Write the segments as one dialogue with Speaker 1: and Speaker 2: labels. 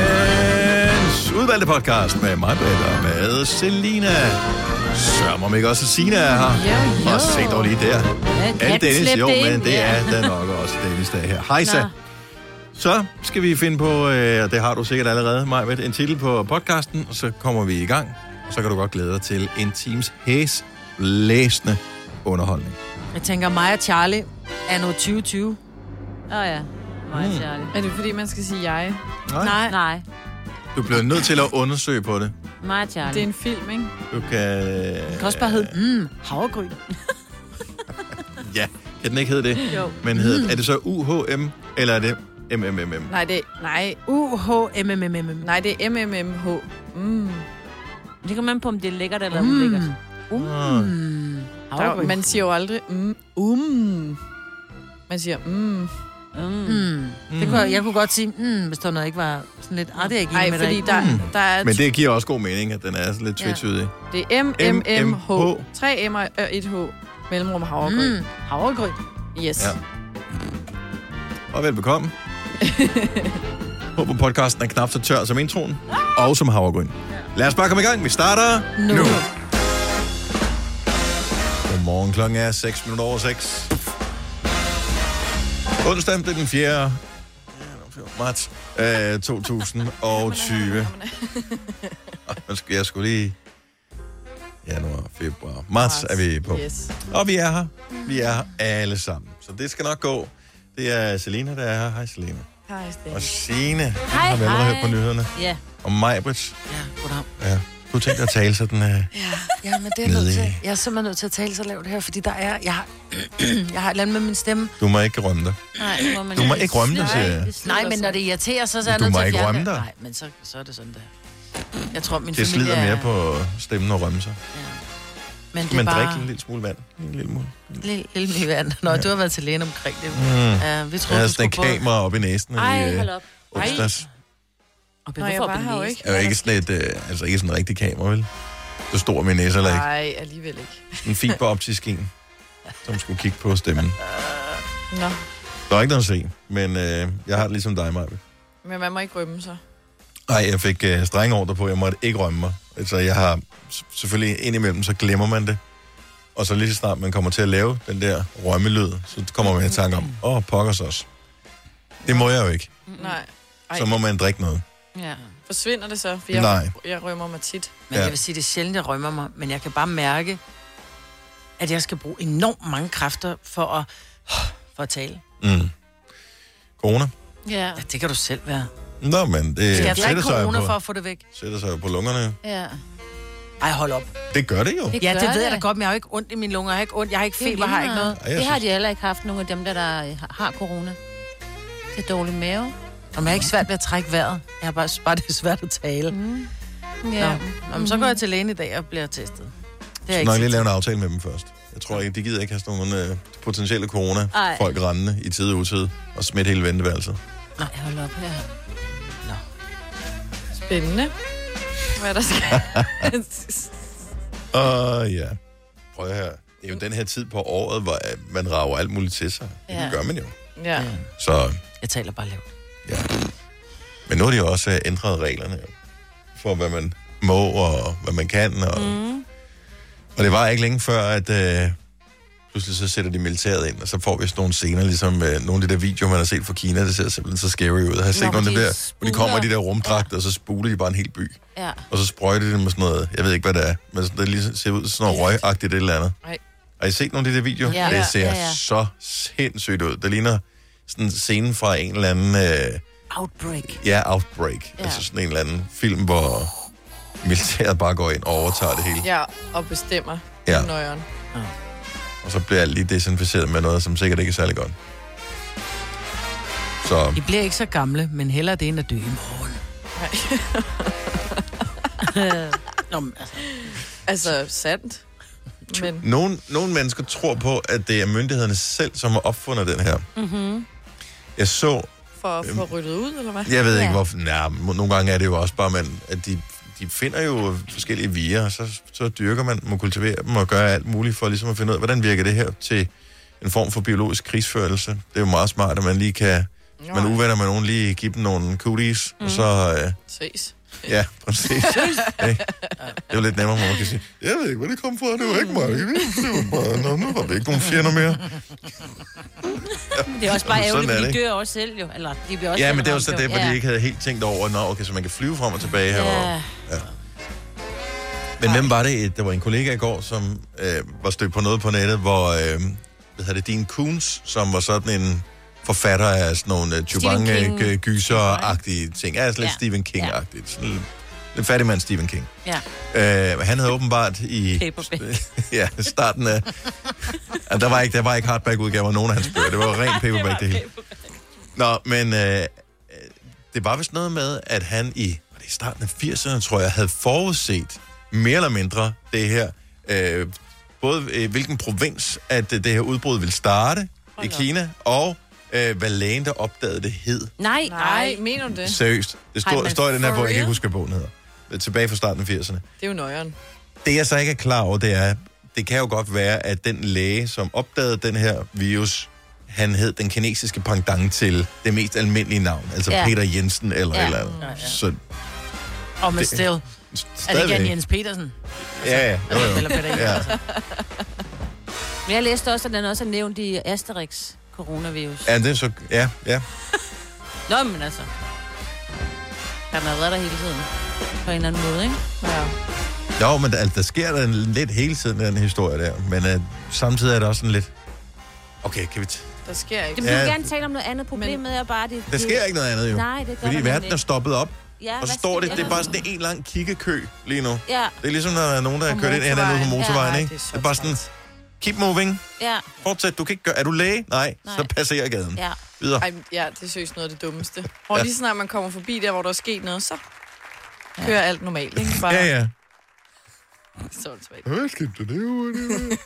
Speaker 1: dagens udvalgte podcast med mig, Britt, og med Selina. Sørg mig ikke også, at Sina er her.
Speaker 2: Jo, jo.
Speaker 1: Og se dog lige der.
Speaker 2: Ja,
Speaker 1: Er det
Speaker 2: katten
Speaker 1: Dennis?
Speaker 2: slæbte
Speaker 1: Jo,
Speaker 2: ind.
Speaker 1: men det
Speaker 2: Ja.
Speaker 1: er der nok også Dennis, der er her. Hej, så.
Speaker 2: Nå.
Speaker 1: Så skal vi finde på, øh, og det har du sikkert allerede, Majbet, en titel på podcasten, og så kommer vi i gang. Og så kan du godt glæde dig til en times hæs læsende underholdning.
Speaker 3: Jeg tænker, mig og Charlie er nu 2020. Åh oh, ja, mig og Charlie.
Speaker 2: Er det fordi, man skal sige jeg?
Speaker 1: Hmm. Nej.
Speaker 3: Nej, nej,
Speaker 1: Du bliver nødt til at undersøge på det.
Speaker 3: mig og Charlie.
Speaker 2: Det
Speaker 3: Det
Speaker 2: er en film, ikke?
Speaker 1: Du kan...
Speaker 3: kan også bare hedde, mm, havregryn.
Speaker 1: Ja, kan den ikke hedde det?
Speaker 3: Jo.
Speaker 1: Men hed, er det så UHM, eller er det MMMM?
Speaker 2: Nej, det, nej,
Speaker 3: U-H-M-M-M-M.
Speaker 2: nej, det er MMMH. Mm.
Speaker 3: Det kan man på, om det er lækkert Ah. eller mm. ulækkert.
Speaker 1: Mm.
Speaker 2: Der,
Speaker 3: Havregryn.
Speaker 2: man siger jo aldrig, mm, um. Man siger, mm.
Speaker 3: Mm. Det kunne, jeg- jeg kunne godt sige, mm, hvis der noget ikke var sådan lidt, ah, det er jeg ikke
Speaker 2: Nej,
Speaker 3: enig med dig Hmm.
Speaker 2: fordi
Speaker 3: i."
Speaker 2: der, der er...
Speaker 1: Men det giver også god mening, at den er sådan lidt
Speaker 2: Ja.
Speaker 1: tvetydig.
Speaker 2: Det er MMMH.
Speaker 1: MMMH.
Speaker 2: Tre M'er og et H. Mellemrum havregryn.
Speaker 3: Mm, havregryn.
Speaker 2: Yes.
Speaker 1: Ja. Og velbekomme. Håber podcasten er knap så tør som introen, og som havregryn. Lad os bare komme i gang. Vi starter nu. nu. Godmorgen. Klokken er 6 minutter over 6. Onsdag det er den 4. marts øh, 2020. Jeg skulle lige... Januar, februar, marts er vi på.
Speaker 2: Yes.
Speaker 1: Og vi er her. Vi er her alle sammen. Så det skal nok gå. Det er Selina, der er her. Hej, Selina.
Speaker 2: Hej,
Speaker 1: Og
Speaker 2: Sten.
Speaker 1: Signe, hej,
Speaker 3: Hej,
Speaker 1: har vi allerede
Speaker 3: hej.
Speaker 1: hørt på nyhederne.
Speaker 3: Ja,
Speaker 1: Og Majbrit,
Speaker 3: ja, goddag.
Speaker 1: ja. Du tænkte dig at tale sådan... Uh...
Speaker 3: Ja, men det er jeg nødt til.
Speaker 1: Nede.
Speaker 3: Jeg er simpelthen nødt til at tale så lavt her, fordi der er, jeg har, jeg har et eller andet med min stemme.
Speaker 1: Du må ikke rømme dig.
Speaker 3: Nej, må man
Speaker 1: Du må ikke rømme dig, siger jeg.
Speaker 3: Nej, men når det irriterer, så, så er jeg
Speaker 1: Du
Speaker 3: nødt
Speaker 1: må
Speaker 3: til at
Speaker 1: ikke
Speaker 3: fjerne
Speaker 1: rømme dig.
Speaker 3: det. Nej, men så, så er det sådan der. Jeg tror, min
Speaker 1: Det
Speaker 3: familie
Speaker 1: slider mere
Speaker 3: er...
Speaker 1: på stemmen og rømme sig.
Speaker 3: Men det er
Speaker 1: Men
Speaker 3: bare...
Speaker 1: drik en lille smule vand. En lille smule.
Speaker 3: Lille, lille mere vand. Nå, du har været til lægen omkring det.
Speaker 1: Mm.
Speaker 3: Ja, vi tror,
Speaker 1: Jeg
Speaker 3: du
Speaker 1: havde sådan
Speaker 3: skulle
Speaker 1: et
Speaker 3: på...
Speaker 1: kamera op i næsen i øh,
Speaker 3: op.
Speaker 1: onsdags.
Speaker 3: Og
Speaker 2: Nå, jeg var her jo ikke.
Speaker 1: Det var ikke sådan et, øh, altså ikke sådan et rigtigt kamera, vel? Så stor min næse heller ikke.
Speaker 2: Nej, alligevel ikke.
Speaker 1: En fiberoptisk en, som skulle kigge på
Speaker 3: Øh.
Speaker 1: stemmen.
Speaker 2: Nå,
Speaker 1: Der er ikke noget at se, men øh, jeg har det ligesom dig, Maja.
Speaker 2: men man må ikke rømme sig.
Speaker 1: Nej, jeg fik øh, strenge ordre på, jeg måtte ikke rømme mig. Altså, jeg har s- selvfølgelig indimellem, så glemmer man det. Og så lige så snart man kommer til at lave den der rømmelyd, så kommer man i tanke om, åh, oh, pokkers også. Det må jeg jo ikke.
Speaker 2: Nej. Ej,
Speaker 1: Så må man drikke noget.
Speaker 3: Ja.
Speaker 2: forsvinder det så? For jeg,
Speaker 1: Nej.
Speaker 2: jeg rømmer mig tit.
Speaker 3: Men
Speaker 1: Ja.
Speaker 3: jeg vil sige, det er sjældent, jeg rømmer mig, men jeg kan bare mærke, at jeg skal bruge enormt mange kræfter for at, for at tale.
Speaker 1: Mm. Corona?
Speaker 2: Ja,
Speaker 3: Ja, det kan du selv være.
Speaker 1: Nå, men det
Speaker 3: Skal jeg drikke
Speaker 1: sætter sig, jo
Speaker 3: corona for
Speaker 1: på,
Speaker 3: at få det væk?
Speaker 1: sætter sig jo på lungerne.
Speaker 2: ja.
Speaker 3: Ej, hold op.
Speaker 1: Det gør det jo.
Speaker 4: Det
Speaker 3: Ja,
Speaker 4: gør
Speaker 3: det ved jeg da godt, men jeg har jo ikke ondt i mine lunger. Jeg har ikke ondt, jeg har ikke
Speaker 4: Det er
Speaker 3: feber,
Speaker 4: lige
Speaker 3: har ikke noget.
Speaker 4: meget.
Speaker 1: Ej, jeg
Speaker 4: det har
Speaker 1: synes-
Speaker 4: de heller ikke haft, nogen af dem, der, der øh, har corona. Det er dårlig mave.
Speaker 3: Og jeg har ikke svært ved at trække vejret. Jeg har bare, bare det er svært at tale. Mm.
Speaker 4: Ja.
Speaker 3: Ja. Nå, men så går jeg til lægen i dag og bliver testet. Det er
Speaker 1: Jeg
Speaker 3: ikke
Speaker 1: nok lige
Speaker 3: så
Speaker 1: lave en aftale med dem først. Jeg tror ikke, de gider ikke have sådan nogle øh, potentielle corona-folk rendende i tid og utid og smitte hele venteværelset.
Speaker 4: Nej, hold op her.
Speaker 2: Spændende. Hvad der skal.
Speaker 1: Åh, uh, ja. Prøv at høre. Det er jo den her tid på året, hvor øh, man rager alt muligt til sig. Ja.
Speaker 2: Ja.
Speaker 1: Det gør man jo.
Speaker 2: ja.
Speaker 1: Så,
Speaker 3: Jeg taler bare lavt.
Speaker 1: ja. Men nu har de jo også øh, ændret reglerne jo, for, hvad man må og hvad man kan. Og, mm. og det var ikke længe før, at øh, pludselig så sætter de militæret ind, og så får vi sådan nogle scener, ligesom øh, nogle af de der videoer, man har set fra Kina, det ser simpelthen så scary ud. Jeg har set
Speaker 4: Nå,
Speaker 1: nogle
Speaker 4: hvor
Speaker 1: af de
Speaker 4: de
Speaker 1: der, hvor de kommer i de der rumdragter, og så spuler de bare en hel by.
Speaker 4: Ja.
Speaker 1: Og så sprøjter de dem med sådan noget, jeg ved ikke, hvad det er, men sådan, det lige ser ud som sådan noget røgagtigt et eller andet.
Speaker 2: Ej.
Speaker 1: Har I set nogle af de der videoer?
Speaker 4: Ja.
Speaker 1: det
Speaker 4: Ja,
Speaker 1: ser
Speaker 4: ja, ja.
Speaker 1: så sindssygt ud. Det ligner sådan en scene fra en eller anden, øh,
Speaker 3: Outbreak.
Speaker 1: ja, Outbreak. Ja.
Speaker 4: Ja.
Speaker 1: Altså sådan en eller anden film, hvor militæret bare går ind og overtager det hele. Ja.
Speaker 2: ja, og bestemmer.
Speaker 1: Ja.
Speaker 2: Ja. Nøjeren.
Speaker 1: Og så bliver alt lige desinficeret med noget, som sikkert ikke er særlig godt. Så
Speaker 3: I bliver ikke så gamle, men hellere det end at dø i morgen. Nå, men altså,
Speaker 2: Altså, sandt. Men
Speaker 1: nogle, nogle mennesker tror på, at det er myndighederne selv, som har opfundet den her. Mm-hmm. Jeg så
Speaker 2: for at få ryddet ud, eller hvad?
Speaker 1: Øhm. Jeg ved ja. ikke,
Speaker 4: Ja.
Speaker 1: hvorfor... Nej, må- nogle gange er det jo også bare, man, at de, de finder jo forskellige virer, og så, så dyrker man dem og kultiverer dem og gør alt muligt for ligesom at finde ud af, hvordan virker det her til en form for biologisk krigsførelse. Det er jo meget smart, at man lige kan man er uvenner med nogen, lige give dem nogle cooties, mm. og så... Øh,
Speaker 5: Ses.
Speaker 1: ja, præcis. Ikke? det var lidt nemmere, hvor man kan sige, jeg ved ikke, hvor det kom fra, det var ikke mig. Jeg ved ikke, Det var bare, nå, nu var vi ikke nogen fjender mere.
Speaker 4: Det er også bare
Speaker 1: Sådan
Speaker 4: ærgerligt,
Speaker 1: er
Speaker 4: fordi de
Speaker 1: det.
Speaker 4: dør også selv jo. Eller de bliver også
Speaker 1: Ja,
Speaker 4: selv
Speaker 1: men det var
Speaker 4: ramt
Speaker 1: så
Speaker 4: jo.
Speaker 1: det, hvor de ikke havde helt tænkt over, nå, okay, så man kan flyve frem og tilbage
Speaker 4: Ja.
Speaker 1: herovre.
Speaker 4: ja.
Speaker 1: Men hvem var det? Der var en kollega i går, som øh, var stødt på noget på nettet, hvor, øh, hvad hedder det, Dean Koontz, som var sådan en forfatter af sådan nogle uh,
Speaker 4: King.
Speaker 1: Chubank-gyser-agtige ting. Ja, sådan lidt
Speaker 4: Ja.
Speaker 1: Stephen King-agtigt. Sådan lidt, lidt fattig mand Stephen King.
Speaker 4: ja.
Speaker 1: Øh, han havde åbenbart i
Speaker 4: Paperback.
Speaker 1: ja, starten af... Ja, der, var ikke, der var ikke hardback-udgaver af nogen af hans bøger. Det var rent paperback, det hele. Nå, men øh, øh, det var vist noget med, at han i, var det i starten af 80'erne, tror jeg, havde forudset mere eller mindre det her. Øh, både øh, hvilken provins, at øh, det her udbrud ville starte i Kina, og øh, hvad lægen, der opdagede det, hed.
Speaker 4: Nej, nej.
Speaker 5: Nej, mener du det?
Speaker 1: Seriøst. Det
Speaker 4: Ej,
Speaker 1: står,
Speaker 4: men
Speaker 1: står i den her
Speaker 4: for
Speaker 1: bog, jeg kan
Speaker 4: real?
Speaker 1: ikke huske, hvad bogen hedder. Øh, Tilbage fra starten af 80'erne.
Speaker 5: Det er jo nøjeren.
Speaker 1: Det jeg så ikke er klar over, det er, det kan jo godt være, at den læge, som opdagede den her virus, han hed den kinesiske pendant til det mest almindelige navn, altså
Speaker 4: Ja.
Speaker 1: ja. Peter Jensen eller
Speaker 4: Ja.
Speaker 1: ja. eller andet. Ja,
Speaker 3: ja.
Speaker 1: ja. Så
Speaker 3: Og med
Speaker 1: Det-
Speaker 3: still. Er det
Speaker 1: stadigvæk.
Speaker 3: ikke en Jens Petersen?
Speaker 1: Ja, ja, jo, jo.
Speaker 3: Eller Peter
Speaker 1: ja.
Speaker 3: Jensen?
Speaker 4: Men jeg læste også, at den også er nævnt i Asterix coronavirus.
Speaker 1: ja, det er så... Ja, ja.
Speaker 4: Nå, men altså. Han har været der hele tiden. På en eller anden måde, ikke?
Speaker 5: Ja.
Speaker 1: Jo, men der, altså, der sker der en, lidt hele tiden den historie der, men uh, samtidig er det også sådan lidt... Okay, kan vi... T-
Speaker 5: Der sker ikke.
Speaker 4: Det vil ja,
Speaker 1: Ja.
Speaker 4: gerne tale om noget andet. Problemet men, er bare, det...
Speaker 1: der sker ikke noget andet jo.
Speaker 4: Nej, det gør
Speaker 1: Fordi
Speaker 4: der
Speaker 1: verden
Speaker 4: nemlig
Speaker 1: er stoppet op,
Speaker 4: Ja,
Speaker 1: og så
Speaker 4: hvad
Speaker 1: står det,
Speaker 4: sker
Speaker 1: det er
Speaker 4: der?
Speaker 1: bare sådan en lang kiggekø lige nu.
Speaker 4: Ja,
Speaker 1: Det er ligesom, når der er nogen, der har
Speaker 5: På
Speaker 1: kørt ind i hinanden ude på
Speaker 5: motorvejen.
Speaker 1: motorvejen,
Speaker 5: Ja,
Speaker 1: ikke?
Speaker 5: det er så
Speaker 1: Det er bare sådan,
Speaker 5: træls.
Speaker 1: keep moving,
Speaker 4: ja,
Speaker 1: fortsæt, du kan ikke gøre... Er du læge? Nej,
Speaker 4: Nej.
Speaker 1: så passerer gaden.
Speaker 4: ja.
Speaker 1: Videre.
Speaker 5: Ej, men ja, det er seriøst noget af det dummeste. Hvor
Speaker 1: Ja.
Speaker 5: lige snart man kommer forbi der, hvor der er sket noget, så kører alt normalt, ikke? Bare
Speaker 1: Ja, ja.
Speaker 5: Så er det svært.
Speaker 1: Hvad skal du det?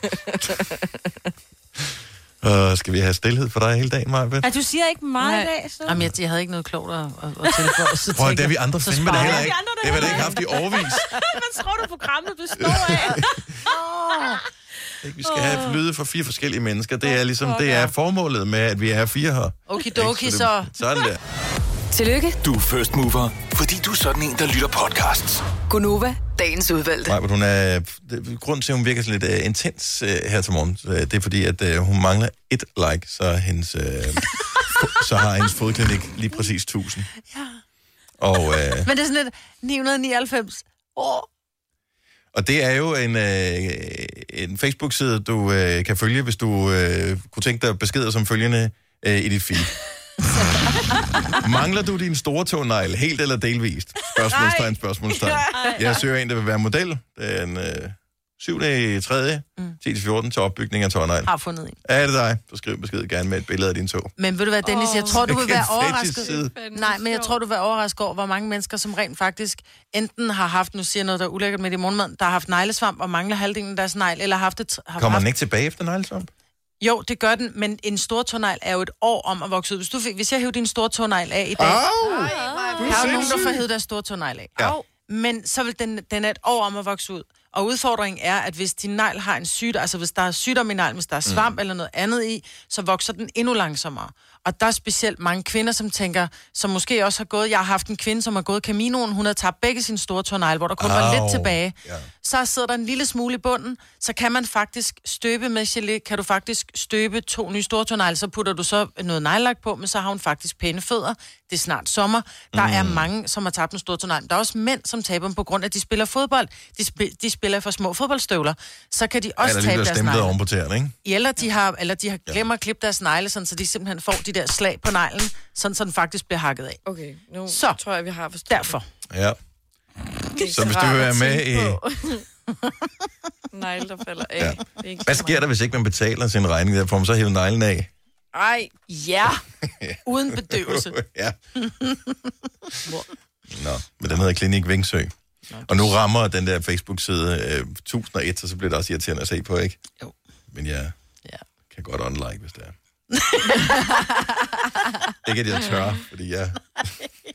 Speaker 1: Og Øh, skal vi have stillhed for dig hele dagen, Maja?
Speaker 4: du siger ikke meget
Speaker 5: Nej.
Speaker 4: i dag, så?
Speaker 3: Jamen, jeg, jeg havde ikke noget klogt at, at, at tilføje. så
Speaker 1: Prøv,
Speaker 3: tænker
Speaker 1: det er vi
Speaker 3: jeg,
Speaker 1: andre
Speaker 3: så
Speaker 1: fandme da
Speaker 3: sparer
Speaker 1: heller
Speaker 3: jeg.
Speaker 1: ikke.
Speaker 4: andre, der
Speaker 1: Det har vi da
Speaker 4: heller
Speaker 1: ikke haft i overvis.
Speaker 4: Hvad tror du, programmet består af?
Speaker 1: Vi skal have lyde fra fire forskellige mennesker. Det er ligesom, det er formålet med, at vi er fire her.
Speaker 3: Okidoki,
Speaker 1: Ikke?
Speaker 3: så...
Speaker 1: det- Sådan der.
Speaker 6: Tillykke,
Speaker 7: Du er first mover, fordi du er sådan en, der lytter podcasts.
Speaker 6: Gunova, dagens udvalgte.
Speaker 1: Nej, men hun er... det- Grunden til, at hun virker sådan lidt uh, intens uh, her til morgen, uh, det er fordi, at uh, hun mangler et like, så, er hendes, uh, så har hendes fodklinik lige præcis 1000. Ja. Og, uh,
Speaker 3: Men det er sådan lidt 999. Åh,
Speaker 1: og det er jo en, uh, en Facebook-side, du uh, kan følge, hvis du uh, kunne tænke dig beskeder som følgende uh, i dit feed. Mangler du din store tånegl, helt eller delvist? Spørgsmålstegn, spørgsmålstegn. Jeg søger en, der vil være model. Den øh, 7. i 3. Mm. 10-14 til opbygning af tårnegl.
Speaker 3: har fundet en.
Speaker 1: Er det dig? Så skriv besked gerne med et billede af din tog.
Speaker 3: Men ved du hvad, Dennis, jeg tror, du vil være
Speaker 1: Hvilken
Speaker 3: overrasket.
Speaker 1: fetish-side.
Speaker 3: Nej, men jeg tror, du vil være overrasket over, hvor mange mennesker, som rent faktisk enten har haft, nu siger jeg noget, der er ulækkert med i morgenmad, der har haft neglesvamp og mangler halvdelen af deres negl, eller har haft et... Har
Speaker 1: Kommer
Speaker 3: haft...
Speaker 1: den ikke tilbage efter neglesvamp?
Speaker 3: Jo, det gør den, men en stor tånegl er jo et år om at vokse ud. Hvis, du fik, hvis jeg hævde din store tånegl af i dag, ah, der er jo nogen, der får hævet deres store tånegl af.
Speaker 1: Ja.
Speaker 3: Men så vil den, den er et år om at vokse ud. Og udfordringen er, at hvis din negl har en sygdom, altså hvis der er sygdom i neglen, hvis der er svamp mm. eller noget andet i, så vokser den endnu langsommere. Og der er specielt mange kvinder, som tænker, som måske også har gået, jeg har haft en kvinde, som har gået Caminoen, hun har tabt begge sine store tårnegle, hvor der kun var
Speaker 1: Au.
Speaker 3: lidt tilbage.
Speaker 1: Ja.
Speaker 3: Så sidder der en lille smule i bunden, så kan man faktisk støbe med gelé, kan du faktisk støbe to nye store tårnegle, så putter du så noget nejlak på, men så har hun faktisk pæne fødder. Det er snart sommer. Der mm. er mange, som har tabt en stor tårnegle. Der er også mænd, som taber dem på grund af, at de spiller fodbold. De, sp- de spiller for små fodboldstøvler. Så kan de også
Speaker 1: Eller lige
Speaker 3: tabe
Speaker 1: bliver
Speaker 3: deres
Speaker 1: stemplet
Speaker 3: negle.
Speaker 1: oven på tæerne, ikke?
Speaker 3: Eller de har, eller de har glemt at klippe deres negle, sådan, så de simpelthen får de der slag på neglen, sådan, så den faktisk bliver hakket af.
Speaker 5: Okay, nu
Speaker 3: Så.
Speaker 5: så. tror jeg, vi har forstået
Speaker 3: Derfor.
Speaker 1: Ja. Så hvis du vil være med i...
Speaker 5: Nej, der falder af.
Speaker 1: Ja.
Speaker 5: Det er ikke
Speaker 1: Hvad
Speaker 5: så
Speaker 1: sker der, hvis ikke man betaler sin regning der? Får man så hævet neglen af?
Speaker 5: meget. Ej,
Speaker 3: Ja. Uden bedøvelse.
Speaker 1: ja. Nå, men den hedder Klinik Vingsø. Og nu rammer den der Facebook-side øh, 1001, så, så bliver det også irriterende at se på, ikke?
Speaker 3: Jo.
Speaker 1: Men jeg
Speaker 3: Ja.
Speaker 1: kan godt unlike, hvis det er. ikke at jeg tør, fordi jeg...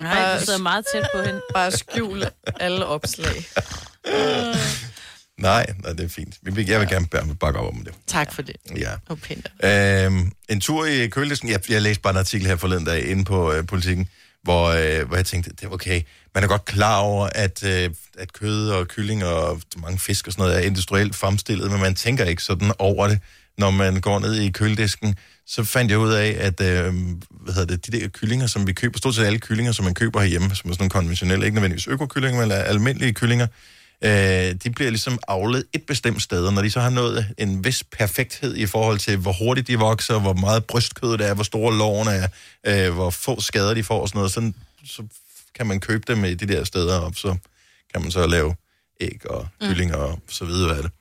Speaker 4: Nej, du sidder meget tæt på hende.
Speaker 5: bare skjul alle opslag.
Speaker 1: Nej, nej, det er fint. Vi vil- Jeg vil gerne bære- bakke op om det.
Speaker 3: Tak for det.
Speaker 1: Ja.
Speaker 3: Og Peter.
Speaker 1: Øhm, en tur i køledisken. Jeg, jeg læste bare en artikel her forleden dag inde på øh, Politiken, hvor, øh, hvor jeg tænkte, det er okay. Man er godt klar over, at, øh, at kød og kylling og mange fisk og sådan noget er industrielt fremstillet, men man tænker ikke sådan over det, når man går ned i køledisken. Så fandt jeg ud af, at øh, hvad hedder det, de der kyllinger, som vi køber, stort set alle kyllinger, som man køber herhjemme, som er sådan nogle konventionelle, ikke nødvendigvis økokyllinger, men almindelige kyllinger, øh, de bliver ligesom avlet et bestemt sted, og når de så har nået en vis perfekthed i forhold til, hvor hurtigt de vokser, hvor meget brystkød der er, hvor store lårene er, øh, hvor få skader de får og sådan noget, sådan, så kan man købe dem i de der steder, og så kan man så lave æg og
Speaker 3: Mm.
Speaker 1: kyllinger og så videre af det.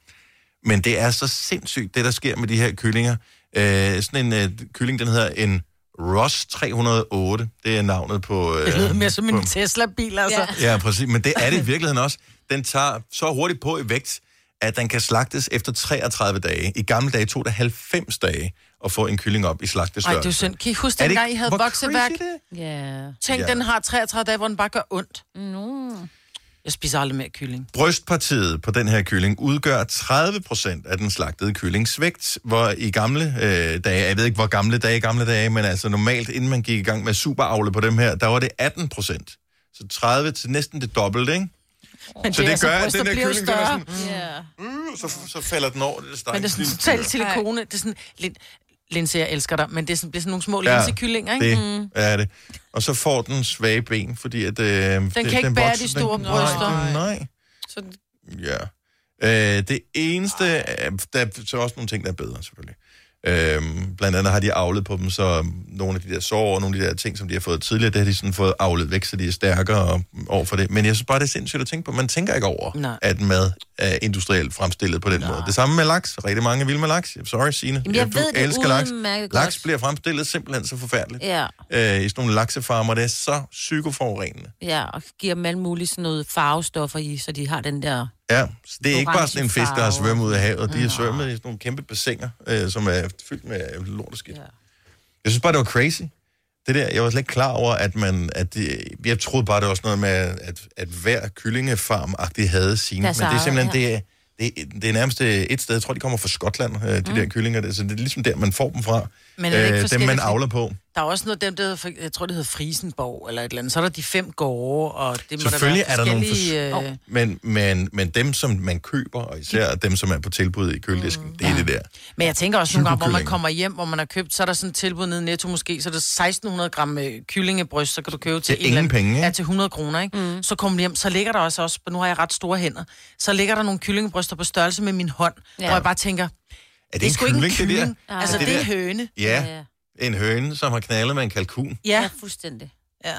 Speaker 1: Men det er så sindssygt, det der sker med de her kyllinger. Øh, sådan en øh, kylling, den hedder en Ross 308. Det er navnet på... Øh,
Speaker 3: Det lyder mere som en Tesla-bil, altså. Ja.
Speaker 1: Ja, præcis. Men det er det i virkeligheden også. Den tager så hurtigt på i vægt, at den kan slagtes efter 33 dage. I gamle dage tog det 90 dage at få en kylling op i
Speaker 3: Ej,
Speaker 1: slagtestørrelse.
Speaker 3: det er jo synd. Kan I huske
Speaker 1: Er det
Speaker 3: dengang,
Speaker 1: ikke-
Speaker 3: I havde
Speaker 1: hvor
Speaker 3: vokseværk?
Speaker 1: crazy det er?
Speaker 4: Ja.
Speaker 3: Tænk,
Speaker 1: Ja.
Speaker 3: ja. den har 33 dage, hvor den bare gør ondt. No. Jeg spiser aldrig mere kylling.
Speaker 1: Brystpartiet på den her kylling udgør 30% af den slagtede kyllings vægt, hvor i gamle øh, dage, jeg ved ikke hvor gamle dage, gamle dage, men altså normalt, inden man gik i gang med superavle på dem her, der var det 18%. Så 30 til næsten det dobbelte, ikke?
Speaker 3: Men
Speaker 1: Så det,
Speaker 3: altså,
Speaker 1: gør, at
Speaker 3: bryster
Speaker 1: den der
Speaker 3: bliver jo
Speaker 1: kylling, den er sådan,
Speaker 4: Ja.
Speaker 1: uh, så, så falder den over det
Speaker 3: Men det er sådan totalt silikone. Det er sådan lidt... Linse, jeg elsker dig, men det er sådan, bliver sådan nogle små ja, linsekyllinger, ikke? Mm. Det.
Speaker 1: Det er det. Og så får den svage ben, fordi at... Øh, den
Speaker 3: kan ikke bære de store
Speaker 1: den,
Speaker 3: bryster.
Speaker 1: Nej, den, nej.
Speaker 5: Så
Speaker 1: Ja. Øh, det eneste... Øh, der er så også nogle ting, der er bedre, selvfølgelig. Øh, blandt andet har de avlet på dem, så nogle af de der sår og nogle af de der ting, som de har fået tidligere, det har de sådan fået avlet væk, så de er stærkere over for det. Men jeg synes bare, det er sindssygt at tænke på. Man tænker ikke over,
Speaker 3: Nej.
Speaker 1: at mad er industrielt fremstillet på den måde. Det samme med laks. Rigtig mange vil med laks. Sorry, Signe.
Speaker 4: Jamen, jeg
Speaker 1: du
Speaker 4: ved det
Speaker 1: elsker laks.
Speaker 4: udmærket godt.
Speaker 1: Laks bliver fremstillet simpelthen så forfærdeligt
Speaker 4: Ja.
Speaker 1: øh, i sådan nogle laksefarmer. Det er så psykoforurenende.
Speaker 4: Ja, og giver dem alle mulige sådan noget farvestoffer i, så de har den der...
Speaker 1: Ja, så det er ikke bare sådan en fisk, der har
Speaker 4: Orangefarve.
Speaker 1: svømmet ud af havet. De har svømmet i sådan nogle kæmpe bassiner, øh, som er fyldt med lort og skidt. Ja.
Speaker 4: Ja.
Speaker 1: Jeg synes bare, det var crazy. Det der, jeg var slet ikke klar over, at man... At det, jeg troede bare, det var sådan noget med, at, at hver kyllingefarm agtig havde sine. Men
Speaker 4: Deres
Speaker 1: det er
Speaker 4: eget,
Speaker 1: simpelthen... Ja. Det, det, det er nærmest øh, et sted. Jeg tror, de kommer fra Skotland, øh, de mm. der kyllinger. Der. Så det er ligesom der, man får dem fra. Øh,
Speaker 3: Men er det ikke
Speaker 1: dem, man
Speaker 3: forskelligt?
Speaker 1: avler på.
Speaker 3: Der er også noget af dem, der, hedder- jeg tror, det hedder Frisenborg, eller et eller andet. Så er der de fem gårde, og det må
Speaker 1: Selvfølgelig
Speaker 3: der
Speaker 1: er der
Speaker 3: være
Speaker 1: nogle
Speaker 3: forskellige...
Speaker 1: fors-
Speaker 3: øh,
Speaker 1: Men, men, men dem, som man køber, og især dem, som er på tilbud i køledisken, mm. det er det der.
Speaker 3: Men jeg tænker også nogle gange, hvor man
Speaker 1: Psykokyllinger.
Speaker 3: kommer hjem, hvor man har købt, så er der sådan et tilbud nede i Netto måske, så er der 1600 gram øh, kyllingebryst, så kan du købe til,
Speaker 1: Det er
Speaker 3: en eller
Speaker 1: ingen
Speaker 3: anden-
Speaker 1: penge, ikke?
Speaker 3: ja, til 100 kroner. Ikke? Mm. Så kommer du hjem, så ligger der også, også, nu har jeg ret store hænder, så ligger der nogle kyllingebryster på størrelse med min hånd, ja. hvor jeg bare tænker, det
Speaker 1: Er det,
Speaker 3: er sgu ikke en
Speaker 1: det der?
Speaker 3: kylling, altså
Speaker 1: Er
Speaker 3: det,
Speaker 1: det
Speaker 3: er
Speaker 1: der?
Speaker 3: høne.
Speaker 1: Ja, en høne, som har knaldet med en kalkun.
Speaker 4: Ja,
Speaker 3: Ja.
Speaker 4: fuldstændig.
Speaker 3: ja.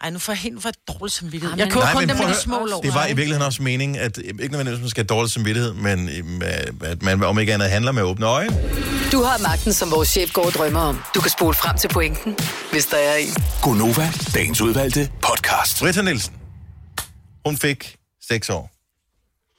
Speaker 3: Ej, nu får jeg helt for et dårligt samvittighed.
Speaker 4: Ej,
Speaker 3: Jeg
Speaker 4: men-
Speaker 3: køber
Speaker 4: Nej,
Speaker 3: kun
Speaker 1: men
Speaker 3: dem
Speaker 1: prøv
Speaker 3: med
Speaker 1: at
Speaker 3: de små lov.
Speaker 1: Det var i virkeligheden også meningen, at ikke nødvendigvis, at man skal have dårlig samvittighed, men øhm, at man om ikke andet handler med åbne øjne.
Speaker 6: Du har magten, som vores chef går og drømmer om. Du kan spole frem til pointen, hvis der er en.
Speaker 7: Gonova, dagens udvalgte podcast.
Speaker 1: Britta Nielsen, hun fik 6 år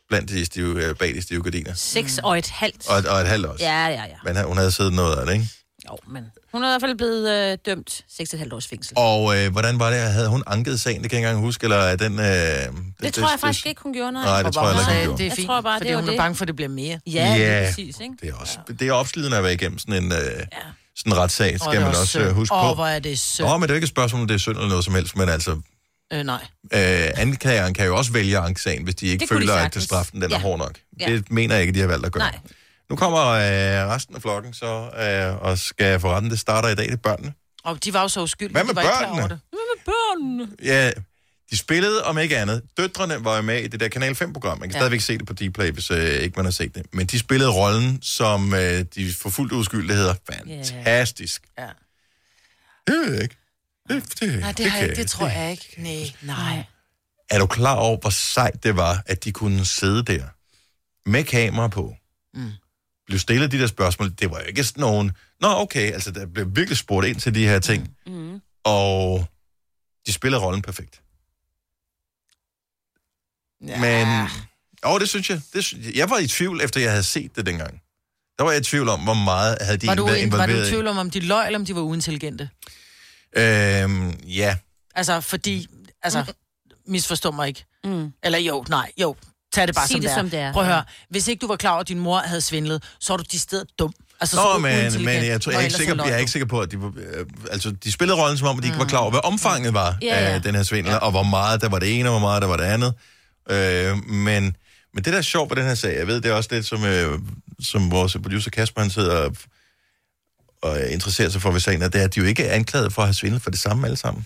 Speaker 1: blandt de stive, øh, bag de stive gardiner.
Speaker 4: Seks
Speaker 3: Mm.
Speaker 4: og et halvt.
Speaker 1: Og, et- og et halvt også.
Speaker 4: Ja, ja, ja.
Speaker 1: Men hun havde siddet noget af det, ikke?
Speaker 4: Jo, men hun er i hvert fald blevet øh, dømt 6,5 års fængsel.
Speaker 1: Og øh, hvordan var det? Havde hun anket sagen? Det kan jeg ikke engang huske. Eller er den... Øh, det,
Speaker 4: det tror jeg faktisk ikke, hun gjorde noget.
Speaker 1: Nej, det tror jeg heller ikke, hun
Speaker 3: Så det
Speaker 1: gjorde.
Speaker 3: er
Speaker 4: Jeg
Speaker 3: fint,
Speaker 4: tror bare, det
Speaker 3: fordi
Speaker 4: er jo
Speaker 3: hun er
Speaker 4: det.
Speaker 3: bange for, at det bliver mere.
Speaker 4: Ja, det
Speaker 1: Ja.
Speaker 4: er præcis, ikke?
Speaker 1: Det er, også, det er opslidende at være igennem sådan en, øh, ja. sådan en retssag, skal
Speaker 3: Og det er
Speaker 1: man også øh,
Speaker 3: synd.
Speaker 1: huske
Speaker 3: Åh,
Speaker 1: på.
Speaker 3: hvor er det sødt.
Speaker 1: Nå, men det er jo ikke et spørgsmål, om det er synd eller noget som helst, men altså,
Speaker 3: Øh, nej.
Speaker 1: øh, anklageren kan jo også vælge at anke sagen, hvis de ikke
Speaker 4: Det kunne de
Speaker 1: føler, at
Speaker 4: sagtens.
Speaker 1: straffen den er
Speaker 4: Ja.
Speaker 1: hård nok.
Speaker 4: Ja.
Speaker 1: Det mener jeg ikke, de har valgt at gøre.
Speaker 4: Nej.
Speaker 1: Nu kommer øh, resten af flokken så øh, og skal for retten. Det starter i dag, det er børnene.
Speaker 3: Og de var jo så uskyldige.
Speaker 1: Hvad med
Speaker 3: de var ikke klar
Speaker 1: børnene?
Speaker 3: over det.
Speaker 1: Ja, de spillede, om ikke andet. Døtrene var jo med i det der Kanal 5-program. Man kan ja.
Speaker 4: Ja.
Speaker 1: stadigvæk se det på Dplay, hvis øh, ikke man har set det. Men de spillede rollen, som øh, de forfulgte uskyldige hedder. Fantastisk.
Speaker 3: Ja.
Speaker 1: Det ved jeg ikke. Det, det,
Speaker 3: Nej, det, har
Speaker 1: kan
Speaker 3: jeg ikke, det tror
Speaker 1: det-
Speaker 3: jeg ikke. Nej, nej.
Speaker 1: Er du klar over, hvor sejt det var, at de kunne sidde der med kamera på? Mm.
Speaker 3: Mm.
Speaker 1: Blev stillet de der spørgsmål. Det var jo ikke sådan nogen... Nå, okay, altså der blev virkelig spurgt ind til de her ting. Mm. Og de spillede rollen perfekt. Ja. Men... Åh, det synes jeg. Det synes jeg. jeg var i tvivl, efter jeg havde set det dengang. Der var jeg i tvivl om, hvor meget havde de
Speaker 3: Var du,
Speaker 1: været
Speaker 3: en, var
Speaker 1: involveret
Speaker 3: du i tvivl om, om de løg, eller om de var uintelligente?
Speaker 1: Øhm, ja,
Speaker 3: Altså, fordi... Altså, misforstå mig ikke. Mm. Eller jo, nej, jo. Tag det bare som,
Speaker 4: Mm. Sig det,
Speaker 3: det er.
Speaker 4: som det er.
Speaker 3: Prøv at høre. Hvis ikke du var klar over, at din mor havde svindlet, så er du de steder dum. Altså, så er
Speaker 1: Nå,
Speaker 3: du
Speaker 1: men,
Speaker 3: uintelligent,
Speaker 1: men jeg, tror,
Speaker 3: og
Speaker 1: jeg, er ikke
Speaker 3: ellers
Speaker 1: sikker,
Speaker 3: løgn
Speaker 1: jeg er
Speaker 3: du.
Speaker 1: ikke sikker på, at de, var- øh, altså, de spillede rollen, som om at de ikke var klar over, hvad omfanget var
Speaker 4: Mm. Ja, ja.
Speaker 1: af den her svindel, og hvor meget der var det ene, og hvor meget der var det andet. Øh, men, men det, der er sjovt ved den her sag, jeg ved, det er også lidt, som, øh, som vores producer Kasper, han sidder og, og interesserer sig for ved sagen, er, det er, at de jo ikke er anklaget for at have svindlet for det samme alle sammen.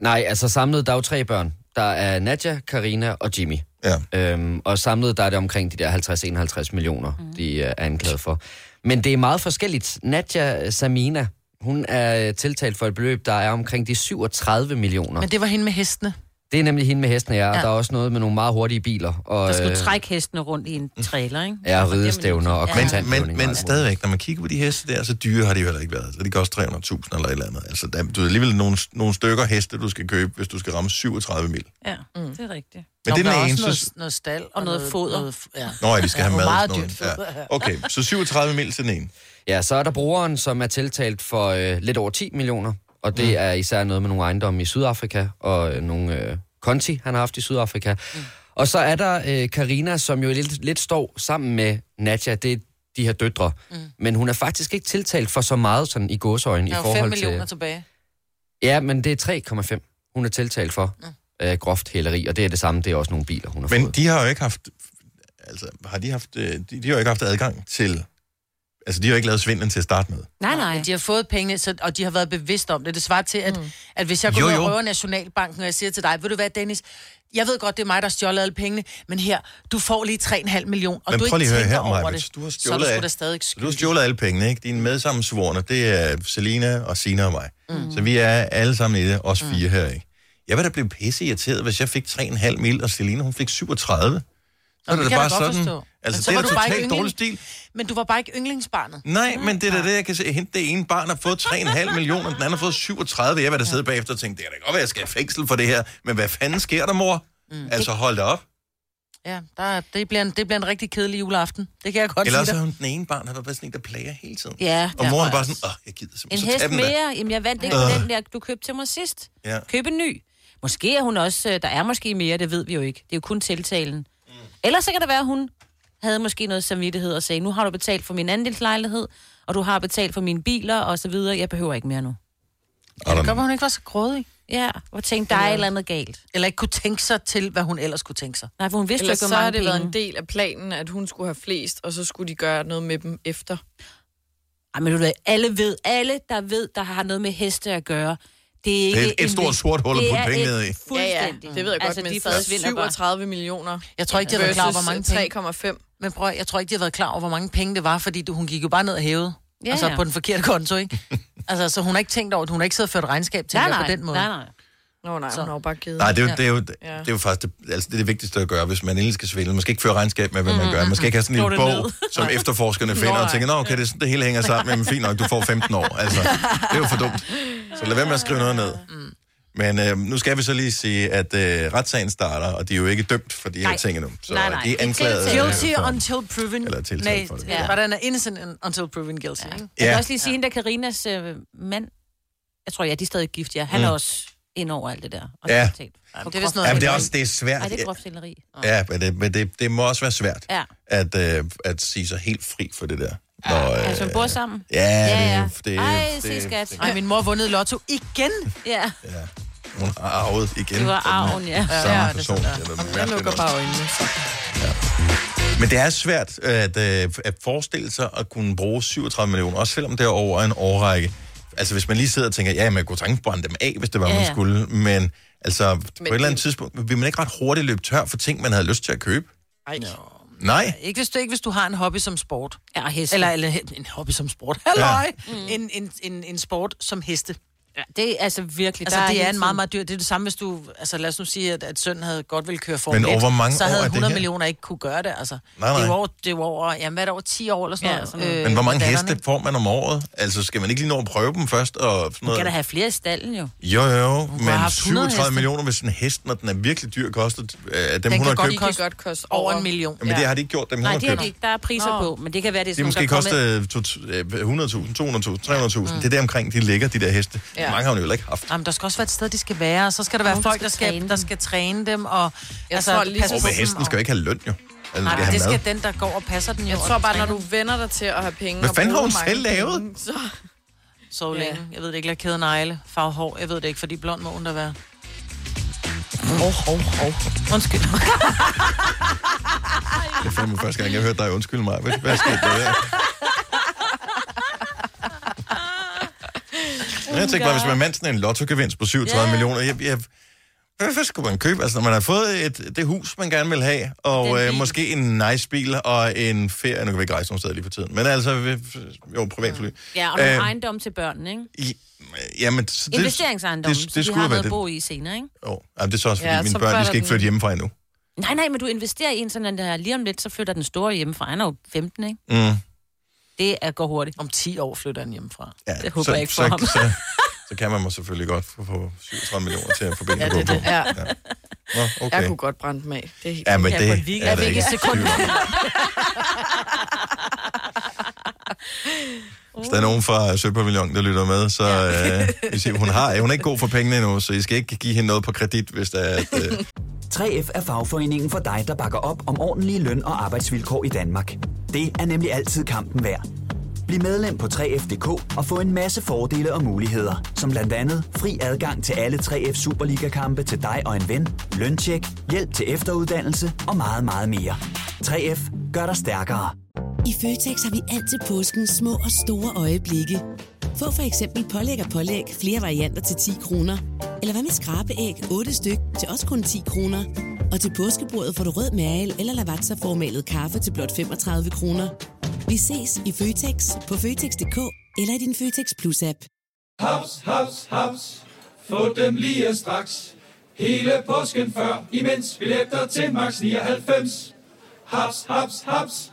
Speaker 8: Nej, altså samlet, der er jo tre børn. Der er Nadja, Karina og Jimmy.
Speaker 1: Ja.
Speaker 8: Øhm, og samlet, der er det omkring de der 50-51 millioner,
Speaker 3: Mhm.
Speaker 8: mm. de er anklaget for. Men det er meget forskelligt. Nadja øh, Samina, hun er øh, tiltalt for et beløb, der er omkring de 37 millioner.
Speaker 3: Men det var hende med hestene.
Speaker 8: Det er nemlig hende med hesten, ja. Og
Speaker 4: Ja.
Speaker 8: der er også noget med nogle meget hurtige biler. Og, øh,
Speaker 4: Der skulle trække hestene rundt i en trailer, ikke?
Speaker 8: Ja, og ridestævner og
Speaker 4: Ja.
Speaker 1: Men,
Speaker 8: kontantlåning.
Speaker 1: men, men stadigvæk, når man kigger på de heste der, så dyre har de jo heller ikke været. Så de koster 300.000 eller et eller andet. Altså, der, du er alligevel nogle, nogle stykker heste, du skal købe, hvis du skal ramme 37 mil.
Speaker 4: Ja, det er rigtigt.
Speaker 1: Men det
Speaker 3: Mm. der
Speaker 1: er den
Speaker 3: også
Speaker 1: eneste...
Speaker 3: noget, noget stald og, og
Speaker 4: noget
Speaker 3: noget
Speaker 4: foder.
Speaker 3: Noget, ja.
Speaker 1: Nå, ja, de skal
Speaker 3: Ja,
Speaker 1: have
Speaker 3: hvor
Speaker 1: mad. og
Speaker 3: meget
Speaker 1: sådan
Speaker 3: dyrt
Speaker 1: noget. Ja. Okay, så 37 mil til den ene.
Speaker 8: Ja, så er der brugeren, som er tiltalt for øh, lidt over 10 millioner, og det mm. er især noget med nogle ejendomme i Sydafrika, og øh, nogle øh, konti, han har haft i Sydafrika. Mm. Og så er der øh, Karina, som jo lidt, lidt står sammen med Nadja, det er de her døtre. Mm. Men hun er faktisk ikke tiltalt for så meget sådan i gåsøjne i
Speaker 3: Der er jo 5
Speaker 8: forhold
Speaker 3: millioner
Speaker 8: til...
Speaker 3: tilbage.
Speaker 8: Ja, men det er 3,5, hun er tiltalt for. Mm. Øh, groft hæleri, og det er det samme, det er også nogle biler, hun har
Speaker 1: Men
Speaker 8: fået.
Speaker 1: de har jo ikke haft... Altså, har de haft... øh, De, de har jo ikke haft adgang til... Altså, de har jo ikke lavet svindlen til at starte med.
Speaker 4: Nej, nej.
Speaker 3: Men de har fået pengene, så, og de har været bevidst om det. Det svarer til, at, mm. at hvis jeg går
Speaker 1: Jo,
Speaker 3: ud
Speaker 1: jo.
Speaker 3: og røver Nationalbanken, og jeg siger til dig, ved du hvad, Dennis, jeg ved godt, det er mig, der har stjålet alle pengene, men her, du får lige 3,5 millioner, og
Speaker 1: Men
Speaker 3: du ikke
Speaker 1: prøv lige at høre
Speaker 3: tænker
Speaker 1: her,
Speaker 3: over
Speaker 1: Maja, hvis
Speaker 3: det,
Speaker 1: du har
Speaker 3: så er
Speaker 1: stjålet
Speaker 3: du sgu
Speaker 1: alt-
Speaker 3: da stadig
Speaker 1: Så du har
Speaker 3: skyldig.
Speaker 1: stjålet alle pengene, ikke? Dine medsammensvorene, det er Selina og Sina og mig. Mm. Så vi er alle sammen i det, os
Speaker 3: Mm.
Speaker 1: fire her, ikke? Jeg ville da blive pisse irriteret, hvis jeg fik 3,5 mil, og Selina hun fik 37. Så er
Speaker 3: det
Speaker 1: det da
Speaker 3: kan
Speaker 1: bare
Speaker 3: jeg da godt
Speaker 1: sådan.
Speaker 3: forstå.
Speaker 1: Altså,
Speaker 3: Men så
Speaker 1: det er
Speaker 3: var
Speaker 1: da
Speaker 3: du bare
Speaker 1: totalt
Speaker 3: ikke
Speaker 1: dårlig
Speaker 3: yndling.
Speaker 1: stil.
Speaker 3: Men du var bare ikke yndlingsbarnet.
Speaker 1: Nej, men det er da det, jeg kan se. Hente det ene barn har fået 3,5 millioner, og den anden har fået 37. Jeg var der sidde bagefter og tænkte, det er da godt, at jeg skal i fængsel for det her. Men hvad fanden sker der, mor? Mm. Altså, hold da op.
Speaker 3: Ja, der, er- det, bliver en, det bliver en rigtig kedelig juleaften. Det kan jeg godt
Speaker 1: Ellers
Speaker 3: sige
Speaker 1: så
Speaker 3: dig.
Speaker 1: har hun den ene barn, har været bare sådan en, der plager hele tiden.
Speaker 4: Ja, der
Speaker 1: og mor
Speaker 4: tror
Speaker 1: er
Speaker 4: jeg
Speaker 1: bare
Speaker 4: også.
Speaker 1: sådan, åh, jeg gider
Speaker 4: En
Speaker 1: simpelthen, så
Speaker 4: hest
Speaker 1: tag den der.
Speaker 4: mere. Jamen, jeg vandt ikke
Speaker 1: Øh.
Speaker 4: øh. den der, du købte til mig sidst.
Speaker 1: Ja.
Speaker 4: Køb en ny. Måske er hun også... øh, Der er måske mere, det ved vi jo ikke. Det er jo kun tiltalen. Mm. Ellers så kan det være, at hun havde måske noget samvittighed og sagde, nu har du betalt for min andelslejlighed, og du har betalt for mine biler og så videre. Jeg behøver ikke mere nu.
Speaker 1: I don't
Speaker 3: Det
Speaker 1: know.
Speaker 3: kommer hun ikke var så grådig.
Speaker 4: Ja, og tænkte, der er et eller andet galt.
Speaker 3: Eller ikke kunne tænke sig til, hvad hun ellers kunne tænke sig.
Speaker 4: Nej, for hun vidste jo
Speaker 5: Ellers så
Speaker 4: ikke, hvor
Speaker 5: har
Speaker 4: mange
Speaker 5: det
Speaker 4: penge.
Speaker 5: været en del af planen, at hun skulle have flest, og så skulle de gøre noget med dem efter.
Speaker 4: Ej, men du ved, alle ved, alle der ved, der har noget med heste at gøre, det er ikke...
Speaker 1: Det er et- et
Speaker 4: en
Speaker 1: stort
Speaker 4: vig-
Speaker 1: sort hul at
Speaker 4: Det
Speaker 1: putte
Speaker 4: er
Speaker 1: penge
Speaker 4: et
Speaker 1: ned i.
Speaker 4: Fuldstændig.
Speaker 5: Det ved jeg godt, altså, men
Speaker 4: de
Speaker 5: stadig
Speaker 4: forsvinder bare.
Speaker 5: 37 millioner
Speaker 3: Jeg tror ikke, de har været klar over, hvor mange
Speaker 5: versus
Speaker 3: penge.
Speaker 5: 3,5.
Speaker 3: Men prøv, at- jeg tror ikke, de har været klar over, hvor mange penge det var, fordi du, hun gik jo bare ned og hævede.
Speaker 4: Ja,
Speaker 3: Ja, altså
Speaker 4: ja.
Speaker 3: på den forkerte konto, ikke? altså, så hun har ikke tænkt over det. Hun har ikke siddet og ført regnskab til
Speaker 4: Nej,
Speaker 3: det på
Speaker 4: nej,
Speaker 3: den måde.
Speaker 4: nej, nej.
Speaker 5: Nå nej, hun har jo bare givet.
Speaker 1: Nej, det er, jo, det, er jo, det er jo faktisk det, altså, det, er det vigtigste at gøre, hvis man endelig skal svindle. Man skal ikke føre regnskab med, hvad man gør. Man skal ikke have sådan en
Speaker 4: Slå
Speaker 1: lille
Speaker 4: det
Speaker 1: bog, som efterforskerne finder og tænker, nå, okay, det, er sådan, det hele hænger sammen, men fint nok, du får 15 år. Altså, det er jo for dumt. Så lad være med at skrive noget ned. Men øh, nu skal vi så lige sige, at øh, retssagen starter, og de er jo ikke dømt for de her
Speaker 4: Nej.
Speaker 1: ting endnu. Så
Speaker 4: Nej, nej.
Speaker 1: de er
Speaker 4: De er
Speaker 1: anklaget.
Speaker 4: tiltalt.
Speaker 1: øh,
Speaker 3: Guilty
Speaker 1: for-
Speaker 3: until proven...
Speaker 1: Eller tiltalt for det.
Speaker 3: Nej, ja. hvordan er innocent until proven guilty, ja. ikke?
Speaker 4: Jeg
Speaker 1: Ja.
Speaker 4: kan også lige sige, at hende der Karinas øh, mand, jeg tror, ja, de er stadig gift, ja. Han er også ind over alt det der. Og
Speaker 1: Mm. Ja.
Speaker 4: totalt.
Speaker 3: Jamen, det er vist noget...
Speaker 1: Ja, men det er også det er svært.
Speaker 4: Ej, det er groft hæleri.
Speaker 1: Ja, men, det, men det, det må også være svært
Speaker 4: Ja.
Speaker 1: at, øh, at sige sig helt fri for det der. Når, øh,
Speaker 4: Altså, hun bor sammen.
Speaker 1: Ja, det,
Speaker 4: Ja, ja.
Speaker 1: det,
Speaker 4: Ej, se
Speaker 1: det,
Speaker 4: skat.
Speaker 3: Ej, min mor har vundet i lotto igen.
Speaker 4: Ja,
Speaker 1: Ja. Hun har arvet igen.
Speaker 4: det var
Speaker 1: fra den
Speaker 4: arven, ja.
Speaker 1: Samme
Speaker 3: Ja,
Speaker 1: ja,
Speaker 3: det er
Speaker 1: person.
Speaker 3: sådan der.
Speaker 1: Det er noget
Speaker 5: Jamen, jeg
Speaker 1: mærkeligt
Speaker 5: lukker
Speaker 1: noget.
Speaker 5: bare øjnene.
Speaker 1: Men det er svært at, øh, at forestille sig at kunne bruge 37 millioner, også selvom det er over en årrække. Altså hvis man lige sidder og tænker, ja, man kunne tænke brænde dem af, hvis det var,
Speaker 4: Ja,
Speaker 1: man
Speaker 4: ja.
Speaker 1: skulle. Men altså, på et
Speaker 5: det-
Speaker 1: eller andet tidspunkt, vil man ikke ret hurtigt løbe tør for ting, man havde lyst til at købe?
Speaker 5: Ej.
Speaker 1: Nej.
Speaker 3: Ikke hvis, du, ikke hvis du har en hobby som sport.
Speaker 4: Ja, og heste.
Speaker 3: Eller, eller en hobby som sport. Halløj! Ja. En, en, en, en sport som heste.
Speaker 4: Ja, det er altså virkelig...
Speaker 3: Altså,
Speaker 4: der
Speaker 3: det er
Speaker 4: hele
Speaker 3: en meget,
Speaker 4: tiden-
Speaker 3: meget dyr. Det er det samme, hvis du... Altså, lad os nu sige, at, at sønnen havde godt ville køre Formel
Speaker 1: Men over
Speaker 3: 1,
Speaker 1: hvor mange
Speaker 3: så
Speaker 1: år er
Speaker 3: havde
Speaker 1: det
Speaker 3: 100
Speaker 1: her?
Speaker 3: millioner ikke kunne gøre det, altså.
Speaker 1: Nej,
Speaker 3: Det er jo
Speaker 1: nej.
Speaker 3: over, det er jo over, jamen, hvad er det, over 10 år eller sådan
Speaker 4: Ja,
Speaker 3: noget?
Speaker 4: sådan noget.
Speaker 1: Men hvor mange
Speaker 3: datteren,
Speaker 1: heste
Speaker 3: ikke?
Speaker 1: får man om året? Altså, skal man ikke lige nå at prøve dem først? Og sådan
Speaker 4: Du kan da
Speaker 1: noget?
Speaker 4: have flere i stallen, jo.
Speaker 1: Jo, jo, jo.
Speaker 3: har
Speaker 1: Men
Speaker 3: haft 100
Speaker 1: 37
Speaker 3: heste.
Speaker 1: millioner, hvis en hest, når den er virkelig dyr, koster øh, af dem,
Speaker 3: Den
Speaker 1: hun har
Speaker 3: kan
Speaker 1: købt.
Speaker 3: godt,
Speaker 5: De kan godt koste
Speaker 3: over en million.
Speaker 1: Jamen, det har de ikke gjort, dem hun
Speaker 4: Nej,
Speaker 1: har
Speaker 4: det er
Speaker 1: købt.
Speaker 4: det ikke. Der er priser
Speaker 5: Nå.
Speaker 4: på, men det kan være, det er
Speaker 1: Det
Speaker 4: sådan,
Speaker 1: måske
Speaker 4: der kommer Mm.
Speaker 1: koster øh, to- øh, 100.000, 200.000, 300.000. Det er der omkring, de ligger, de der heste.
Speaker 5: Ja.
Speaker 1: Ja. Mange har hun jo heller ikke haft.
Speaker 3: Jamen, der skal også være et sted, de skal være, og så skal der være
Speaker 4: Nogen,
Speaker 3: Nogen,
Speaker 4: der
Speaker 3: folk, der
Speaker 4: skal træne
Speaker 3: skal, der
Speaker 4: dem.
Speaker 3: skal træne dem, og
Speaker 5: Jeg
Speaker 4: Altså,
Speaker 5: tror lige-
Speaker 3: passe
Speaker 1: Og
Speaker 3: på
Speaker 1: med
Speaker 3: dem,
Speaker 1: hesten skal jo ikke have løn, jo. Altså,
Speaker 3: Nej,
Speaker 1: have
Speaker 3: det
Speaker 1: mad.
Speaker 3: skal den, der går og passer den jo.
Speaker 5: Jeg tror bare, når du vender dig til at have penge...
Speaker 1: Hvad
Speaker 5: og
Speaker 1: fanden har
Speaker 5: bruge
Speaker 1: hun
Speaker 5: mange
Speaker 1: selv lavet?
Speaker 5: Penge, Mm, så...
Speaker 3: Så længe. Jeg ved det ikke, lad kæden egle, farve hår. Jeg ved det ikke, fordi blond må hun da være. Hov, hov, hov. Undskyld.
Speaker 1: Det er fandme første gang, jeg hørte dig undskylde mig. Hvad, hvad skete der? der? Men Jeg tænkte bare, hvis man vandt sådan en lottogevinst på 37 yeah. millioner, jeg, jeg, hvad, hvad skulle man købe? Altså, når man har fået et, det hus, man gerne vil have, og øh, måske en nice bil og en ferie. Nu kan vi ikke rejse nogen steder lige for tiden. Men altså, vi- jo, privatfly.
Speaker 4: Ja, og nogle
Speaker 1: Øh,
Speaker 4: øh, ejendomme til børnene, ikke?
Speaker 1: I, jamen, det,
Speaker 4: Investeringsejendomme,
Speaker 1: det, det,
Speaker 4: så de
Speaker 1: det skulle
Speaker 4: har
Speaker 1: jo være
Speaker 4: noget at
Speaker 1: det.
Speaker 4: bo i senere, ikke?
Speaker 1: Jo, jamen, det er så også, fordi ja,
Speaker 5: Ja,
Speaker 1: mine
Speaker 5: så
Speaker 1: børn de
Speaker 5: falder
Speaker 1: skal ikke
Speaker 5: den.
Speaker 1: flytte hjemmefra endnu. Mm.
Speaker 4: Nej, nej, men du investerer i en sådan der, lige om lidt, så flytter den store hjemmefra. Han er jo 15, ikke?
Speaker 1: Mm.
Speaker 4: Det er, går hurtigt.
Speaker 3: Om 10 år flytter han hjemmefra.
Speaker 1: Ja,
Speaker 4: Det håber jeg ikke for
Speaker 1: så,
Speaker 4: ham.
Speaker 1: Så, så, så kan man mig selvfølgelig godt få, få 37 millioner til at forbinde
Speaker 5: Ja,
Speaker 1: ja,
Speaker 5: det er
Speaker 1: det,
Speaker 5: det. Ja.
Speaker 1: Nå,
Speaker 5: Jeg
Speaker 1: okay.
Speaker 5: kunne godt brænde dem af. Det er helt...
Speaker 1: Ja, men
Speaker 3: Ja,
Speaker 1: det
Speaker 3: på en
Speaker 1: er
Speaker 3: weekend.
Speaker 1: der
Speaker 3: Hvilke
Speaker 1: ikke
Speaker 3: sekunder?
Speaker 1: tvivl om. Hvis der er nogen fra Søpavillon, der lytter med, så øh, I siger, hun, har, hun er ikke god for pengene endnu, så I skal ikke give hende noget på kredit, hvis der er... At, øh,
Speaker 9: 3F er fagforeningen for dig, der bakker op om ordentlige løn- og arbejdsvilkår i Danmark. Det er nemlig altid kampen værd. Bliv medlem på 3F.dk og få en masse fordele og muligheder, som blandt andet fri adgang til alle 3F Superliga-kampe til dig og en ven, løntjek, hjælp til efteruddannelse og meget, meget mere. 3F gør dig stærkere.
Speaker 10: I Føtex har vi altid påskens små og store øjeblikke. Få for eksempel pålæg og pålæg flere varianter til 10 kroner. Eller hvad med skrabeæg 8 styk til også kun 10 kroner. Og til påskebordet får du rød mal eller lavatserformalet kaffe til blot 35 kroner. Vi ses i Føtex på Føtex.dk eller i din Føtex Plus-app.
Speaker 11: Haps, haps, haps. Få dem lige straks. Hele påsken før, imens billetter til max 99. Haps, haps, haps.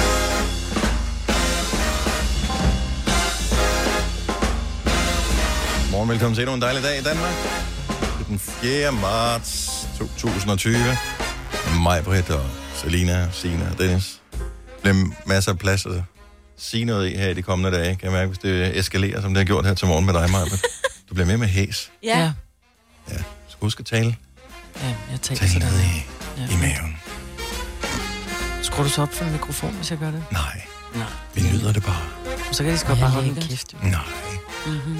Speaker 1: Morgen, velkommen til endnu en dejlig dag i Danmark. Det er den 4. marts 2020. Mig, Britt og Selina, Sina og Dennis. Bliver masser af plads at sige noget i her i de kommende dage. Kan jeg mærke, hvis det eskalerer, som det har gjort her til morgen med dig, Maja. Du bliver med med hæs.
Speaker 4: Ja. ja.
Speaker 1: Så husk at tale.
Speaker 3: Ja, jeg taler
Speaker 1: Tag
Speaker 3: sådan
Speaker 1: ned i,
Speaker 3: Ja.
Speaker 1: i maven.
Speaker 3: Skruer du så op for en mikrofon, hvis jeg gør det?
Speaker 1: Nej,
Speaker 3: Nej.
Speaker 1: vi nyder det bare.
Speaker 3: Så kan de sgu bare holde en kæft.
Speaker 1: Nej,
Speaker 3: Mm-hmm.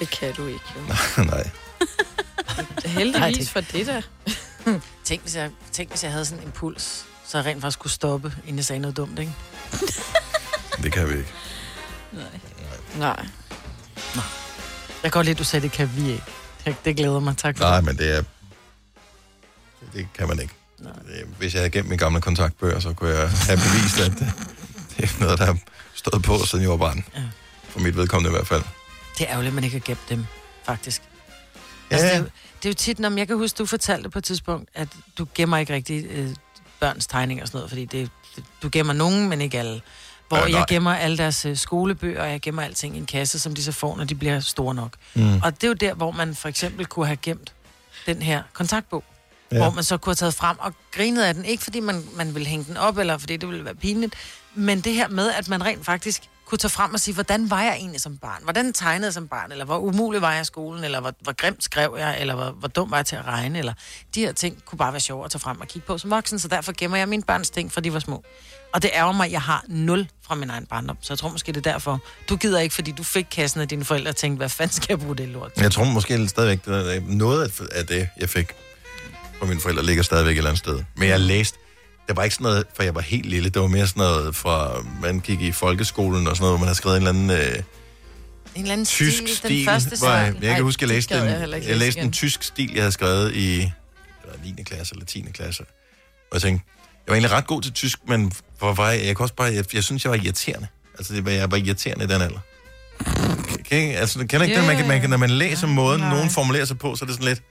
Speaker 5: Det kan du ikke, jo.
Speaker 1: nej.
Speaker 5: Heldigvis for det der.
Speaker 3: Tænk hvis, jeg, tænk, hvis jeg havde sådan en puls, så jeg rent faktisk kunne stoppe, inden jeg sagde noget dumt, ikke?
Speaker 1: Det kan vi ikke.
Speaker 5: Nej.
Speaker 3: Jeg kan godt lide, at du sagde, det kan vi ikke. Det, det glæder mig. Tak for
Speaker 1: Nej,
Speaker 3: det.
Speaker 1: men det er... Det kan man ikke. Øh, Hvis jeg havde gemt mine gamle kontaktbøger, så kunne jeg have bevist, at øh, det er noget, der har stået på, siden jeg var barn. Ja. For mit vedkommende i hvert fald.
Speaker 3: Det er ærgerligt, at man ikke har gemt dem, faktisk. Altså, det, er jo, det er jo tit, når jeg kan huske, du fortalte på et tidspunkt, at du gemmer ikke rigtig øh, børns tegninger og sådan noget, fordi det, det, du gemmer nogen, men ikke alle. Hvor
Speaker 12: Øh,
Speaker 3: øh,
Speaker 12: nej.
Speaker 3: jeg gemmer alle deres øh, skolebøger, og jeg gemmer alting i en kasse, som de så får, når de bliver store nok.
Speaker 12: Mm.
Speaker 3: Mm. Og det er jo der, hvor man for eksempel kunne have gemt den her kontaktbog.
Speaker 12: Ja.
Speaker 3: Ja. Hvor man så kunne have taget frem og grinet af den. Ikke fordi man, man ville hænge den op, eller fordi det ville være pinligt, men det her med, at man rent faktisk kunne tage frem og sige, hvordan var jeg egentlig som barn? Hvordan tegnede jeg som barn? Eller hvor umulig var jeg i skolen? Eller hvor, hvor grimt skrev jeg? Eller hvor, hvor dum var jeg til at regne? Eller de her ting kunne bare være sjove at tage frem og kigge på som voksen, så derfor gemmer jeg mine børns ting, fra de var små. Og det ærger mig, at jeg har nul fra min egen barndom, så jeg tror måske, det er derfor. Du gider ikke, fordi du fik kassen af dine forældre og tænkte, hvad fanden skal jeg bruge det lort til?
Speaker 1: Jeg tror måske stadigvæk, det er- noget af- af det, jeg fik fra mine forældre, ligger stadigvæk et eller andet sted. Men jeg læste, det var ikke sådan noget, for jeg var helt lille, det var mere sådan noget fra, man gik i folkeskolen og sådan noget, hvor man havde skrevet en eller anden... Øh,
Speaker 3: En eller anden
Speaker 1: tysk
Speaker 3: stil,
Speaker 1: stil,
Speaker 3: den første
Speaker 1: hvor jeg,
Speaker 3: sang.
Speaker 1: jeg
Speaker 3: Ej,
Speaker 1: kan huske, jeg
Speaker 3: det
Speaker 1: læste,
Speaker 3: gad
Speaker 1: en,
Speaker 3: jeg heller
Speaker 1: jeg,
Speaker 3: ikke
Speaker 1: jeg
Speaker 3: læse
Speaker 1: læste en
Speaker 3: igen.
Speaker 1: tysk stil, jeg havde skrevet i det var 9. klasse eller 10. klasse. Og jeg tænkte, jeg var egentlig ret god til tysk, men hvor var jeg, jeg, kunne også bare, jeg, jeg synes, jeg var irriterende. Altså, det var, jeg var irriterende i den alder. Kan I- Altså, kender ikke yeah. det, man kan, man kan, når man læser måden, nogen formulerer sig på, så er det sådan lidt,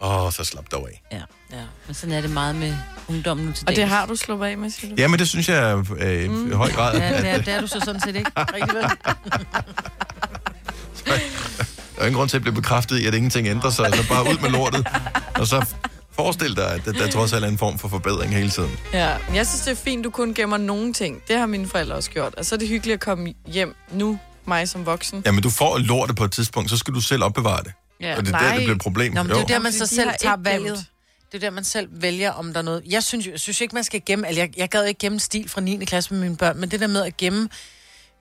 Speaker 1: åh, så slap dog af.
Speaker 4: Ja. ja. Men sådan er det meget med ungdommen nu til
Speaker 5: Og det
Speaker 4: dags.
Speaker 5: har du slået af med, siger
Speaker 3: Mm.
Speaker 5: du?
Speaker 1: Ja, men det synes jeg øh, mm. i høj grad.
Speaker 4: Ja, det er,
Speaker 1: at-
Speaker 4: det er du så sådan set ikke. Rigtig vel?
Speaker 1: Der er ingen grund til at blive bekræftet i, at ingenting ændrer sig. Altså bare ud med lortet. Og så forestil dig, at der, der trods alt er en form for forbedring hele tiden.
Speaker 5: Ja, men jeg synes, det er fint, du kun gemmer nogle ting. Det har mine forældre også gjort. Og så er det hyggeligt at komme hjem nu, mig som voksen.
Speaker 1: Jamen, du får lortet på et tidspunkt, så skal du selv opbevare det.
Speaker 5: Ja,
Speaker 1: og det er der,
Speaker 5: nej.
Speaker 1: det bliver et problem.
Speaker 3: Nå, men det er jo der, man
Speaker 5: Fordi
Speaker 3: så
Speaker 5: de
Speaker 3: selv
Speaker 5: har
Speaker 3: tager
Speaker 5: ikke glemt.
Speaker 3: valget. Det er der, man selv vælger, om der er noget. Jeg synes, jo- jeg synes ikke, man skal gemme... Altså, jeg, jeg gad ikke gemme stil fra 9. klasse med mine børn, men det der med at gemme...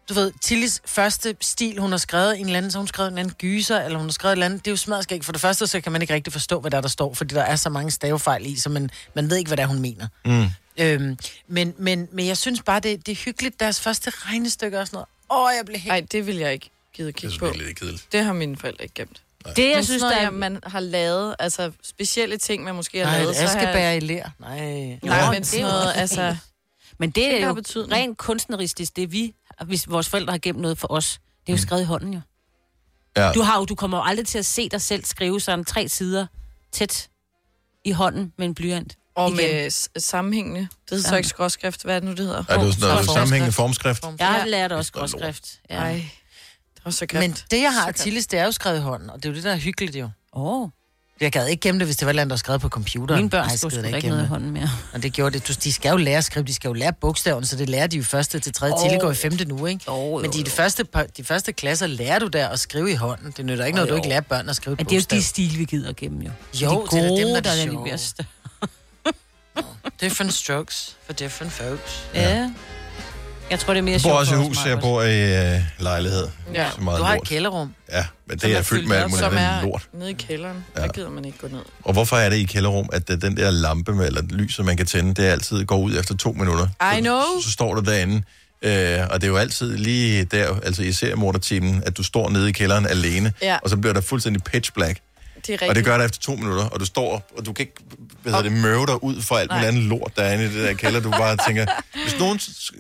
Speaker 3: Du ved, Tillis første stil, hun har skrevet en eller anden, så hun har skrevet en eller anden gyser, eller hun har skrevet et eller andet, det er jo smadret skægt. For det første, så kan man ikke rigtig forstå, hvad der, er, der står, fordi der er så mange stavefejl i, så man, man ved ikke, hvad det er, hun mener.
Speaker 12: Mm.
Speaker 3: Øhm, men, men, men jeg synes bare, det, det er hyggeligt, deres første regnestykke og sådan noget. Åh, jeg blev helt...
Speaker 5: Nej, det vil jeg ikke gide at kigge på. Det er
Speaker 1: lidt kedeligt.
Speaker 5: Det har mine forældre ikke gemt.
Speaker 1: Nej.
Speaker 3: Det, jeg
Speaker 5: Men
Speaker 3: synes,
Speaker 5: sådan
Speaker 3: der
Speaker 5: noget,
Speaker 3: er-
Speaker 5: ja, man har lavet, altså specielle ting, man måske har
Speaker 3: Nej,
Speaker 5: lavet.
Speaker 3: et askebær
Speaker 5: har-
Speaker 3: i ler. Nej.
Speaker 5: Nej,
Speaker 4: Nå,
Speaker 5: men
Speaker 4: det
Speaker 5: sådan
Speaker 4: er jo
Speaker 5: noget,
Speaker 4: også
Speaker 5: altså...
Speaker 4: fint. Men det
Speaker 5: Det
Speaker 4: er
Speaker 5: har
Speaker 4: jo
Speaker 5: betydning.
Speaker 4: rent kunstneristisk, det vi, hvis vores forældre har gemt noget for os. Det
Speaker 3: Mm.
Speaker 4: er jo skrevet i hånden, jo.
Speaker 1: Ja.
Speaker 4: Du, har jo, du kommer jo aldrig til at se dig selv skrive sådan tre sider tæt i hånden med en blyant.
Speaker 5: Og med s- sammenhængende. Det hedder så ikke skråskrift. Hvad er det nu, det hedder?
Speaker 1: Er det jo sådan noget sammenhængende formskrift?
Speaker 4: Jeg har lært også gråskrift.
Speaker 5: Ja. Ej, det var så grimt.
Speaker 3: Men det, jeg har
Speaker 5: Så
Speaker 3: af
Speaker 5: grimt.
Speaker 3: Tillis, det er jo skrevet i hånden, og det er jo det, der er hyggeligt jo.
Speaker 4: Åh. Oh.
Speaker 3: Jeg gad ikke gemme det, hvis det var et eller andet, der var skrevet på computeren.
Speaker 4: Mine børn
Speaker 3: Ej,
Speaker 4: skulle
Speaker 3: skide
Speaker 4: sgu
Speaker 3: da
Speaker 4: da ikke
Speaker 3: gemme
Speaker 4: noget i
Speaker 3: det.
Speaker 4: hånden mere.
Speaker 3: Og det gjorde det. Du, de skal jo lære at skrive, de skal jo lære bogstaverne, så det lærer de jo første til tredje. Oh.
Speaker 4: Åh.
Speaker 3: Tilly går i femte nu, ikke? Oh, Men de, de, første, par- de første klasser lærer du der at skrive i hånden. Det nytter ikke noget,
Speaker 4: Åh,
Speaker 3: du
Speaker 4: jo.
Speaker 3: ikke lærer børn at skrive
Speaker 4: Men
Speaker 3: et
Speaker 4: det er jo
Speaker 3: bogstav.
Speaker 4: de stil, vi gider gennem, jo.
Speaker 3: Jo,
Speaker 4: de
Speaker 3: det er da
Speaker 4: gode,
Speaker 3: dem, der er de
Speaker 4: der er de
Speaker 3: sjove.
Speaker 4: bedste.
Speaker 3: Different strokes for different folks.
Speaker 4: Ja. Jeg tror, det er mere
Speaker 1: Jeg bor
Speaker 4: sjovt
Speaker 1: også i
Speaker 4: for
Speaker 1: hus,
Speaker 4: os,
Speaker 1: jeg
Speaker 4: Maja.
Speaker 1: bor i øh, lejlighed.
Speaker 5: Ja.
Speaker 1: Så meget
Speaker 3: Du har et
Speaker 1: lort.
Speaker 3: kælderrum.
Speaker 1: Ja, men
Speaker 5: Som
Speaker 1: det er fyldt med alt muligt
Speaker 5: som
Speaker 1: andet
Speaker 5: er
Speaker 1: lort.
Speaker 5: nede i kælderen.
Speaker 1: Ja.
Speaker 5: Ja. Der gider man ikke gå ned.
Speaker 1: Og hvorfor er det i kælderrum, at øh, den der lampe med, eller lyset, man kan tænde, det er altid går ud efter to minutter?
Speaker 5: I know.
Speaker 1: så står du derinde. Øh, og det er jo altid lige der, altså i seriemordertimen, at du står nede i kælderen alene,
Speaker 5: Ja.
Speaker 1: og så bliver der fuldstændig pitch black.
Speaker 5: Det er rigtigt.
Speaker 1: Og det gør det efter to minutter, og du står, op, og du kan ikke hvad hedder det, møve dig ud for alt
Speaker 5: Nej.
Speaker 1: muligt andet lort, der er inde i det der kælder. Du bare tænker, hvis nogen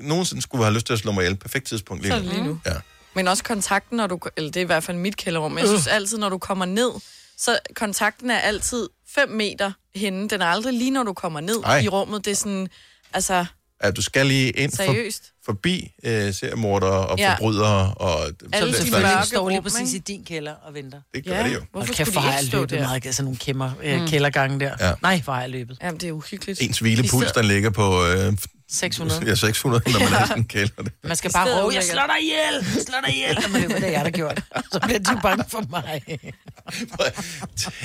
Speaker 1: nogensinde skulle have lyst til at slå mig ihjel, perfekt tidspunkt lige
Speaker 5: Så er det lige nu.
Speaker 1: Ja.
Speaker 5: Men også kontakten, når du... Eller det er i hvert fald mit kælderrum. Men jeg
Speaker 3: Øh.
Speaker 5: synes altid, når du kommer ned, så kontakten er altid 5 meter henne. Den er aldrig lige, når du kommer ned
Speaker 1: Ej.
Speaker 5: Ej. i rummet. Det er sådan... Altså,
Speaker 1: At du skal lige ind for,
Speaker 5: Seriøst?
Speaker 1: forbi øh, seriemordere og
Speaker 5: Ja.
Speaker 1: forbrydere. Og,
Speaker 3: Så
Speaker 1: den
Speaker 3: hvis de
Speaker 1: slags.
Speaker 3: mørke står lige
Speaker 5: rum,
Speaker 3: præcis
Speaker 5: ikke?
Speaker 3: i din kælder og venter.
Speaker 1: Det gør Ja, det jo. hvorfor
Speaker 3: Hvorfor
Speaker 1: skulle
Speaker 3: kæft,
Speaker 1: de
Speaker 3: hvor har
Speaker 1: ikke
Speaker 3: jeg
Speaker 1: stå
Speaker 3: løbet
Speaker 1: der?
Speaker 3: meget. Sådan nogle kæmmer, øh,
Speaker 1: Mm.
Speaker 3: kældergange der.
Speaker 1: Ja.
Speaker 3: Nej, hvor har jeg løbet.
Speaker 5: Jamen, det er uhyggeligt.
Speaker 1: Ens hvilepuls, den ligger på... Øh,
Speaker 3: 600.
Speaker 1: Ja, 600, når man er sådan en kælder. Det.
Speaker 3: Man skal
Speaker 5: I
Speaker 3: bare
Speaker 5: stedet
Speaker 3: råbe, jeg
Speaker 5: ulækkert.
Speaker 3: slår dig ihjel, jeg slår dig ihjel. Jamen, det er jeg, der gjorde det. Så bliver de jo bange for mig.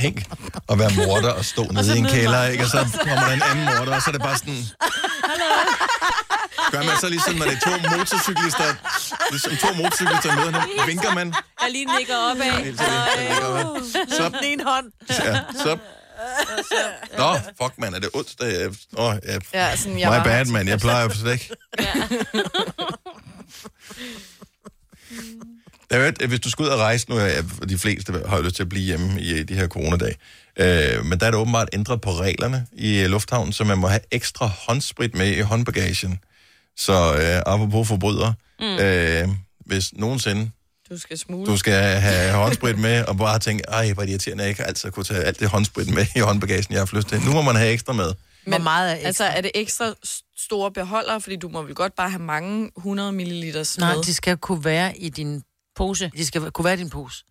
Speaker 1: Tænk at være morder og stå nede i en
Speaker 3: nede
Speaker 1: kælder,
Speaker 3: mig.
Speaker 1: ikke? Og så kommer der en anden morder, og så er det bare sådan... Gør man så ligesom, når det er to motorcyklister, ligesom to motorcyklister møder hinanden, vinker man,
Speaker 4: Jeg lige nikker opad.
Speaker 1: Helt sikkert.
Speaker 4: Og, øh,
Speaker 1: Så-
Speaker 4: den ene hånd.
Speaker 1: ja, så... Nå, fuck, man, er det onsdag? Jeg- Nå, jeg...
Speaker 5: Ja, sådan, jeg
Speaker 1: My
Speaker 5: var-
Speaker 1: bad, man, jeg plejer slet ikke. Jeg ved, at hvis du skal ud og rejse, nu er jeg, de fleste har jo lyst til at blive hjemme i øh, de her coronadage, øh, men der er det åbenbart ændret på reglerne i øh, lufthavnen, så man må have ekstra håndsprit med i håndbagagen. Så øh, apropos forbrydere, mm. øh, hvis nogensinde
Speaker 5: Du skal smule.
Speaker 1: du skal have håndsprit med, og bare tænke, ej, hvor er det irriterende, at jeg ikke altid kunne tage alt det håndsprit med i håndbagagen, jeg har haft lyst til. Nu må man have ekstra med.
Speaker 5: Men, Hvor meget er ekstra? Altså, er det ekstra s- store beholdere? Fordi du må vel godt bare have mange 100 milliliters
Speaker 3: Nej,
Speaker 5: med.
Speaker 3: de skal kunne være i din pose. De skal kunne være i din pose.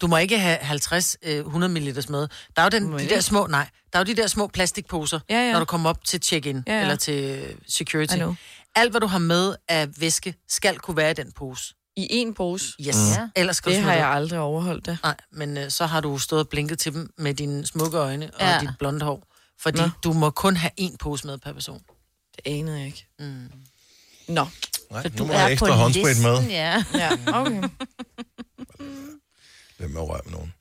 Speaker 3: Du må ikke have 50 øh, 100 ml med. Der er jo den, de
Speaker 5: ikke?
Speaker 3: der små, nej, der er jo de der små plastikposer, ja, ja. når du kommer op til check-in ja,
Speaker 5: Ja,
Speaker 3: ja.
Speaker 5: ja.
Speaker 3: eller til øh, security.
Speaker 5: I know.
Speaker 3: Alt hvad du har med af væske skal kunne være i den pose.
Speaker 5: I en pose?
Speaker 3: Yes.
Speaker 5: Mm.
Speaker 3: Ja. Ellers skal
Speaker 5: Det
Speaker 3: du
Speaker 5: har
Speaker 3: smide
Speaker 5: jeg aldrig overholdt det.
Speaker 3: Nej, men øh, så har du stået og blinket til dem med dine smukke øjne og
Speaker 5: Ja.
Speaker 3: dit blonde hår. Fordi
Speaker 5: Nå.
Speaker 3: du må kun have én pose med per person.
Speaker 5: Det anede jeg ikke. Mm. Nå.
Speaker 1: Nej, Så nu du må jeg have er ekstra på håndsprit listen, med.
Speaker 4: Ja.
Speaker 5: ja, okay.
Speaker 1: Hvem med at røre med nogen.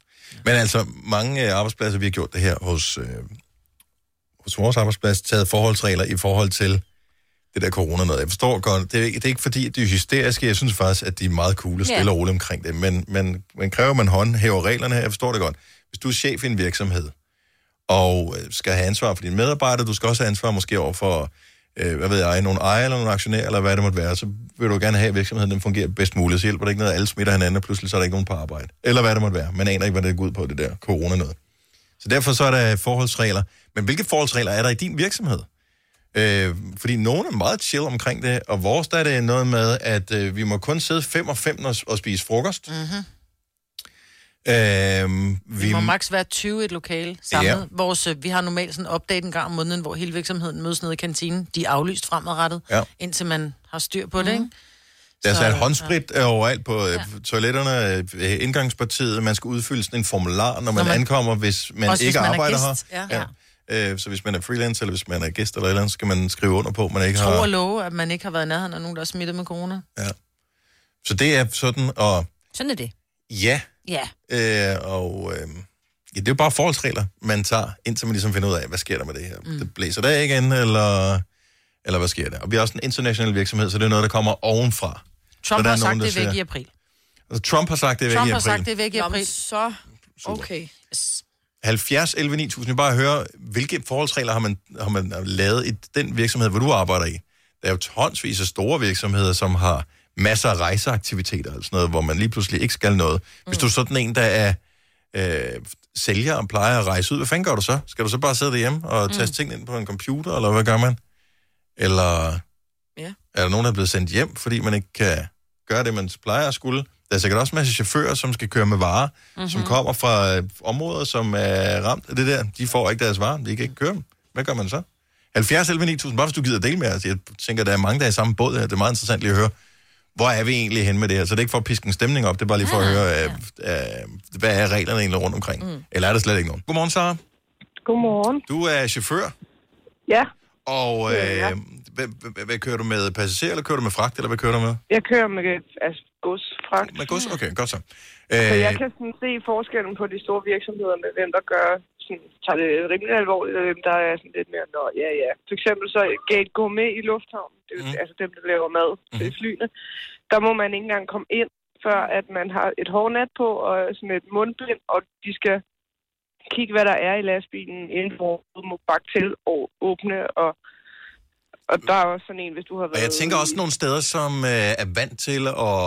Speaker 1: Men altså, mange øh, arbejdspladser, vi har gjort det her hos, øh, hos vores arbejdsplads, taget forholdsregler i forhold til det der corona noget. Jeg forstår godt, det er, ikke- det er ikke fordi, at de er hysteriske. Jeg synes faktisk, at de er meget cool og
Speaker 13: Ja.
Speaker 1: stille og roligt omkring det. Men, men, men kræver man håndhæver reglerne her, jeg forstår det godt. Hvis du er chef i en virksomhed, og øh, skal have ansvar for dine medarbejdere, du skal også have ansvar måske over for øh, hvad ved jeg, nogle ejere eller nogle aktionærer, eller hvad det måtte være, så vil du gerne have, at virksomheden den fungerer bedst muligt. Så hjælper det ikke noget, at alle smitter hinanden, og pludselig så er der ikke nogen på arbejde. Eller hvad det måtte være. Man aner ikke, hvad det går ud på, det der corona noget. Så derfor så er der forholdsregler. Men hvilke forholdsregler er der i din virksomhed? Øh, fordi nogen er meget chill omkring det, og vores der er det noget med, at øh, vi må kun sidde 5 og 5 og, og spise frokost.
Speaker 3: Mm-hmm.
Speaker 1: Øh, vi,
Speaker 3: Vi må maks være 20 i et lokale samlet.
Speaker 1: Ja.
Speaker 3: Ja. Vores, øh, vi har normalt sådan en update en gang om måneden, hvor hele virksomheden mødes nede i kantinen. De er aflyst fremadrettet,
Speaker 1: Ja.
Speaker 3: ja. indtil man har styr på det, ikke?
Speaker 1: Der er
Speaker 3: Så-
Speaker 1: sat håndsprit ja. overalt på ja. toiletterne, øh, indgangspartiet. Man skal udfylde sådan en formular, når man, når man ankommer, hvis man
Speaker 3: Også hvis
Speaker 1: ikke
Speaker 3: man er
Speaker 1: arbejder
Speaker 3: gæst,
Speaker 1: her.
Speaker 3: ja.
Speaker 1: Ja. Øh, så hvis man er freelance, eller hvis man er gæst eller et eller andet, så skal man skrive under på, at man ikke
Speaker 3: Tro og
Speaker 1: har...
Speaker 3: love, at man ikke har været i nærheden af nogen, der er smittet med corona.
Speaker 1: Så det er sådan, og
Speaker 4: Sådan er det.
Speaker 1: ja,
Speaker 4: Ja.
Speaker 1: øh, og øh, ja, det er jo bare forholdsregler, man tager, indtil man ligesom finder ud af, hvad sker der med det her? Mm. Det blæser der igen, eller, eller hvad sker der? Og vi er også en international virksomhed, så det er noget, der kommer ovenfra. Så
Speaker 3: Trump
Speaker 1: der
Speaker 3: har
Speaker 1: er
Speaker 3: sagt,
Speaker 1: nogen, der
Speaker 3: det er væk
Speaker 1: siger-
Speaker 3: i april.
Speaker 1: Altså, Trump har sagt, det er væk
Speaker 3: Trump
Speaker 1: i
Speaker 3: har
Speaker 1: april.
Speaker 3: sagt, det er væk i
Speaker 5: Nå, men
Speaker 3: april.
Speaker 5: så... Okay.
Speaker 3: Yes.
Speaker 1: 70 11 9000. Jeg vil bare høre, hvilke forholdsregler har man, har man lavet i den virksomhed, hvor du arbejder i? Der er jo tonsvis af store virksomheder, som har masser af rejseaktiviteter og sådan noget, hvor man lige pludselig ikke skal noget. Hvis du er sådan en, der er øh, sælger og plejer at rejse ud, hvad fanden gør du så? Skal du så bare sidde derhjemme og taste tingene ind på en computer, eller hvad gør man? Eller
Speaker 5: Ja.
Speaker 1: er der nogen, der er blevet sendt hjem, fordi man ikke kan gøre det, man plejer at skulle? Der er sikkert også en masse chauffører, som skal køre med varer,
Speaker 12: Mhm.
Speaker 1: mm-hmm. som kommer fra øh, områder, som er ramt af det der. De får ikke deres varer, de kan ikke køre dem. Hvad gør man så? 70 11 9000, bare hvis du gider dele med os. Jeg tænker, der er mange, der er i samme båd her. Det er meget interessant lige at høre. Hvor er vi egentlig hen med det her? Så det er ikke for at piske en stemning op, det er bare lige for at høre, øh, øh, hvad er reglerne egentlig rundt omkring? Mm. Eller er der slet ikke nogen? Godmorgen, Sara.
Speaker 12: Godmorgen.
Speaker 1: Du er chauffør,
Speaker 12: Ja,
Speaker 1: og øh,
Speaker 12: Ja.
Speaker 1: hvad, hvad, hvad kører du med? Passager, eller kører du med fragt, eller hvad kører du med?
Speaker 12: jeg kører med altså, gods, fragt.
Speaker 1: Med gods? Okay, godt så.
Speaker 12: Så
Speaker 1: Øh,
Speaker 12: jeg kan sådan se forskellen på de store virksomheder med, hvem der gør, sådan, tager det rimelig alvorligt, og hvem der er sådan lidt mere, nå ja ja. For eksempel så Gate Gourmet i Lufthavnen, det,
Speaker 1: Mhm.
Speaker 12: mm. altså dem, der laver mad til flyene, der må man ikke engang komme ind, før at man har et hårnat på og sådan et mundbind, og de skal kigge, hvad der er i lastbilen, inden for må bakke til og åbne, og, og der er også sådan en, hvis du har
Speaker 1: Og
Speaker 12: været...
Speaker 1: jeg tænker også nogle steder, som øh, er vant til at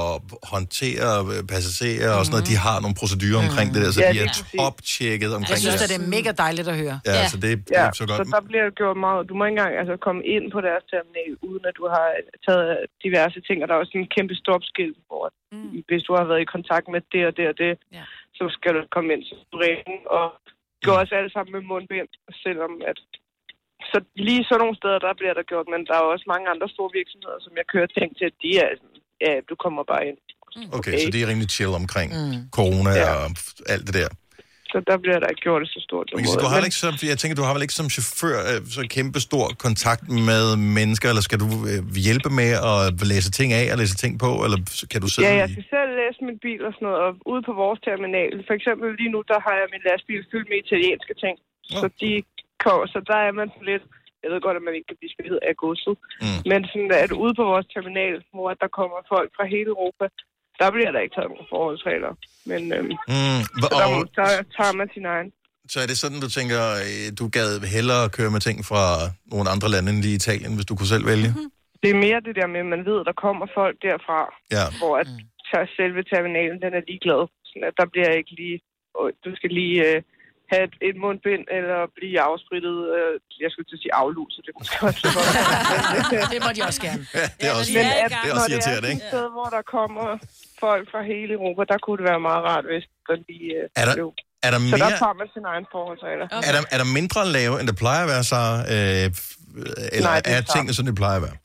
Speaker 1: håndtere øh, passagerer og sådan noget, de har nogle procedurer omkring det der, så
Speaker 12: Mhm. Ja,
Speaker 1: de
Speaker 12: lige
Speaker 1: er
Speaker 12: præcis.
Speaker 1: toptjekket omkring
Speaker 3: Jeg synes,
Speaker 1: det.
Speaker 3: at det er mega dejligt at høre.
Speaker 1: Ja, altså, det er- det er så godt.
Speaker 12: Så der bliver gjort meget. Du må ikke engang altså, komme ind på deres terminal, uden at du har taget diverse ting. Og der er også sådan en kæmpe stopskilt, hvor mm. hvis du har været i kontakt med det og det og det,
Speaker 3: ja.
Speaker 12: så skal du komme ind til ringen. Og det går også alle sammen med mundbind, selvom at... Så lige sådan nogle steder, der bliver der gjort, men der er også mange andre store virksomheder, som jeg kører ting til, de er sådan, ja, du kommer bare ind.
Speaker 1: Okay, så det er rimelig chill omkring
Speaker 12: Mm.
Speaker 1: corona og f- alt det der.
Speaker 12: Så der bliver der ikke gjort et så stort
Speaker 1: Men du har vel ikke som, jeg tænker, du har vel ikke som chauffør øh, så kæmpe stor kontakt med mennesker, eller skal du øh, hjælpe med at læse ting af og læse ting på, eller så kan du sidde
Speaker 12: Ja, jeg
Speaker 1: i-
Speaker 12: skal selv læse min bil og sådan noget, og ude på vores terminal, for eksempel lige nu, der har jeg min lastbil fyldt med italienske ting, så, de, kommer, så der er man sådan lidt, jeg ved godt, at man ikke kan blive smittet af godset, mm. men sådan, at ude på vores terminal, hvor der kommer folk fra hele Europa, der bliver der ikke taget nogen forholdsregler, men øhm,
Speaker 1: Mm,
Speaker 12: så der,
Speaker 1: og,
Speaker 12: må- der tager man sin egen.
Speaker 1: så er det sådan, du tænker, øh, du gad hellere køre med ting fra nogle andre lande end lige Italien, hvis du kunne selv vælge?
Speaker 12: Det er mere det der med, at man ved, at der kommer folk derfra,
Speaker 1: Ja.
Speaker 12: hvor at
Speaker 3: Mm.
Speaker 12: så selve terminalen den er ligeglad. Sådan at der bliver ikke lige, og du skal lige øh, have et, et mundbind eller blive afsprittet. Øh, jeg skulle til at sige afluset, det kunne også være.
Speaker 3: det må de også gerne.
Speaker 1: Ja, det er også,
Speaker 12: Men
Speaker 1: det
Speaker 12: at,
Speaker 1: er
Speaker 12: når
Speaker 1: også
Speaker 12: det
Speaker 1: irriterende,
Speaker 12: er
Speaker 1: ikke?
Speaker 12: et sted, hvor der kommer folk fra hele Europa, der kunne det være meget rart, hvis der lige øh,
Speaker 1: Er der,
Speaker 12: blev.
Speaker 1: er der
Speaker 12: Så der
Speaker 1: mere...
Speaker 12: tager man sin egen forholdsregler.
Speaker 1: Er der, er der mindre lave, end det plejer at være, så? Øh, f- eller
Speaker 12: Nej,
Speaker 1: Nej,
Speaker 12: det er
Speaker 1: er
Speaker 12: klart.
Speaker 1: tingene, som det plejer at være?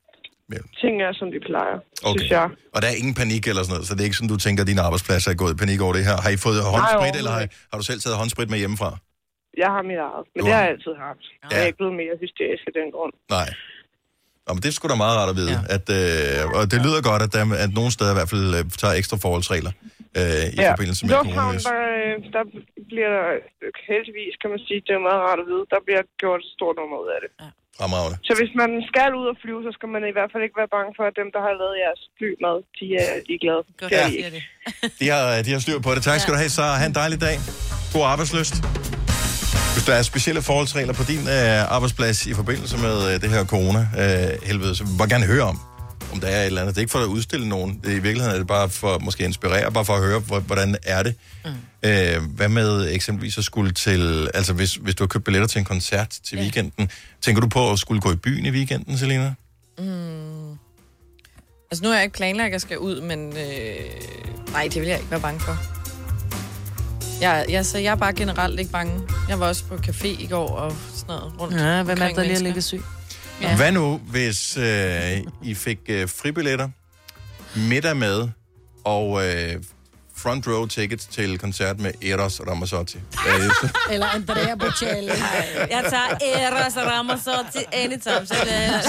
Speaker 12: Ting er, som de plejer, okay. synes jeg.
Speaker 1: Og der er ingen panik eller sådan noget, så det er ikke sådan, du tænker, at din arbejdsplads er gået i panik over det her. Har I fået håndsprit, Nej, eller har, I- har du selv taget håndsprit med hjemmefra?
Speaker 12: Jeg har mit eget, men
Speaker 1: Du
Speaker 12: det
Speaker 1: har-
Speaker 12: har jeg altid haft. Ja. Jeg er ikke blevet mere hysterisk af den grund.
Speaker 1: Nej. Nå, men det er sgu da meget rart at vide. Ja. At, øh, og det lyder godt, at, der, at nogle steder i hvert fald øh, tager ekstra forholdsregler øh, i ja. forbindelse med
Speaker 12: Lufthavn,
Speaker 1: coronavirus.
Speaker 12: der, øh, der bliver der, øh, heldigvis kan man sige, det er meget rart at vide, der bliver gjort et stort nummer ud af det.
Speaker 1: Fremragende.
Speaker 12: Så hvis man skal ud og flyve, så skal man i hvert fald ikke være bange for, at dem, der har lavet jeres flymad, de er ligeglade. Godt, det er de ikke.
Speaker 1: De har, de har styr på det. Tak skal du have, så Ha' en dejlig dag. God arbejdsløst. Hvis der er specielle forholdsregler på din øh, arbejdsplads i forbindelse med øh, det her corona-helvede, så vil jeg bare gerne høre om, om der er et eller andet. Det er ikke for at udstille nogen. Det, er I virkeligheden er det bare for måske at inspirere, bare for at høre, hvor- hvordan er det. Mm. Øh, hvad med eksempelvis at skulle til... Altså, hvis, hvis du har købt billetter til en koncert til ja. weekenden, tænker du på at skulle gå i byen i weekenden, Selina?
Speaker 5: Mm. Altså, nu er jeg ikke planlagt, at jeg skal ud, men... Øh, nej, det vil jeg ikke være bange for. Jeg, jeg, så jeg er bare generelt ikke bange. Jeg var også på café i går og sådan noget rundt.
Speaker 3: Ja, hvem er det,
Speaker 5: omkring
Speaker 3: der lige har
Speaker 5: mennesker.
Speaker 3: ligget syg?
Speaker 1: Ja. Hvad nu, hvis øh, I fik øh, fribilletter, middag med og øh, front row tickets til koncert med Eros Ramazzotti? Hvad er det så?
Speaker 4: Eller Andrea Bocelli. Jeg tager Eros Ramazzotti anytime. Så det,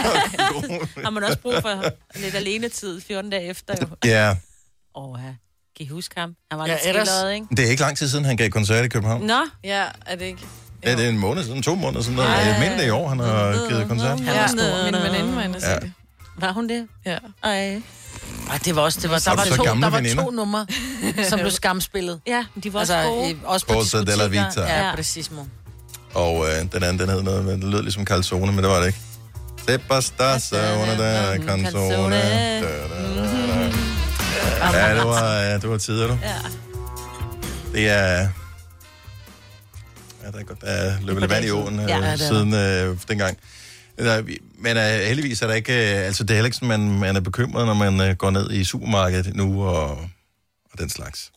Speaker 4: har man også brug for lidt alenetid 14 dage efter. Jo.
Speaker 1: Ja,
Speaker 4: Åh, ja. Kan I huske ham? Han var
Speaker 5: Ja,
Speaker 4: lidt
Speaker 5: ellers-
Speaker 4: skildret, ikke?
Speaker 1: det er ikke lang tid siden, han gav koncert i København.
Speaker 4: Nå,
Speaker 5: Ja, er det ikke?
Speaker 1: Ja, det er en måned siden, to måneder siden. Ej. Mindre i år, han har givet koncert.
Speaker 5: Han var stor. Min veninde var inde og se
Speaker 1: Ja.
Speaker 5: det.
Speaker 4: Var hun det?
Speaker 5: Ja.
Speaker 4: Ej.
Speaker 3: Ej, det var også, det var,
Speaker 1: Så er
Speaker 3: der,
Speaker 1: du
Speaker 3: var
Speaker 1: så
Speaker 3: to,
Speaker 1: gamle
Speaker 3: der var
Speaker 1: veninder.
Speaker 3: to numre, som blev skamspillet.
Speaker 4: Ja, de var også gode.
Speaker 3: øh, også på
Speaker 1: Corso della
Speaker 3: diskoteker.
Speaker 1: Vita.
Speaker 3: Ja,
Speaker 1: Ja.
Speaker 3: præcis, mor.
Speaker 1: Og øh, den anden, den hed noget, med- den lød ligesom calzone, men det var det ikke. Seppa stassa under der calzone. Da, da, da, da. Ja, det var, ja, det var tider, du.
Speaker 4: Ja.
Speaker 1: Det er... Ja, der er godt, der er løbet lidt vand i åen øh,
Speaker 4: Ja, det er der.
Speaker 1: siden øh, dengang. Nej, vi- Men øh, heldigvis er der ikke... Øh, altså, det er heller ikke sådan, man, man er bekymret, når man øh, går ned i supermarkedet nu og, og den slags.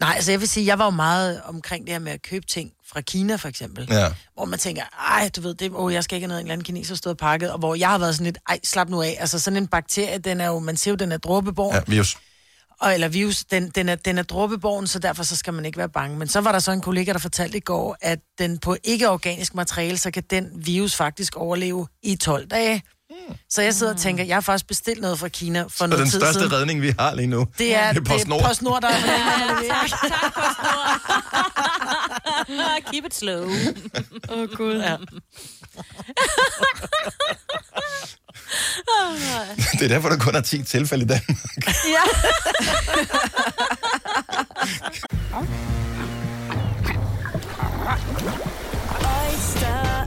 Speaker 3: Nej, altså jeg vil sige, jeg var jo meget omkring det her med at købe ting fra Kina, for eksempel.
Speaker 1: Ja.
Speaker 3: Hvor man tænker, ej, du ved, det, oh, jeg skal ikke have noget, en eller anden kineser stået og pakket. Og hvor jeg har været sådan lidt, ej, slap nu af. Altså sådan en bakterie, den er jo, man ser jo, den er dråbeborgen.
Speaker 1: Ja, virus.
Speaker 3: og, eller virus, den, den er, den er dråbeborgen, så derfor så skal man ikke være bange. Men så var der så en kollega, der fortalte i går, at den på ikke-organisk materiale, så kan den virus faktisk overleve i 12 dage. Så jeg sidder og tænker, jeg har faktisk bestilt noget fra Kina for
Speaker 1: Så
Speaker 3: noget
Speaker 1: den
Speaker 3: tid
Speaker 1: største
Speaker 3: siden.
Speaker 1: redning, vi har lige nu,
Speaker 3: Det er,
Speaker 1: det er
Speaker 3: det
Speaker 1: PostNord.
Speaker 3: er PostNord, der er
Speaker 4: Keep it slow.
Speaker 5: Åh, oh, Gud.
Speaker 4: Ja.
Speaker 1: Det er derfor, der kun er 10 tilfælde i Danmark.
Speaker 4: ja.
Speaker 13: Oyster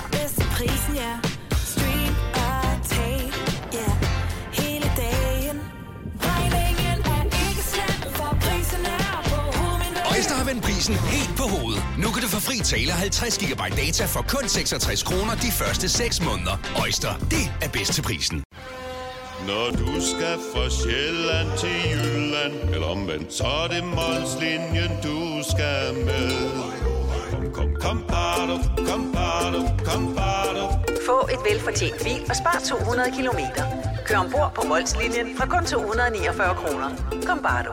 Speaker 13: er bedst til prisen, ja. Stream og tag, ja. Hele dagen. Regningen er ikke slem, for prisen er på
Speaker 7: Øjster har vendt prisen helt på hovedet. Nu kan du få fri tale 50 GB data for kun 66 kroner de første 6 måneder. Øjster, det er bedst til prisen.
Speaker 14: Når du skal fra Sjælland til Jylland, eller omvendt, så er det Molslinjen, du skal med. Kom, kom, kom, bado, kom, bado, kom, bado.
Speaker 15: Få et velfortjent bil og spar 200 kilometer. Kør ombord på Molslinjen fra kun 249 kroner. Kom bare du.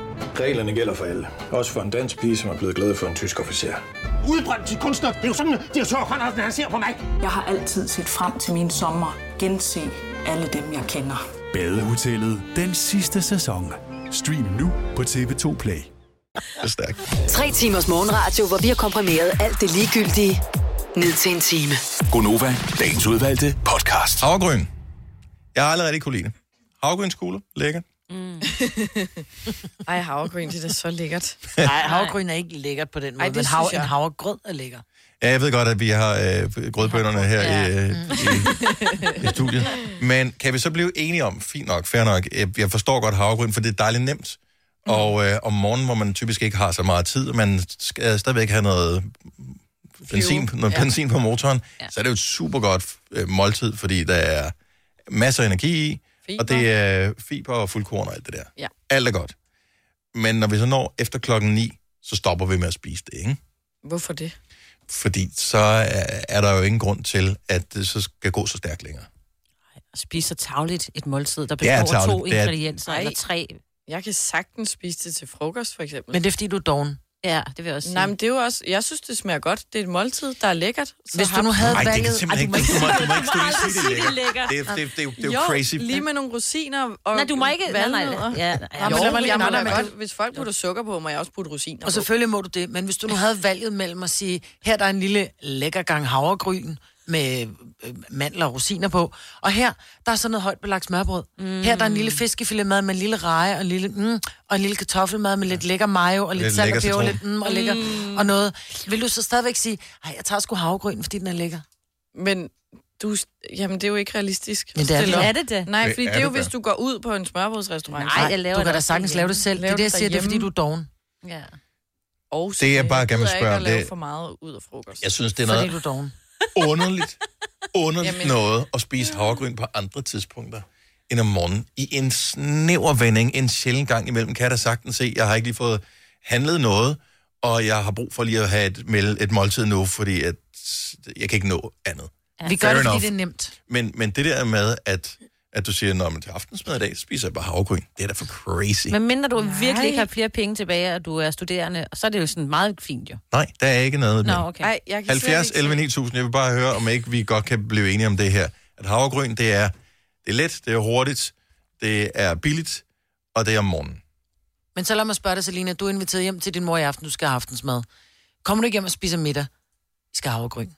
Speaker 16: Reglerne gælder for alle. Også for en dansk pige, som er blevet glad for en tysk officer.
Speaker 17: Udbrændt til kunstner. Det er jo sådan, at de har han ser på mig. Jeg har altid set frem til min sommer. Gense alle dem, jeg kender.
Speaker 18: Badehotellet den sidste sæson. Stream nu på TV2 Play.
Speaker 6: Tre timers morgenradio, hvor vi har komprimeret alt det ligegyldige ned til en time.
Speaker 7: Gonova, dagens udvalgte podcast.
Speaker 1: Havregryn. Jeg har allerede kunne lide det. Havregrynskugler, lækker.
Speaker 5: Ej, havregryn, det er da så lækkert.
Speaker 3: Nej, havregryn er ikke lækkert på den måde,
Speaker 5: Ej,
Speaker 3: Ej,
Speaker 5: det
Speaker 3: men hav,
Speaker 5: synes
Speaker 3: en
Speaker 5: jeg.
Speaker 3: havregrød er lækker.
Speaker 1: Ja, jeg ved godt, at vi har øh, grødbønderne her i, øh, i, i studiet. Men kan vi så blive enige om, fint nok, fair nok, jeg, jeg forstår godt havregryn, for det er dejligt nemt. Og øh, om morgenen, hvor man typisk ikke har så meget tid, og man skal øh, stadigvæk have noget benzin, noget
Speaker 19: Ja.
Speaker 1: benzin på motoren, ja. så er det jo et super godt øh, måltid, fordi der er masser af energi i, og det er fiber og fuldkorn og alt det der.
Speaker 5: Ja.
Speaker 1: Alt er godt. Men når vi så når efter klokken 9, så stopper vi med at spise det, ikke?
Speaker 5: Hvorfor det?
Speaker 1: Fordi så er- er der jo ingen grund til, at det så skal gå så stærkt længere.
Speaker 4: Spiser tavligt et måltid, der
Speaker 1: Det er
Speaker 4: består af to
Speaker 1: tarveligt. Det er-
Speaker 4: ingredienser eller tre.
Speaker 5: Jeg kan sagtens spise det til frokost, for eksempel.
Speaker 3: Men det er, fordi du er doven.
Speaker 4: Ja, det vil jeg også sige.
Speaker 5: Nej, men det er jo også... Jeg synes, det smager godt. Det er et måltid, der er lækkert. Så
Speaker 3: Hvis du
Speaker 5: har-
Speaker 3: nu havde Nej, det kan valget-
Speaker 1: simpelthen
Speaker 5: Ej,
Speaker 1: ikke- du må- du må ikke- du må
Speaker 5: aldrig
Speaker 1: ikke sige, det er lækkert. Det er- det er- det er- det er jo crazy.
Speaker 5: lige med nogle rosiner og
Speaker 4: Nej, du må ikke- nej, nej,
Speaker 5: valnødder.
Speaker 4: ja, ja.
Speaker 5: Nå, men
Speaker 3: Jo,
Speaker 5: lad mig lige
Speaker 3: nej,
Speaker 5: nej,
Speaker 3: nej, men
Speaker 5: godt. Hvis folk putter sukker på, må jeg også putte rosiner
Speaker 3: Og selvfølgelig må du det, men hvis du nu havde valget mellem at sige, her der er en lille lækker gang havregryn med øh, mandler og rosiner på, og her der er sådan noget højt belagt smørbrød. Mm. Her der er en lille fiskefilet mad med en lille reje og en lille, mm, og en lille kartoffelmad med lidt lækker mayo og lidt,
Speaker 1: Lidt
Speaker 3: lidt salt
Speaker 1: lækker
Speaker 3: og peber og
Speaker 1: citron.
Speaker 3: lidt mm, og, lækker, og noget. Vil du så stadigvæk sige, nej, jeg tager sgu havregryn, fordi den er lækker?
Speaker 5: Men du, jamen, det er jo ikke realistisk.
Speaker 3: Men det er
Speaker 5: Stille
Speaker 3: det.
Speaker 5: op.
Speaker 3: Er det det?
Speaker 5: Nej,
Speaker 3: Det
Speaker 5: fordi det,
Speaker 3: er
Speaker 5: er jo,
Speaker 3: det da.
Speaker 5: hvis du går ud på en smørbrødsrestaurant.
Speaker 3: Nej, jeg laver du det kan da også sagtens lave det selv. Det er det, jeg siger, det er, fordi du er doven.
Speaker 5: Ja. Og
Speaker 1: Det,
Speaker 3: øh,
Speaker 1: jeg bare gerne vil
Speaker 5: gider ikke
Speaker 1: spørge
Speaker 5: at
Speaker 1: om,
Speaker 5: lave
Speaker 1: det-
Speaker 5: for meget ud af frokost.
Speaker 1: Jeg synes, det er noget-
Speaker 3: Fordi du er doven.
Speaker 1: underligt, underligt
Speaker 5: Jamen.
Speaker 1: Jamen. noget at spise havregryn på andre tidspunkter end om morgenen. I en snæver vending, en sjældent gang imellem, kan jeg da sagtens se, jeg har ikke lige fået handlet noget, og jeg har brug for lige at have et, mel- et måltid nu, fordi at jeg kan ikke nå andet.
Speaker 3: Vi gør
Speaker 1: Fair
Speaker 3: det, fordi
Speaker 1: enough.
Speaker 3: det er nemt.
Speaker 1: Men, men det der med, at, at du siger, at til aftensmad i dag spiser jeg bare havregryn, det er da for crazy.
Speaker 4: Men mindre du Nej. virkelig ikke
Speaker 5: Nej.
Speaker 4: har flere penge tilbage, og du er studerende, og så er det jo sådan meget fint jo.
Speaker 1: Nej, der er ikke noget
Speaker 4: Nå,
Speaker 1: med.
Speaker 4: okay. Ej,
Speaker 5: jeg
Speaker 1: 70, 11, 9000. Jeg vil bare høre, om ikke vi godt kan blive enige om det her. At havregryn, det er, det er let, det er hurtigt, det er billigt, og det er om morgenen.
Speaker 3: Men så lad mig spørge dig, Selina, du er inviteret hjem til din mor i aften, du skal have aftensmad. Kommer du ikke hjem og spiser middag? I skal have havregryn.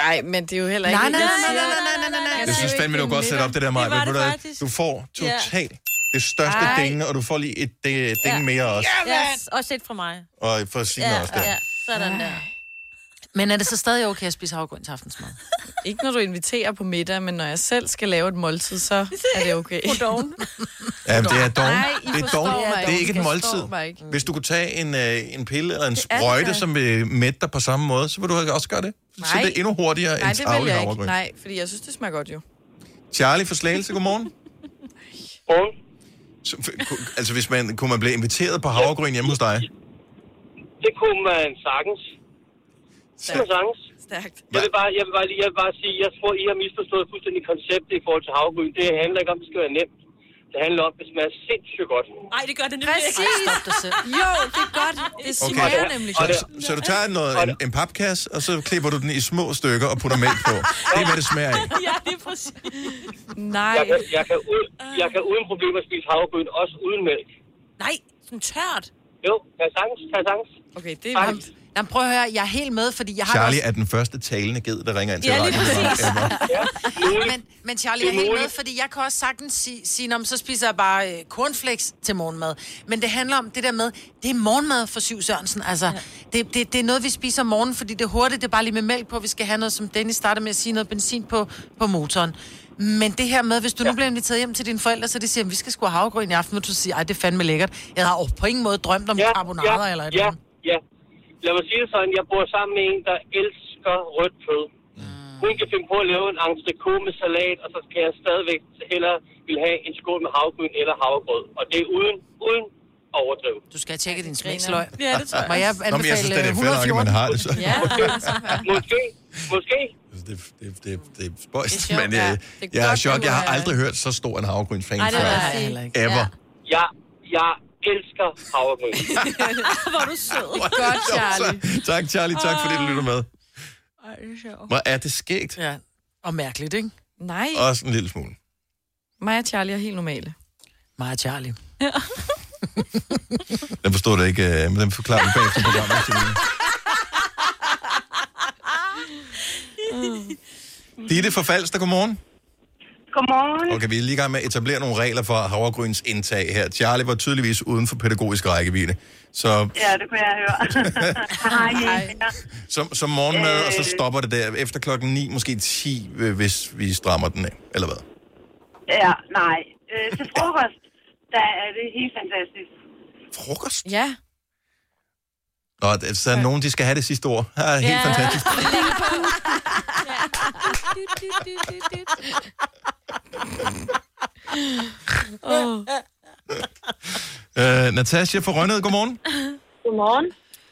Speaker 5: Nej, men det er jo heller ikke...
Speaker 3: Nej, nej, nej, nej,
Speaker 5: nej, nej, nej.
Speaker 1: Jeg synes fandme, du har godt sætte op det der, Maja. Ved du hvad? Du får totalt det største
Speaker 4: Ej.
Speaker 1: ding, og du får lige et det, ding
Speaker 4: Ja.
Speaker 1: mere også.
Speaker 4: Yes, også et fra mig.
Speaker 1: Og for Signe også der.
Speaker 4: ja, sådan der.
Speaker 3: Men er det så stadig okay at spise havregryn til aftensmad?
Speaker 5: Ikke når du inviterer på middag, men når jeg selv skal lave et måltid, så er det okay.
Speaker 1: Ja, men det er dog.
Speaker 5: Nej, I
Speaker 1: Det er
Speaker 5: forstår
Speaker 1: dog.
Speaker 5: mig ikke.
Speaker 1: Det er ikke
Speaker 5: I
Speaker 1: et
Speaker 5: forstår
Speaker 1: måltid.
Speaker 5: mig ikke.
Speaker 1: Hvis du kunne tage en, øh, en pille eller en
Speaker 5: er det da.
Speaker 1: sprøjte, som vil mætte dig på samme måde, så vil du også gøre det. Så
Speaker 5: Nej.
Speaker 1: det er endnu hurtigere
Speaker 5: Nej,
Speaker 1: end
Speaker 5: det vil
Speaker 1: travlig
Speaker 5: jeg ikke.
Speaker 1: havregryn.
Speaker 5: Nej, fordi jeg synes, det smager godt jo.
Speaker 1: Charlie fra Slagelse, godmorgen. Så, f- ku- altså, hvis man, kunne man blive inviteret på havregryn hjemme hos dig?
Speaker 2: Det kunne man sagtens. Det kunne man sagtens.
Speaker 5: Stærkt.
Speaker 2: Jeg vil, bare, jeg, vil bare, lige- jeg vil bare sige, jeg tror, I har misforstået fuldstændig konceptet i forhold til havgryn. Det handler ikke om, det skal være nemt. Det handler om, at det smager sindssygt godt.
Speaker 4: Nej, det gør det nemlig
Speaker 5: Præcis. Jo, det er godt. Det smager okay. nemlig godt.
Speaker 1: Så, så, så du tager noget, en, en papkasse, og så klipper du den i små stykker og putter mælk på. Det er, hvad det smager af.
Speaker 4: ja, det er præcis.
Speaker 5: Nej.
Speaker 2: Jeg kan, jeg, kan ud, jeg kan uden problemer spise havgryn, også uden mælk.
Speaker 4: Nej, sådan tørt.
Speaker 2: Jo, kan jeg sagtens, kan jeg sagtens.
Speaker 5: Okay, det
Speaker 2: er
Speaker 3: vildt. Jamen, prøv at høre, jeg er helt med, fordi jeg har det
Speaker 1: Charlie er den første talende ged, der ringer ind til
Speaker 3: Ja, lige
Speaker 1: radioen.
Speaker 3: præcis.
Speaker 2: også...
Speaker 3: men, men Charlie, jeg er helt med, fordi jeg kan også sagtens sige, sige om så spiser jeg bare øh, cornflakes til morgenmad. Men det handler om det der med, det er morgenmad for Syv Sørensen. Altså, ja. det, det, det er noget, vi spiser om morgenen, fordi det er hurtigt, det er bare lige med mælk på. Vi skal have noget, som Dennis startede med at sige, noget benzin på, på motoren. Men det her med, hvis du ja. nu bliver inviteret hjem til dine forældre, så de siger, at vi skal sgu have havregryn i aften, og du siger, ej, det er fandme lækkert. Jeg har oh, på ingen måde drømt om ja, karbonader ja, eller et ja. eller
Speaker 2: ja,
Speaker 3: andet.
Speaker 2: ja. Lad mig sige det sådan, jeg bor sammen med en, der elsker rødt kød.
Speaker 3: Mm.
Speaker 2: Hun kan finde på at lave en entrecote med salat, og så kan jeg stadigvæk hellere vil have en skål med havgryn eller havregrød. Og det er uden, uden overdriv.
Speaker 3: Du skal tjekke din smagsløg.
Speaker 2: Ja, det tror jeg. øh,
Speaker 3: Må jeg
Speaker 2: Nå, men
Speaker 3: anbefale
Speaker 2: jeg
Speaker 1: Nå, men jeg synes, det er fedt nok, at man har det. Så.
Speaker 3: Ja.
Speaker 2: Måske, måske.
Speaker 1: Det, det, det, det er spøjst,
Speaker 2: Det er sjovt,
Speaker 1: men
Speaker 2: ja.
Speaker 1: jeg,
Speaker 2: Det er
Speaker 1: jeg er
Speaker 2: godt,
Speaker 1: chok.
Speaker 2: du
Speaker 1: Jeg har
Speaker 2: er-
Speaker 1: aldrig hørt så stor en havregrynfan
Speaker 2: Ej, det
Speaker 1: før.
Speaker 2: er jeg heller ikke.
Speaker 1: Ever.
Speaker 2: Jeg, jeg elsker havregryn.
Speaker 4: Hvor er du sød.
Speaker 5: Godt, Charlie.
Speaker 1: Tak, Charlie. Tak, fordi du lytter med.
Speaker 5: Ej, det er sjovt.
Speaker 1: Hvor er det skægt?
Speaker 3: Ja. Og mærkeligt, ikke?
Speaker 5: Nej,
Speaker 1: Også en lille smule.
Speaker 5: mig og Charlie er helt normale.
Speaker 3: Mig og Charlie.
Speaker 1: Den forstod det ikke, øh, men den forklarer vi bagefter programmet. Selina. Ditte fra Falster, godmorgen.
Speaker 19: Godmorgen.
Speaker 1: Okay, vi er lige i gang med at etablere nogle regler for havregryns indtag her. Charlie var tydeligvis uden for pædagogisk rækkevidde. Så
Speaker 19: Ja, det kunne jeg høre. Hej.
Speaker 1: som, som morgenmad,
Speaker 19: Øh.
Speaker 1: og så stopper det der efter klokken 9, måske 10, øh, hvis vi strammer den af, eller hvad?
Speaker 19: Ja, nej. Øh, til frokost, der er det helt fantastisk.
Speaker 1: Frokost?
Speaker 5: Ja.
Speaker 1: Nå, det- så er nogen, de skal have det sidste ord. Ja, helt
Speaker 19: Ja.
Speaker 1: fantastisk.
Speaker 13: oh.
Speaker 1: Øh, Natasha fra Rønnede, godmorgen.
Speaker 19: Godmorgen.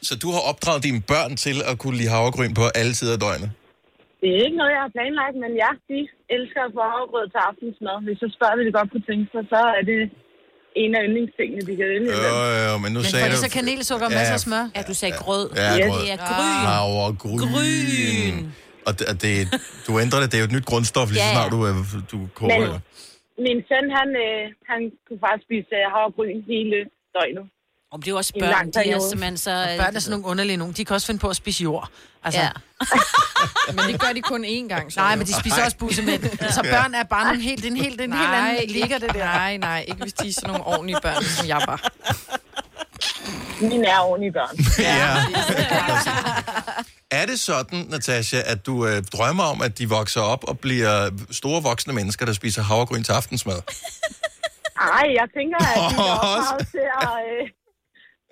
Speaker 1: Så du har opdraget dine børn til at kunne lide havregryn på alle tider af døgnet?
Speaker 19: Det er ikke noget, jeg har planlagt, men ja, de elsker at få havregrød til aftensmad. Hvis så spørger, hvad de godt kunne tænke sig, så er det en af yndlingstingene, de kan ønske.
Speaker 1: Øh, øh, men nu
Speaker 3: Men
Speaker 1: sagde
Speaker 3: får de
Speaker 1: du...
Speaker 3: så kanelsukker og masser af smør? Ja, du sagde grød.
Speaker 1: Ja, grød.
Speaker 4: Det er gryn.
Speaker 1: Havre, gryn. gryn. Og det, og det, du ændrer det, det er jo et nyt grundstof, lige så
Speaker 19: Ja, ja.
Speaker 1: snart du, øh, du koger.
Speaker 19: Men-
Speaker 1: det.
Speaker 19: Min søn, han, øh, han kunne faktisk spise øh, havregryn hele døgnet.
Speaker 4: Om det er jo også
Speaker 19: I en lang
Speaker 4: børn, de er
Speaker 19: periode.
Speaker 4: simpelthen så... øh,
Speaker 3: Og børn er sådan nogle underlige nogen. De kan også finde på at spise jord. Altså.
Speaker 4: Ja.
Speaker 3: men det gør de kun én gang. Så Nej, men de spiser
Speaker 5: Nej.
Speaker 3: også bussemænd. Så
Speaker 5: Ja.
Speaker 3: børn er bare nogle helt, en helt, en helt
Speaker 5: Nej,
Speaker 3: anden ligger det der.
Speaker 5: Nej, nej, ikke hvis de er sådan nogle ordentlige børn, som jeg var.
Speaker 19: Mine er ordentlige børn.
Speaker 1: Ja. Er det sådan, Natasha, at du øh, drømmer om, at de vokser op og bliver store voksne mennesker, der spiser havregryn til aftensmad?
Speaker 19: Ej, jeg tænker, at de er
Speaker 1: Åh,
Speaker 19: opdraget til at, øh,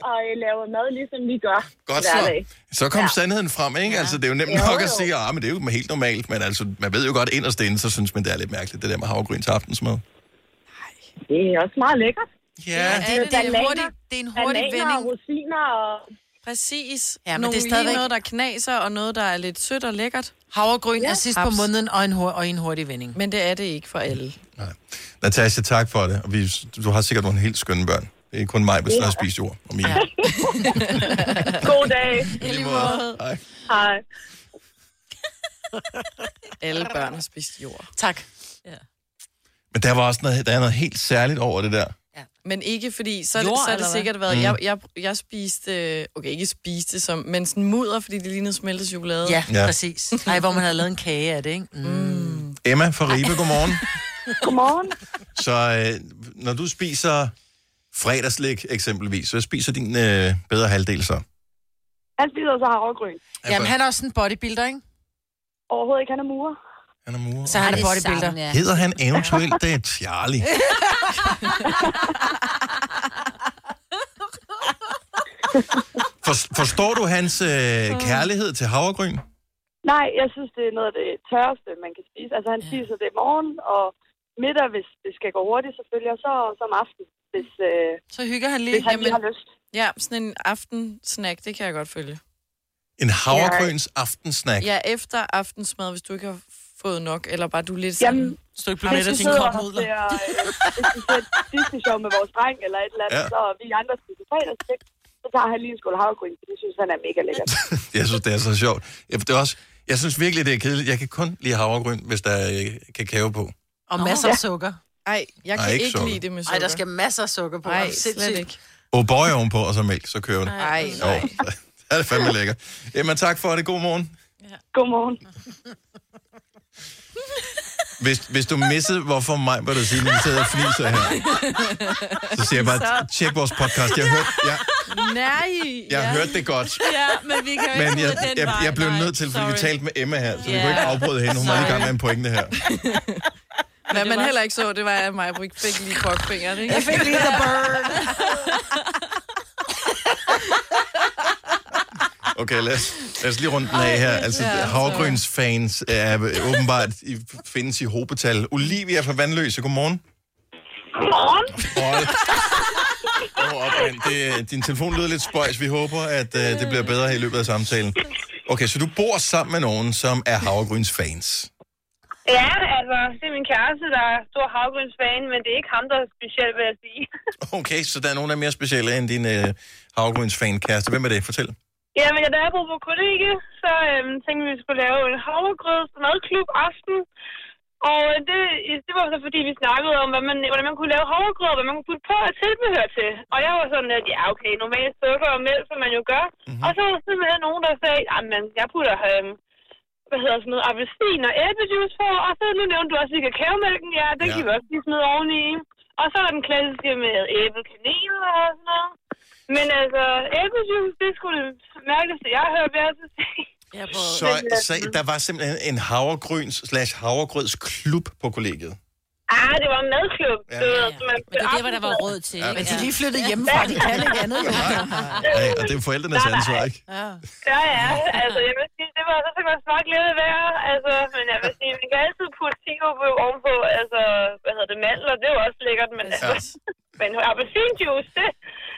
Speaker 19: at øh, lave mad, ligesom vi gør
Speaker 1: Godt
Speaker 19: hver
Speaker 1: så.
Speaker 19: dag.
Speaker 1: Så kom ja. sandheden frem, ikke? Altså, det er jo nemt
Speaker 19: Jo,
Speaker 1: nok
Speaker 19: jo.
Speaker 1: at sige, ah, men det er jo helt normalt, men altså, man ved jo godt inderst inde, så synes man, det er lidt mærkeligt, det der med havregryn til aftensmad.
Speaker 19: Det er også meget lækkert. Altså,
Speaker 1: Ja.
Speaker 5: Ja, det er en hurtig- det er en hurtig
Speaker 19: bananer
Speaker 5: vending.
Speaker 19: og rosiner og...
Speaker 5: Præcis.
Speaker 3: Ja,
Speaker 5: Ja,
Speaker 3: men
Speaker 5: men Nogle
Speaker 3: det er stadigvæk-
Speaker 5: lige noget, der knaser, og noget, der er lidt sødt og lækkert.
Speaker 3: Havregryn ja. er sidst på måneden, og en, hur- og en hurtig vending.
Speaker 5: Men det er det ikke for alle.
Speaker 1: Natasha, tak for det. Og vi, du har sikkert nogle helt skønne børn. Det er kun mig, hvis
Speaker 5: Ja.
Speaker 1: der har spist jord. Og mine.
Speaker 19: God dag.
Speaker 5: I lige måde.
Speaker 1: Hej.
Speaker 19: Hej.
Speaker 5: Alle børn har spist jord.
Speaker 3: Tak.
Speaker 1: Men der var også noget, der er noget helt særligt over det der.
Speaker 5: Men ikke fordi, så,
Speaker 3: Jord,
Speaker 5: jord, så er det
Speaker 3: eller hvad?
Speaker 5: sikkert været,
Speaker 1: Mm.
Speaker 5: mm. jeg, jeg, jeg spiste, øh, okay ikke spiste som, men sådan mudder, fordi det lignede smeltet chokolade.
Speaker 3: Ja, ja, præcis. Nej, hvor man havde lavet en kage af det, ikke? Mm.
Speaker 1: Emma fra Ribe, godmorgen.
Speaker 19: Godmorgen.
Speaker 1: Så øh, når du spiser fredagslik eksempelvis, så spiser din øh, bedre halvdel så?
Speaker 19: Han spiser så havregryn.
Speaker 3: Jamen, han er også en bodybuilder, ikke?
Speaker 19: Overhovedet ikke, han er murer.
Speaker 1: Han er mur.
Speaker 3: Så han er bodybuilder.
Speaker 1: Hedder han eventuelt det er Charlie? For, forstår du hans øh,
Speaker 3: Mm.
Speaker 1: kærlighed til havregryn?
Speaker 19: Nej, jeg synes, det er noget af det tørreste, man kan spise. Altså, han spiser det i morgen, og middag, hvis det skal gå hurtigt, selvfølgelig, og så, så om aftenen, hvis, øh,
Speaker 5: Så hygger han lige.
Speaker 19: hvis han lige har lyst.
Speaker 5: Ja, sådan en aftensnack, det kan jeg godt følge.
Speaker 1: En havregryns aftensnack.
Speaker 5: Ja, efter aftensmad, hvis du ikke har fået nok, eller bare du er lidt sådan... Jamen,
Speaker 3: så ikke
Speaker 19: Hvis vi sidder og ser, øh, hvis vi ser Disney Show med vores dreng eller et eller andet,
Speaker 1: Ja.
Speaker 19: ja. så og vi andre spiser fredagslæg, så tager han lige en skål havregryn, for det synes han er mega lækkert.
Speaker 1: Jeg synes, det er så sjovt. Jeg, det er også, jeg synes virkelig, det er kedeligt. Jeg kan kun lide havregryn, hvis der er øh, kakao på.
Speaker 3: Og
Speaker 5: Nå.
Speaker 3: masser af
Speaker 5: Ja.
Speaker 3: sukker.
Speaker 5: Ej, jeg
Speaker 1: Nej,
Speaker 5: kan
Speaker 1: ikke
Speaker 5: ikke,
Speaker 1: sukker.
Speaker 5: lide det med
Speaker 3: Ej,
Speaker 5: sukker.
Speaker 3: der skal masser af sukker på.
Speaker 5: Nej,
Speaker 3: Ej,
Speaker 5: slet ikke.
Speaker 1: Og bøje ovenpå, og så mælk, så kører det.
Speaker 5: Ej,
Speaker 1: Jo, det er det fandme lækkert. Emma, tak for det. God morgen.
Speaker 19: Godmorgen.
Speaker 1: Hvis, hvis du missede, hvorfor mig var det sige, at sidder og fliser her, så siger jeg bare, tjek vores podcast. Jeg hørte, jeg,
Speaker 5: Nej.
Speaker 1: jeg ja. hørte det godt.
Speaker 5: Ja, men vi kan jo
Speaker 1: Men
Speaker 5: ikke
Speaker 1: jeg,
Speaker 5: gå den
Speaker 1: jeg,
Speaker 5: vej.
Speaker 1: jeg blev
Speaker 5: Nej,
Speaker 1: nødt til, fordi vi
Speaker 5: sorry.
Speaker 1: talte med Emma her, så vi
Speaker 5: Ja.
Speaker 1: kunne ikke afbryde hende. Hun var lige i gang med en pointe her.
Speaker 5: Hvad man heller ikke så, det var, at mig fik lige kokfingeren, ikke?
Speaker 3: Jeg fik lige the bird.
Speaker 1: Okay, lad os, lad os lige runde den af her. Altså,
Speaker 8: ja,
Speaker 1: havgrynsfans er åbenbart i, findes i hobetal. Olivia fra Vandløse, godmorgen.
Speaker 19: Godmorgen.
Speaker 1: Hold. Åh, op, mand. det, din telefon lyder lidt spøjs. Vi håber, at uh, det bliver bedre her i løbet af samtalen. Okay, så du bor sammen med nogen, som er havregrynsfans.
Speaker 19: Ja, altså, det er min kæreste, der er stor havgrynsfan, men det er ikke ham, der er speciel, vil jeg sige.
Speaker 1: Okay, så der er nogen, der er mere specielle end din uh, havregrynsfan-kæreste. Hvem er det? Fortæl.
Speaker 19: Ja, men da jeg boede på kollegie, så øhm, tænkte vi, at vi skulle lave en havregrøds madklub aften. Og øh, det, det var så fordi, vi snakkede om, hvad man, hvordan man kunne lave havregrød, hvad man kunne putte på og tilbehør til. Og jeg var sådan, at ja, okay, normalt sukker og mælk, som man jo gør. Mm-hmm. Og så var der simpelthen nogen, der sagde, at jeg putter, øhm, hvad hedder sådan noget, appelsin og æblejuice på. Og så nu nævnte du også lige kakaomælken, ja, den
Speaker 1: Ja.
Speaker 19: ja. kan vi også lige smide oveni. Og så er der den klassiske med æble, kanel og sådan noget. Men altså, æblejuice, det skulle det mærkeligste, jeg har hørt, vil jeg altså sige. altså,
Speaker 1: Så, så der var simpelthen en havregryns slash havregrødsklub på kollegiet.
Speaker 19: Ah, det var en madklub.
Speaker 1: Ja.
Speaker 19: Du ved, så man
Speaker 4: Men det er der, hvor der var råd til.
Speaker 1: Ja.
Speaker 4: ikke?
Speaker 1: Men de er
Speaker 3: lige flyttet hjemmefra, de kan ikke andet, jo.
Speaker 1: Ja, og det er forældrenes
Speaker 19: Nej, nej.
Speaker 1: ansvar, ikke?
Speaker 19: Ja, ja. Altså, jeg vil sige, det var så kan man smage lidt værre. Altså, men jeg vil sige, man kan altid putte tigo på ovenpå, altså, hvad hedder det, mandler, det er jo også lækkert, men altså, men appelsinjuice, det,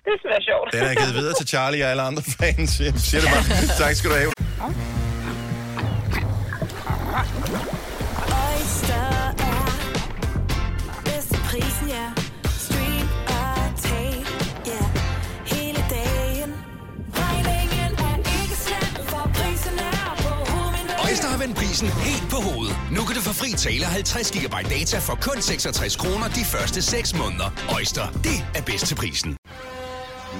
Speaker 19: det smager sjovt.
Speaker 1: Den er givet videre til Charlie og alle andre fans. Jeg siger det bare. Tak skal du have.
Speaker 13: Oyster er bedst til prisen, ja. Stream og
Speaker 7: Så vend prisen helt på hovedet. Nu kan du få fri tale 50 GB data for kun 66 kroner de første 6 måneder. Øjster, det er bedst til prisen.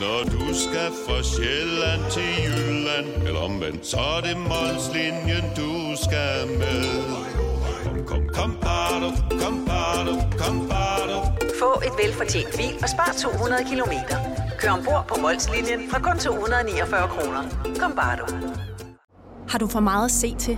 Speaker 14: Når du skal fra Sjælland til Jylland, eller omvendt, så er det Molslinjen, du skal med. Kom, kom, kom, bado, kom, bado, kom, bado.
Speaker 15: Få et velfortjent bil og spar 200 kilometer. Kør ombord på Molslinjen fra kun 249 kroner. Kom bare du.
Speaker 20: Har du for meget at se til?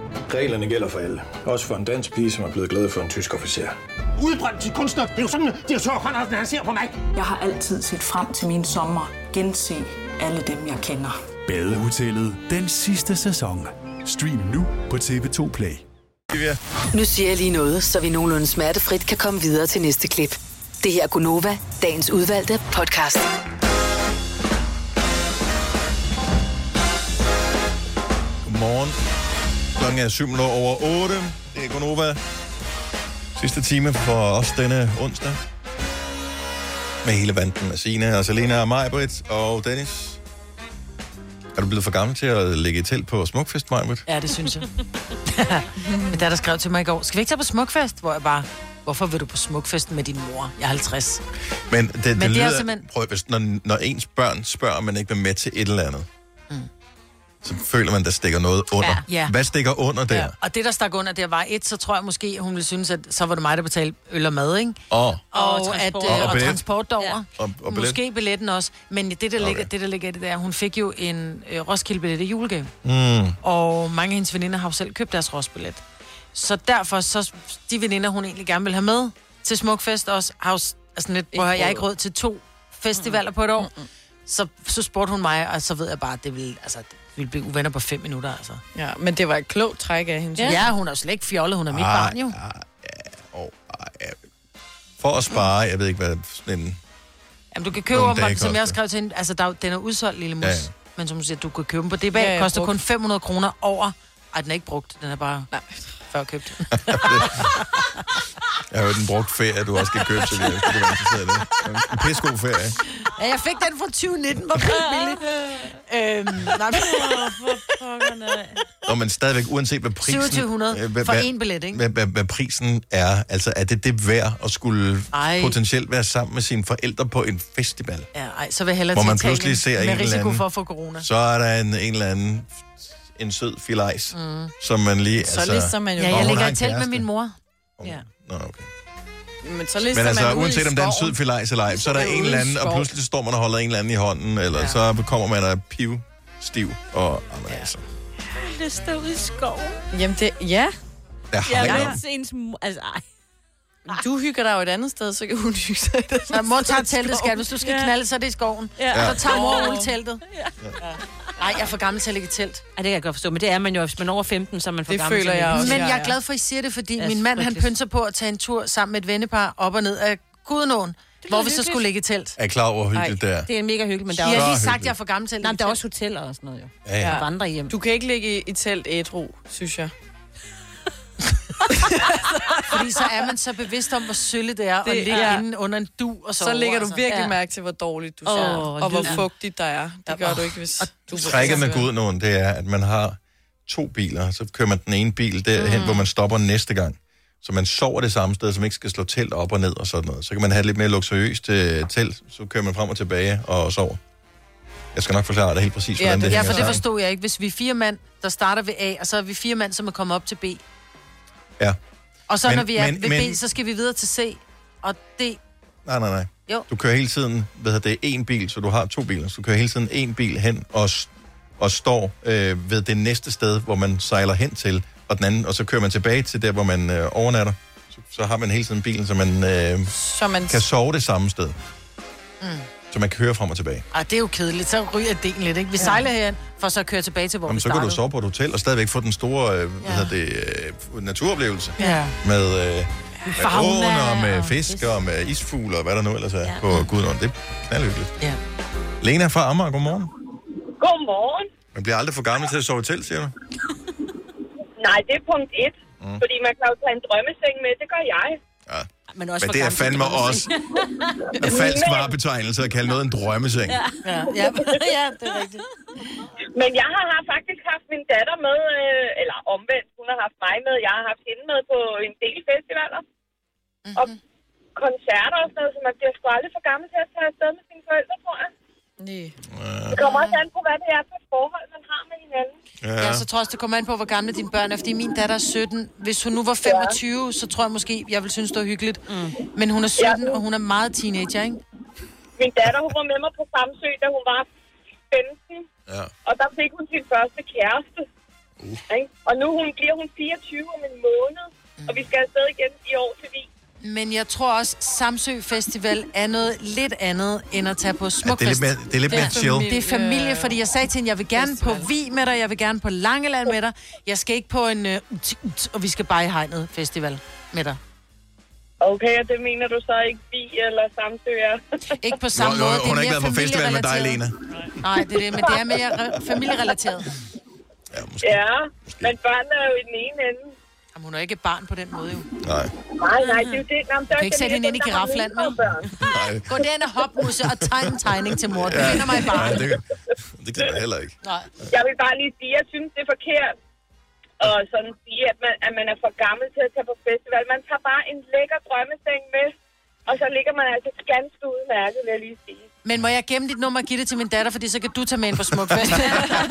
Speaker 16: Reglerne gælder for alle. Også for en dansk pige, som er blevet glad for en tysk officer.
Speaker 17: Udbrændt til kunstner. Det er jo sådan, at de har tørt, Andersen, han ser på mig. Jeg har altid set frem til min sommer. Gense alle dem, jeg kender.
Speaker 18: Badehotellet den sidste sæson. Stream nu på TV2 Play.
Speaker 6: Nu siger jeg lige noget, så vi nogenlunde smertefrit kan komme videre til næste klip. Det her er Gunova, dagens udvalgte podcast.
Speaker 1: Godmorgen. Klokken er 7 minutter over 8. Det er Gonova. Sidste time for os denne onsdag. Med hele banden med Sina og Selena og Majbrit og Dennis. Er du blevet for gammel til at ligge i telt på Smukfest, Majbrit?
Speaker 3: Ja, det synes jeg. Men der der skrev til mig i går, skal vi ikke tage på smukfest? Hvor jeg bare, hvorfor vil du på smukfest med din mor? Jeg er 50.
Speaker 1: Men det, det,
Speaker 3: Men det er
Speaker 1: lyder...
Speaker 3: simpelthen-
Speaker 1: Prøv, hvis, når, når ens børn spørger, om man ikke vil med til et eller andet,
Speaker 3: Mm.
Speaker 1: mm. så føler man, der stikker noget under.
Speaker 3: Ja. Ja.
Speaker 1: Hvad stikker under der?
Speaker 3: Og det, der stak under, det var et, så tror jeg måske, hun ville synes, at så var det mig, der betalte øl og mad, ikke?
Speaker 1: Åh.
Speaker 3: Og,
Speaker 9: Og
Speaker 3: at,
Speaker 9: transport.
Speaker 3: øh,
Speaker 1: Og-
Speaker 3: og,
Speaker 1: og billet.
Speaker 3: transport derover.
Speaker 1: Og- og billet.
Speaker 3: Måske billetten også. Men det, der ligger,
Speaker 1: Okay.
Speaker 3: det, der ligger i det, der, er, at hun fik jo en øh, Roskilde-billet i julegave.
Speaker 1: Mm.
Speaker 3: Og mange af hendes veninder har jo selv købt deres Roskilde-billet. Så derfor, så de veninder, hun egentlig gerne vil have med til Smukfest også, har jo s- altså lidt, hvor jeg har ikke råd til to festivaler på et år. Så, så spurgte hun mig, og så ved jeg bare, at det ville, altså, det ville blive uvenner på fem minutter, altså.
Speaker 5: Ja, men det var et klogt træk af hende.
Speaker 3: Ja, ja hun er jo slet ikke fjollet, hun er mit
Speaker 1: Ej,
Speaker 3: barn jo.
Speaker 1: ah, For at spare, jeg ved ikke, hvad sådan en...
Speaker 3: Jamen, du kan købe
Speaker 1: Nogle
Speaker 3: dem,
Speaker 1: dage
Speaker 3: som jeg også
Speaker 1: koster.
Speaker 3: skrev til hende, altså der, er jo- den er udsolgt, lille mus.
Speaker 1: Ja,
Speaker 3: Ja,
Speaker 1: ja.
Speaker 3: Men som du siger, du kan købe dem på det
Speaker 5: Ja,
Speaker 3: bag,
Speaker 5: ja,
Speaker 3: ja, koster kun
Speaker 5: brugt.
Speaker 3: 500 kroner over. Ej, den er ikke brugt, den er bare Nej. før købt.
Speaker 1: Jeg har hørt en brugt ferie, du også skal købe til det. hvis du er interesseret i det. En pissegod ferie.
Speaker 3: Ja, jeg fik den fra 2019, hvor pænt billig. øhm, nej, men...
Speaker 1: Og man stadigvæk, uanset hvad prisen...
Speaker 3: 2700
Speaker 1: øh, hvad-
Speaker 3: for
Speaker 1: hvad-
Speaker 3: én billet, ikke?
Speaker 1: Hvad, hvad, hvad prisen er, altså er det det værd at skulle
Speaker 3: Ej.
Speaker 1: Ej. potentielt være sammen med sine forældre på en festival?
Speaker 3: Ja, ej, så vil jeg hellere
Speaker 1: Hvor
Speaker 3: til
Speaker 1: man
Speaker 3: Italien
Speaker 1: pludselig ser en
Speaker 3: med
Speaker 1: eller
Speaker 3: risiko
Speaker 1: anden-
Speaker 3: for at få corona.
Speaker 1: Så er der en, en eller anden en sød filajs, mm. som man lige... altså-
Speaker 5: Så lister man jo-
Speaker 1: Nå,
Speaker 3: Ja, jeg
Speaker 1: hun
Speaker 3: ligger
Speaker 1: har
Speaker 3: i
Speaker 1: en
Speaker 3: telt med
Speaker 1: kæreste.
Speaker 3: min mor.
Speaker 1: Nå, okay.
Speaker 5: Men så
Speaker 1: Men altså, uanset om det er en sød filajs eller ej, så er der
Speaker 5: Ja, ude
Speaker 1: en
Speaker 5: i
Speaker 1: eller anden, og
Speaker 5: skoven.
Speaker 1: pludselig står man og holder en eller anden i hånden, eller ja. så kommer man og er piv, stiv og... Jamen, altså,
Speaker 4: Det står ude i skoven.
Speaker 5: Jamen, det, ja.
Speaker 1: der har
Speaker 4: Jeg
Speaker 1: ikke
Speaker 4: vil
Speaker 1: noget.
Speaker 4: ikke se ens mor. Altså, ej.
Speaker 5: Du hygger dig jo et andet sted, så kan hun hygge sig. et andet
Speaker 3: Så mor
Speaker 5: sted
Speaker 3: tager
Speaker 5: i
Speaker 3: teltet,
Speaker 5: skoven.
Speaker 3: skat. Hvis du skal knalde, så er det i skoven.
Speaker 4: Ja.
Speaker 3: Og så tager mor
Speaker 4: Åh.
Speaker 3: Ole teltet. Nej, jeg er for gammel til at ligge i telt.
Speaker 4: Ej, det kan jeg godt forstå, men det er man jo, hvis man er over 15, så er man for
Speaker 3: Det
Speaker 4: gammel
Speaker 3: føler
Speaker 4: til at
Speaker 3: jeg
Speaker 4: ligge.
Speaker 3: også. Men jeg er glad for, at I siger det, fordi
Speaker 4: Ja,
Speaker 3: min mand, han
Speaker 4: frygteligt.
Speaker 3: pønser på at tage en tur sammen med et vennepar op og ned af Gudenåen, hvor vi så
Speaker 4: hyggeligt.
Speaker 3: skulle ligge i telt.
Speaker 1: Er I klar over, hvor hyggeligt det er?
Speaker 4: Det er mega hyggeligt, men der er
Speaker 3: jeg
Speaker 4: også...
Speaker 3: har lige sagt, at jeg er for gammel til at
Speaker 4: Nej,
Speaker 3: ligge
Speaker 4: men der er også hoteller og sådan noget, jo.
Speaker 1: Ja, ja.
Speaker 4: Og vandre hjem.
Speaker 5: Du kan ikke ligge i, i telt ædru, synes jeg.
Speaker 3: Fordi så er man så bevidst om, hvor sølle det er det, at
Speaker 5: Det-
Speaker 3: ligge
Speaker 5: ja.
Speaker 3: ja. inde under en du og
Speaker 5: Så,
Speaker 3: sove. altså.
Speaker 5: så lægger du virkelig
Speaker 3: ja.
Speaker 5: ja. mærke til, hvor dårligt du
Speaker 3: Åh,
Speaker 5: ser, og hvor
Speaker 3: lyden.
Speaker 5: fugtigt der er. Det gør du ikke, hvis du...
Speaker 1: Trækket med Gudenåen, det er, at man har to biler, så kører man den ene bil derhen, mm. hvor man stopper næste gang. Så man sover det samme sted, så man ikke skal slå telt op og ned og sådan noget. Så kan man have et lidt mere luksuriøst øh, telt, så kører man frem og tilbage og sover. Jeg skal nok forklare dig helt præcis,
Speaker 3: Ja,
Speaker 1: hvordan
Speaker 3: det, ja,
Speaker 1: det, hænger
Speaker 3: for det
Speaker 1: sammen.
Speaker 3: forstod jeg ikke. Hvis vi er fire mand, der starter ved A, og så er vi fire mand, som er kommet op til B.
Speaker 1: Ja.
Speaker 3: Og så men,
Speaker 1: Men-
Speaker 3: når vi er
Speaker 1: men-
Speaker 3: ved
Speaker 1: men-
Speaker 3: B, så skal vi videre til C og D.
Speaker 1: Nej, nej, nej.
Speaker 3: Jo.
Speaker 1: Du kører hele tiden, hvad hedder det, en bil, så du har to biler. Så du kører hele tiden en bil hen og, s- og står øh, ved det næste sted, hvor man sejler hen til, og den anden, og så kører man tilbage til der, hvor man øh, overnatter. Så, så har man hele tiden bilen, så man, øh,
Speaker 5: så man
Speaker 1: kan sove det samme sted.
Speaker 3: Mm.
Speaker 1: Så man kører frem og tilbage.
Speaker 3: Ej, Ah, det er jo kedeligt. Så ryger den lidt, ikke? Vi sejler herhen, for så at køre tilbage til, hvor
Speaker 1: Jamen,
Speaker 3: vi
Speaker 1: så kan du
Speaker 3: startede.
Speaker 1: sove på et hotel og stadigvæk få den store øh, hvad hedder det, øh, naturoplevelse
Speaker 3: Ja.
Speaker 1: med øh, Med
Speaker 3: fauna
Speaker 1: åen og med fisk og med isfugle og hvad der nu ellers er ja. på Gudnåen. Det er knaldhyggeligt.
Speaker 3: Ja.
Speaker 1: Lena fra Amager, godmorgen.
Speaker 9: Godmorgen.
Speaker 1: Man bliver aldrig for gammel til at sove til, siger du?
Speaker 9: Nej, det er punkt et.
Speaker 1: Mm.
Speaker 9: Mm. Fordi man kan jo tage en drømmeseng med, det gør jeg.
Speaker 1: Ja.
Speaker 4: Men,
Speaker 1: også Men for det er gammel til fandme drømmeseng. også En falsk varebetegnelse at kalde noget en drømmeseng.
Speaker 9: Ja.
Speaker 4: Ja.
Speaker 9: Ja.
Speaker 4: ja, det er rigtigt.
Speaker 9: Men jeg har, har faktisk haft min datter med, øh, eller omvendt, hun har haft mig med, jeg har haft hende med på en del festivaler. Mm-hmm.
Speaker 4: Mhm.
Speaker 9: Og koncerter og sådan noget, så man bliver sgu aldrig for gammel til at tage afsted med sine forældre, tror jeg.
Speaker 3: Nej.
Speaker 9: Det kommer også an på, hvad det er for et forhold, man har med hinanden.
Speaker 3: Ja. ja, så tror jeg også, det kommer an på, hvor gamle dine børn er, fordi min datter er 17. Hvis hun nu var 25, ja. så tror jeg måske, jeg ville synes, det var hyggeligt. Mm. Men hun er 17, ja. og hun er meget teenager, ikke?
Speaker 9: Min datter, hun var med mig på Samsø, da hun var 15.
Speaker 1: Ja.
Speaker 9: Og der fik hun sin første kæreste. Uh. Ikke? Og nu hun, bliver hun 24 om en måned, mm. og vi skal afsted igen i år til Wien.
Speaker 3: Men jeg tror også, Samsø Festival er noget lidt andet, end at tage på
Speaker 1: Ja, det er
Speaker 3: smukfest.
Speaker 1: lidt mere- det er lidt mere chill.
Speaker 3: Det er familie, fordi jeg sagde til hende, jeg vil gerne på Vi med dig, jeg vil gerne på Langeland med dig, jeg skal ikke på en, øh, ut- ut- og vi skal bare i hegnet festival med dig.
Speaker 9: Okay, og det mener du så ikke vi eller Samsø er?
Speaker 3: ikke på
Speaker 1: Nå, nå, hun har ikke været på festival med dig, Lena.
Speaker 3: Nej, det er det, men det er mere re- familierelateret.
Speaker 1: Ja,
Speaker 9: måske. ja men børnene er jo i den ene ende.
Speaker 3: Jamen, hun er ikke et barn på den måde, jo.
Speaker 1: Nej.
Speaker 9: Nej, nej, det er jo det. Nå, men
Speaker 3: Du kan ikke sætte hende ind i girafland, vel? Gå derind og hop, Musse, og tegn en tegning til mor. Du
Speaker 1: Ja.
Speaker 3: finder mig i barn.
Speaker 1: Nej, det, det gider jeg heller ikke.
Speaker 3: Nej.
Speaker 9: Jeg vil bare lige sige, at jeg synes, det er forkert og sådan sige, at man, at man er for gammel til at tage på festival. Man tager bare en lækker drømmeseng med, og så ligger man altså ganske udmærket, vil jeg lige sige.
Speaker 3: Men må jeg gemme dit nummer og give det til min datter, fordi så kan du tage med ind på smukfest.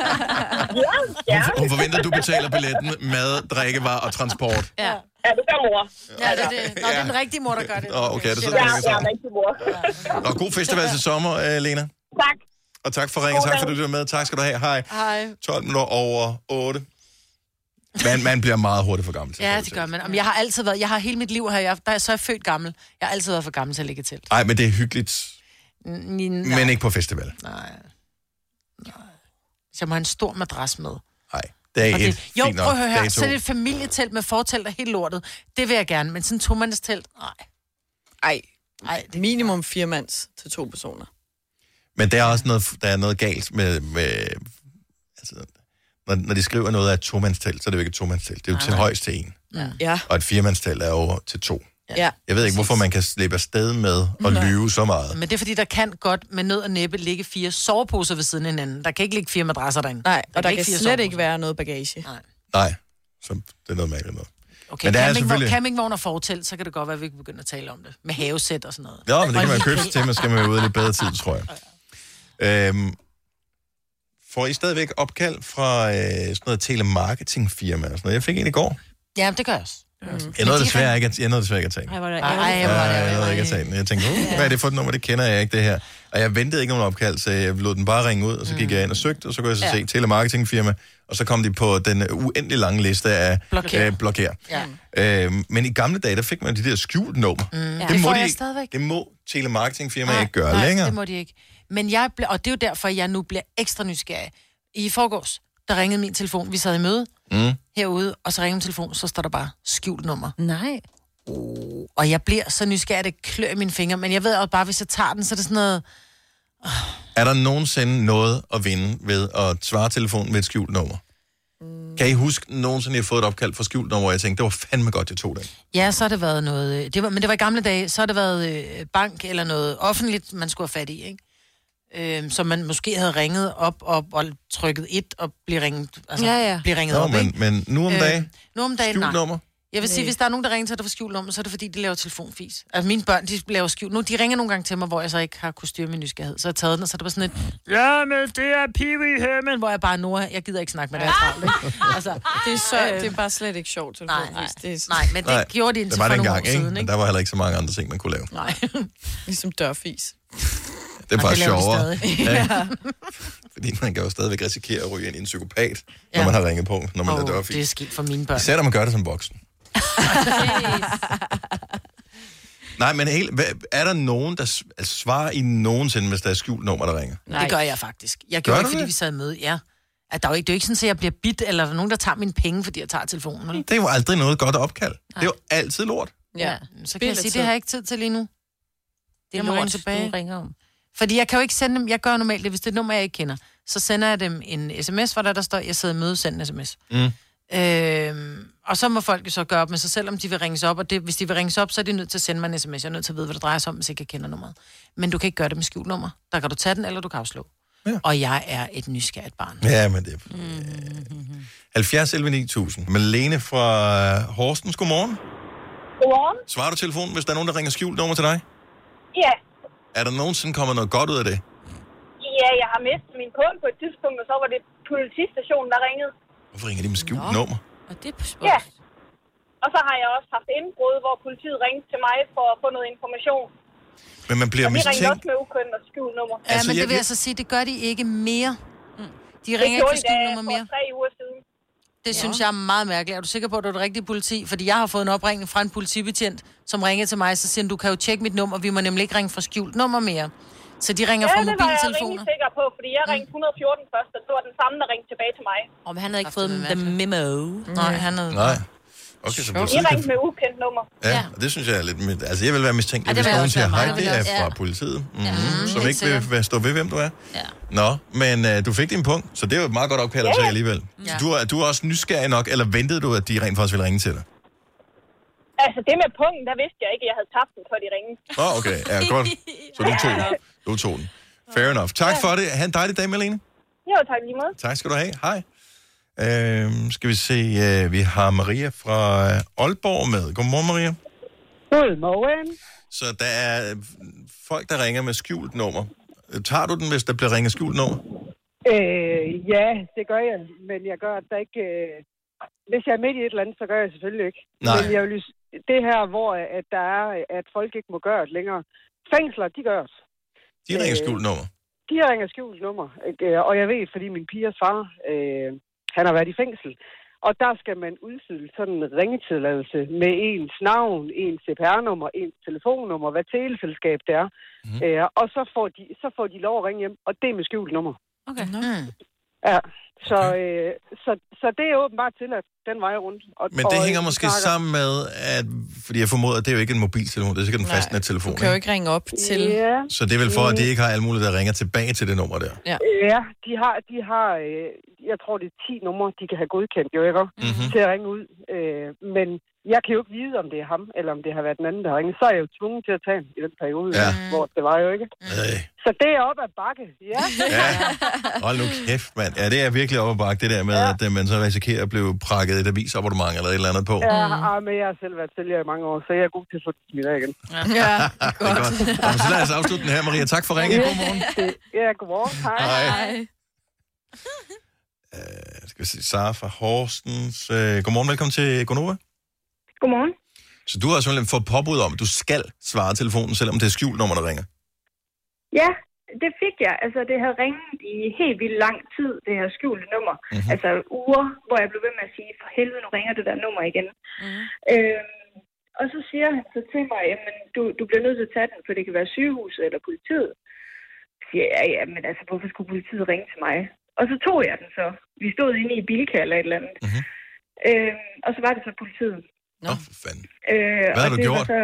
Speaker 9: Ja, ja.
Speaker 1: Hun forventer, at du betaler billetten, mad, drikkevarer og transport.
Speaker 3: Ja.
Speaker 9: Er du der, mor?
Speaker 3: Ja, det er det. Nå, det er den rigtige mor, der gør det.
Speaker 1: Nå, okay, det er sådan,
Speaker 9: Ja,
Speaker 1: det hænger
Speaker 9: jeg er
Speaker 1: sammen.
Speaker 9: rigtig mor.
Speaker 1: Og god festival til sommer, øh, Lena.
Speaker 9: Tak.
Speaker 1: Og tak for ringen, tak for, at du er med. Tak skal du have. Hej.
Speaker 3: Hej.
Speaker 1: 12 minutter over 8. Man, man bliver meget hurtigt Altså, for gammel til.
Speaker 3: Ja, det gør man. Jamen, jeg har altid været, jeg har hele mit liv her, jeg, der er så er jeg født gammel. Jeg har altid været for gammel til at ligge i telt.
Speaker 1: Nej, men det er hyggeligt,
Speaker 3: N- n- nej.
Speaker 1: men ikke på festival.
Speaker 3: Nej. Så jeg må have en stor madras med.
Speaker 1: Nej, dag
Speaker 3: Og
Speaker 1: et.
Speaker 3: det, jo,
Speaker 1: Fint nok.
Speaker 3: prøv at høre
Speaker 1: Dag
Speaker 3: her.
Speaker 1: to.
Speaker 3: Så er det et familietelt med fortelt og helt lortet. Det vil jeg gerne, men sådan en tomandstelt, nej.
Speaker 5: Ej.
Speaker 3: Ej, det
Speaker 5: Minimum fire mands til to personer.
Speaker 1: Men der er også noget, der er noget galt med... med altså, når, når de skriver noget af et tomandstelt, så er det jo ikke et tomandstelt. Det er jo
Speaker 5: Nej,
Speaker 1: til
Speaker 5: nej.
Speaker 1: højst til en.
Speaker 5: Ja. Ja.
Speaker 1: Og et firemandstelt er jo til to.
Speaker 5: ja.
Speaker 1: Jeg ved ikke, hvorfor man kan slippe afsted med at
Speaker 3: Nej.
Speaker 1: lyve så meget.
Speaker 3: Men det er fordi, der kan godt med nød og næppe ligge fire soveposer ved siden af hinanden. Der kan ikke ligge fire madrasser derinde.
Speaker 5: Nej, og der
Speaker 3: ligge
Speaker 5: kan
Speaker 3: fire
Speaker 5: slet ikke være noget bagage.
Speaker 3: Nej.
Speaker 1: Nej, så det er noget mærkeligt noget.
Speaker 3: Okay,
Speaker 1: men der er
Speaker 3: campingvogn,
Speaker 1: selvfølgelig...
Speaker 3: campingvogn og fortelt, så kan det godt være, at vi ikke begynder at tale om det. Med havesæt og sådan noget.
Speaker 1: Ja, men det
Speaker 3: Og
Speaker 1: kan man
Speaker 3: en
Speaker 1: købe
Speaker 3: lille-
Speaker 1: sig til, men skal man være ude i lidt bedre tid, tror jeg. Øhm, får I stadigvæk opkald fra øh, sådan noget telemarketingfirma og sådan noget? Jeg fik en i går.
Speaker 3: Ja, det gør jeg også.
Speaker 1: Jeg nåede desværre ikke at, jeg nåede desværre ikke at tage den.
Speaker 3: Ej, hvor er det
Speaker 1: Ja,
Speaker 3: ærgerligt.
Speaker 1: jeg nåede ikke at tage den. Jeg tænkte, uh, hvad er det for et nummer, det kender jeg ikke det her. Og jeg ventede ikke nogen opkald, så jeg lod den bare ringe ud, og så
Speaker 3: Mm.
Speaker 1: gik jeg ind og søgte, og så kunne jeg så
Speaker 10: Ja.
Speaker 1: se telemarketingfirma, og så kom de på den uendelig lange liste af
Speaker 10: Blokér.
Speaker 1: øh, blokér.
Speaker 10: Ja.
Speaker 1: Øhm, men i gamle dage, der fik man de der skjult nummer. Mm.
Speaker 3: Ja.
Speaker 1: Det,
Speaker 3: Det
Speaker 1: må
Speaker 3: får
Speaker 1: de
Speaker 3: jeg
Speaker 1: ikke,
Speaker 3: stadigvæk.
Speaker 1: det må telemarketingfirmaer ikke gøre
Speaker 3: Nej,
Speaker 1: længere.
Speaker 3: det må de ikke. Men jeg ble, og det er jo derfor, at jeg nu bliver ekstra nysgerrig. I forgårs, der ringede min telefon. Vi sad i møde
Speaker 1: Mm.
Speaker 3: herude, og så ringede min telefon, så står der bare skjult nummer. Uh,
Speaker 4: Nej.
Speaker 3: Og jeg bliver så nysgerrig, at det klør i mine fingre. Men jeg ved også bare, hvis jeg tager den, så er det sådan noget...
Speaker 1: Er der nogensinde noget at vinde ved at svare telefonen med et skjult nummer? Mm. Kan I huske nogensinde, at I har fået et opkald fra skjult nummer, og jeg tænkte, det var fandme godt, jeg tog det.
Speaker 3: Ja, så har det været noget... øh, Det var, men det var i gamle dage, så har det været øh, bank eller noget offentligt, man skulle have fat i, ikke? Øh, så man måske havde ringet op, op og trykket et og blive ringet, altså,
Speaker 4: Ja, ja.
Speaker 3: Blive ringet
Speaker 1: Nå,
Speaker 3: op,
Speaker 1: men,
Speaker 3: ikke?
Speaker 1: men nu om øh, dagen,
Speaker 3: Nu om dagen,
Speaker 1: skjult
Speaker 3: nej.
Speaker 1: nummer.
Speaker 3: Jeg vil sige,
Speaker 4: Nej.
Speaker 3: hvis der er nogen, der ringer til dig for skjult nummer, så er det fordi, de laver telefonfis. Altså mine børn, de laver skjult. Nu, de ringer nogle gange til mig, hvor jeg så ikke har kunnet styre min nysgerrighed. Så har jeg taget den, og så er det bare sådan et, ja, men det er Pee-wee Herman, hvor jeg bare, Nora, jeg gider ikke snakke med dig. jeg har travlt, ikke? altså,
Speaker 5: Det er, så,
Speaker 3: øh,
Speaker 5: det er bare slet ikke sjovt, telefonvis. Nej, nej. Det er...
Speaker 3: nej, men det
Speaker 1: Nej,
Speaker 3: gjorde de indtil
Speaker 1: der var
Speaker 3: for
Speaker 1: den
Speaker 3: nogle
Speaker 1: gang,
Speaker 3: år
Speaker 1: ikke?
Speaker 3: siden,
Speaker 1: Men
Speaker 3: ikke?
Speaker 1: der var heller ikke så mange andre ting, man kunne lave.
Speaker 5: Nej. ligesom dørfis.
Speaker 1: Ah, Det
Speaker 5: Og
Speaker 1: er bare
Speaker 5: det laver de
Speaker 1: sjovere.
Speaker 5: stadig.
Speaker 1: ja. Fordi man kan jo stadigvæk risikere at ryge ind i en psykopat, når
Speaker 3: Ja.
Speaker 1: man har ringet på, når man oh, er
Speaker 3: Åh,
Speaker 1: dørfis.
Speaker 3: det er sket for mine børn.
Speaker 1: Især når man gør det som voksen. Nej, men helt, hvad- er der nogen, der s- altså, svarer I nogensinde, hvis der er skjult nummer, der ringer?
Speaker 3: Nej. Det gør jeg faktisk. Jeg
Speaker 1: Gør
Speaker 3: gjorde
Speaker 1: du
Speaker 3: det, fordi
Speaker 1: det?
Speaker 3: vi sad i møde, ja. At der er jo ikke, det er jo ikke sådan, at jeg bliver bit, eller der er nogen, der tager mine penge, fordi jeg tager telefonen. vel?
Speaker 1: Det er jo aldrig noget godt opkald. Det er jo altid lort.
Speaker 3: Ja. Så
Speaker 4: Spild
Speaker 3: kan
Speaker 4: af
Speaker 3: jeg sige,
Speaker 4: tid.
Speaker 3: det har jeg ikke tid til lige nu.
Speaker 4: Det er
Speaker 3: jeg må ringe
Speaker 4: lort,
Speaker 3: tilbage.
Speaker 4: du ringer om.
Speaker 3: Fordi jeg kan jo ikke sende dem, jeg gør normalt det, hvis det er et nummer, jeg ikke kender, så sender jeg dem en sms, hvor der, der står, jeg sidder i møde, send en sms.
Speaker 1: Mm.
Speaker 3: Øhm, og så må folk jo så gøre op med sig selv, om de vil ringes op, og det, hvis de vil ringes op, så er de nødt til at sende mig en sms. Jeg er nødt til at vide, hvad det drejer sig om, hvis ikke jeg kender nummeret. Men du kan ikke gøre det med skjult nummer. Der kan du tage den, eller du kan afslå. Ja. Og jeg er et nysgerrigt barn.
Speaker 1: Ja, men det er... Mm.
Speaker 3: Mm-hmm.
Speaker 1: 70 11 9000. Malene fra Horsens, godmorgen.
Speaker 19: Godmorgen.
Speaker 1: Svarer du telefonen, hvis der er nogen, der ringer skjult nummer til dig?
Speaker 19: Ja,
Speaker 1: Er der nogensinde kommet noget godt ud af det?
Speaker 19: ja, jeg har mistet min kone på et tidspunkt, og så var det politistationen, der ringede.
Speaker 1: Hvorfor ringer de med skjult nummer?
Speaker 19: Og det er Ja. Og så har jeg også haft indbrud, hvor politiet ringede til mig for at få noget information.
Speaker 1: Men man bliver
Speaker 19: og de ringede
Speaker 1: mistænkt.
Speaker 19: også med ukønnet og skjult nummer.
Speaker 3: Ja, altså, men det vil jeg så sige, det gør de ikke mere. De ringer ikke
Speaker 19: gjorde
Speaker 3: for
Speaker 19: de da
Speaker 3: skjult nummer mere.
Speaker 19: For tre uger siden.
Speaker 3: Det
Speaker 19: Ja.
Speaker 3: ja. synes jeg er meget mærkeligt. Er du sikker på, at du er det rigtige politi? Fordi jeg har fået en opringning fra en politibetjent, som ringede til mig, så siger han, du kan jo tjekke mit nummer, vi må nemlig ikke ringe fra skjult nummer mere. Så de ringer
Speaker 19: ja,
Speaker 3: fra
Speaker 19: det var jeg rimelig
Speaker 3: mobiltelefoner.
Speaker 19: sikker på, fordi jeg ringede 114 først, og det var den samme, der ringte tilbage til mig.
Speaker 4: Om han havde ikke fået the memo.
Speaker 3: Nej, han havde...
Speaker 1: Nej. Okay, så
Speaker 19: I
Speaker 1: politiet
Speaker 19: ringte
Speaker 1: kan...
Speaker 19: med ukendt nummer.
Speaker 1: Ja, og det synes jeg er lidt... men- Altså, jeg vil være mistænkt,
Speaker 19: Ej, det
Speaker 1: hvis
Speaker 19: vil jeg
Speaker 1: nogen
Speaker 19: også
Speaker 1: siger,
Speaker 19: være
Speaker 1: hej,
Speaker 19: meget.
Speaker 1: det er
Speaker 19: Ja.
Speaker 1: fra politiet. Mm-hmm.
Speaker 19: Ja,
Speaker 1: Som
Speaker 19: helt
Speaker 1: ikke vil være- stå ved, hvem du er.
Speaker 4: Ja.
Speaker 1: Nå, men øh, du fik din punkt, så det er jo et meget godt opkald at
Speaker 19: Ja.
Speaker 1: tage alligevel.
Speaker 19: Ja.
Speaker 1: Så du er, du er også nysgerrig nok, eller ventede du, at de rent faktisk ville ringe til dig?
Speaker 19: Altså, det med punkten, der vidste jeg ikke, at jeg havde tabt den, før de ringede.
Speaker 1: Åh, oh, okay. Ja, godt. Så du tog, den. du tog den. Fair enough. Tak for det. Ha' en dejlig dag, Malene.
Speaker 19: Jo, tak lige måde.
Speaker 1: Tak skal du have. Hej. Øhm, skal vi se, øh, vi har Maria fra øh, Aalborg med. Godmorgen, Maria.
Speaker 10: Godmorgen.
Speaker 1: Så der er øh, folk, der ringer med skjult nummer. Øh, Tager du den, hvis der bliver ringet skjult nummer?
Speaker 10: Øh, ja, det gør jeg, men jeg gør det ikke... Øh, hvis jeg er midt i et eller andet, så gør jeg selvfølgelig ikke.
Speaker 1: Nej.
Speaker 10: Men jeg vil, lige s- det her, hvor at der er, at folk ikke må gøre det længere. Fængsler, de gør det.
Speaker 1: De ringer skjult nummer.
Speaker 10: De ringer skjult nummer, ikke? og jeg ved, fordi min pigers far, øh, han har været i fængsel. Og der skal man udfylde sådan en ringetilladelse med ens navn, ens CPR-nummer, ens telefonnummer, hvad teleselskab det er. Mm.
Speaker 1: Mhm.
Speaker 10: Øh, og så får, de, så får de lov at ringe hjem, og det er med skjult nummer.
Speaker 4: Okay.
Speaker 3: Mm.
Speaker 10: Ja, så, øh, så, så det er åbenbart tilladt den vej rundt. Og,
Speaker 1: Men det
Speaker 10: og,
Speaker 1: hænger
Speaker 10: øh,
Speaker 1: måske
Speaker 10: snakker-
Speaker 1: sammen med, at, fordi jeg formoder, at det er jo ikke en mobiltelefon, det er sikkert en
Speaker 10: Nej,
Speaker 1: fastnettelefon.
Speaker 5: Du kan jo ikke ringe op til...
Speaker 10: Ja.
Speaker 1: Så det er vel for, at de ikke har alle mulige, der ringer tilbage til det nummer der.
Speaker 10: Ja, ja de har, de har øh, jeg tror, det er 10 numre, de kan have godkendt, jo ikke?
Speaker 1: Mm-hmm.
Speaker 10: Til at ringe ud. Øh, men jeg kan jo ikke vide, om det er ham, eller om det har været den anden, der har ringet. Så er jeg jo tvunget til at tage den i den periode, ja. hvor det var jo ikke.
Speaker 1: Øh.
Speaker 10: Så det er op ad bakke, ja.
Speaker 1: Ja. Hold nu kæft, mand. Ja, det er virkelig op ad bakke, det der med, ja. at øh, man så risikerer at blive prakket et avisabonnement eller et eller andet på.
Speaker 10: Ja, ah, men jeg har selv været sælger i mange år, så jeg er god til at få det smidt af igen. Ja,
Speaker 5: ja
Speaker 1: det er godt. Jamen, så lad os afslutte den her, Maria. Tak for ringen. Godmorgen.
Speaker 10: Ja, godmorgen. Hej.
Speaker 1: Hej.
Speaker 10: Hej.
Speaker 1: Jeg skal se, Sara fra Horsens. Øh, Godmorgen, velkommen til Gonova.
Speaker 10: Godmorgen.
Speaker 1: Så du har simpelthen fået påbud om, at du skal svare telefonen, selvom det er skjult nummer, der ringer.
Speaker 21: Ja, det fik jeg. Altså, det havde ringet i helt vildt lang tid, det her skjulte nummer. Mm-hmm. Altså uger, hvor jeg blev ved med at sige, for helvede, nu ringer det der nummer igen. Mm-hmm. Øhm, og så siger han så til mig, jamen, du, du bliver nødt til at tage den, for det kan være sygehuset eller politiet. Så siger jeg, ja, ja, men altså, hvorfor skulle politiet ringe til mig? Og så tog jeg den så. Vi stod inde i Bilka eller et eller andet. Mm-hmm. Øhm, og så var det så politiet.
Speaker 1: Mhm. Nå, for fanden.
Speaker 21: Øh,
Speaker 1: Hvad
Speaker 21: og
Speaker 1: har du
Speaker 21: det var
Speaker 1: gjort?
Speaker 21: Så,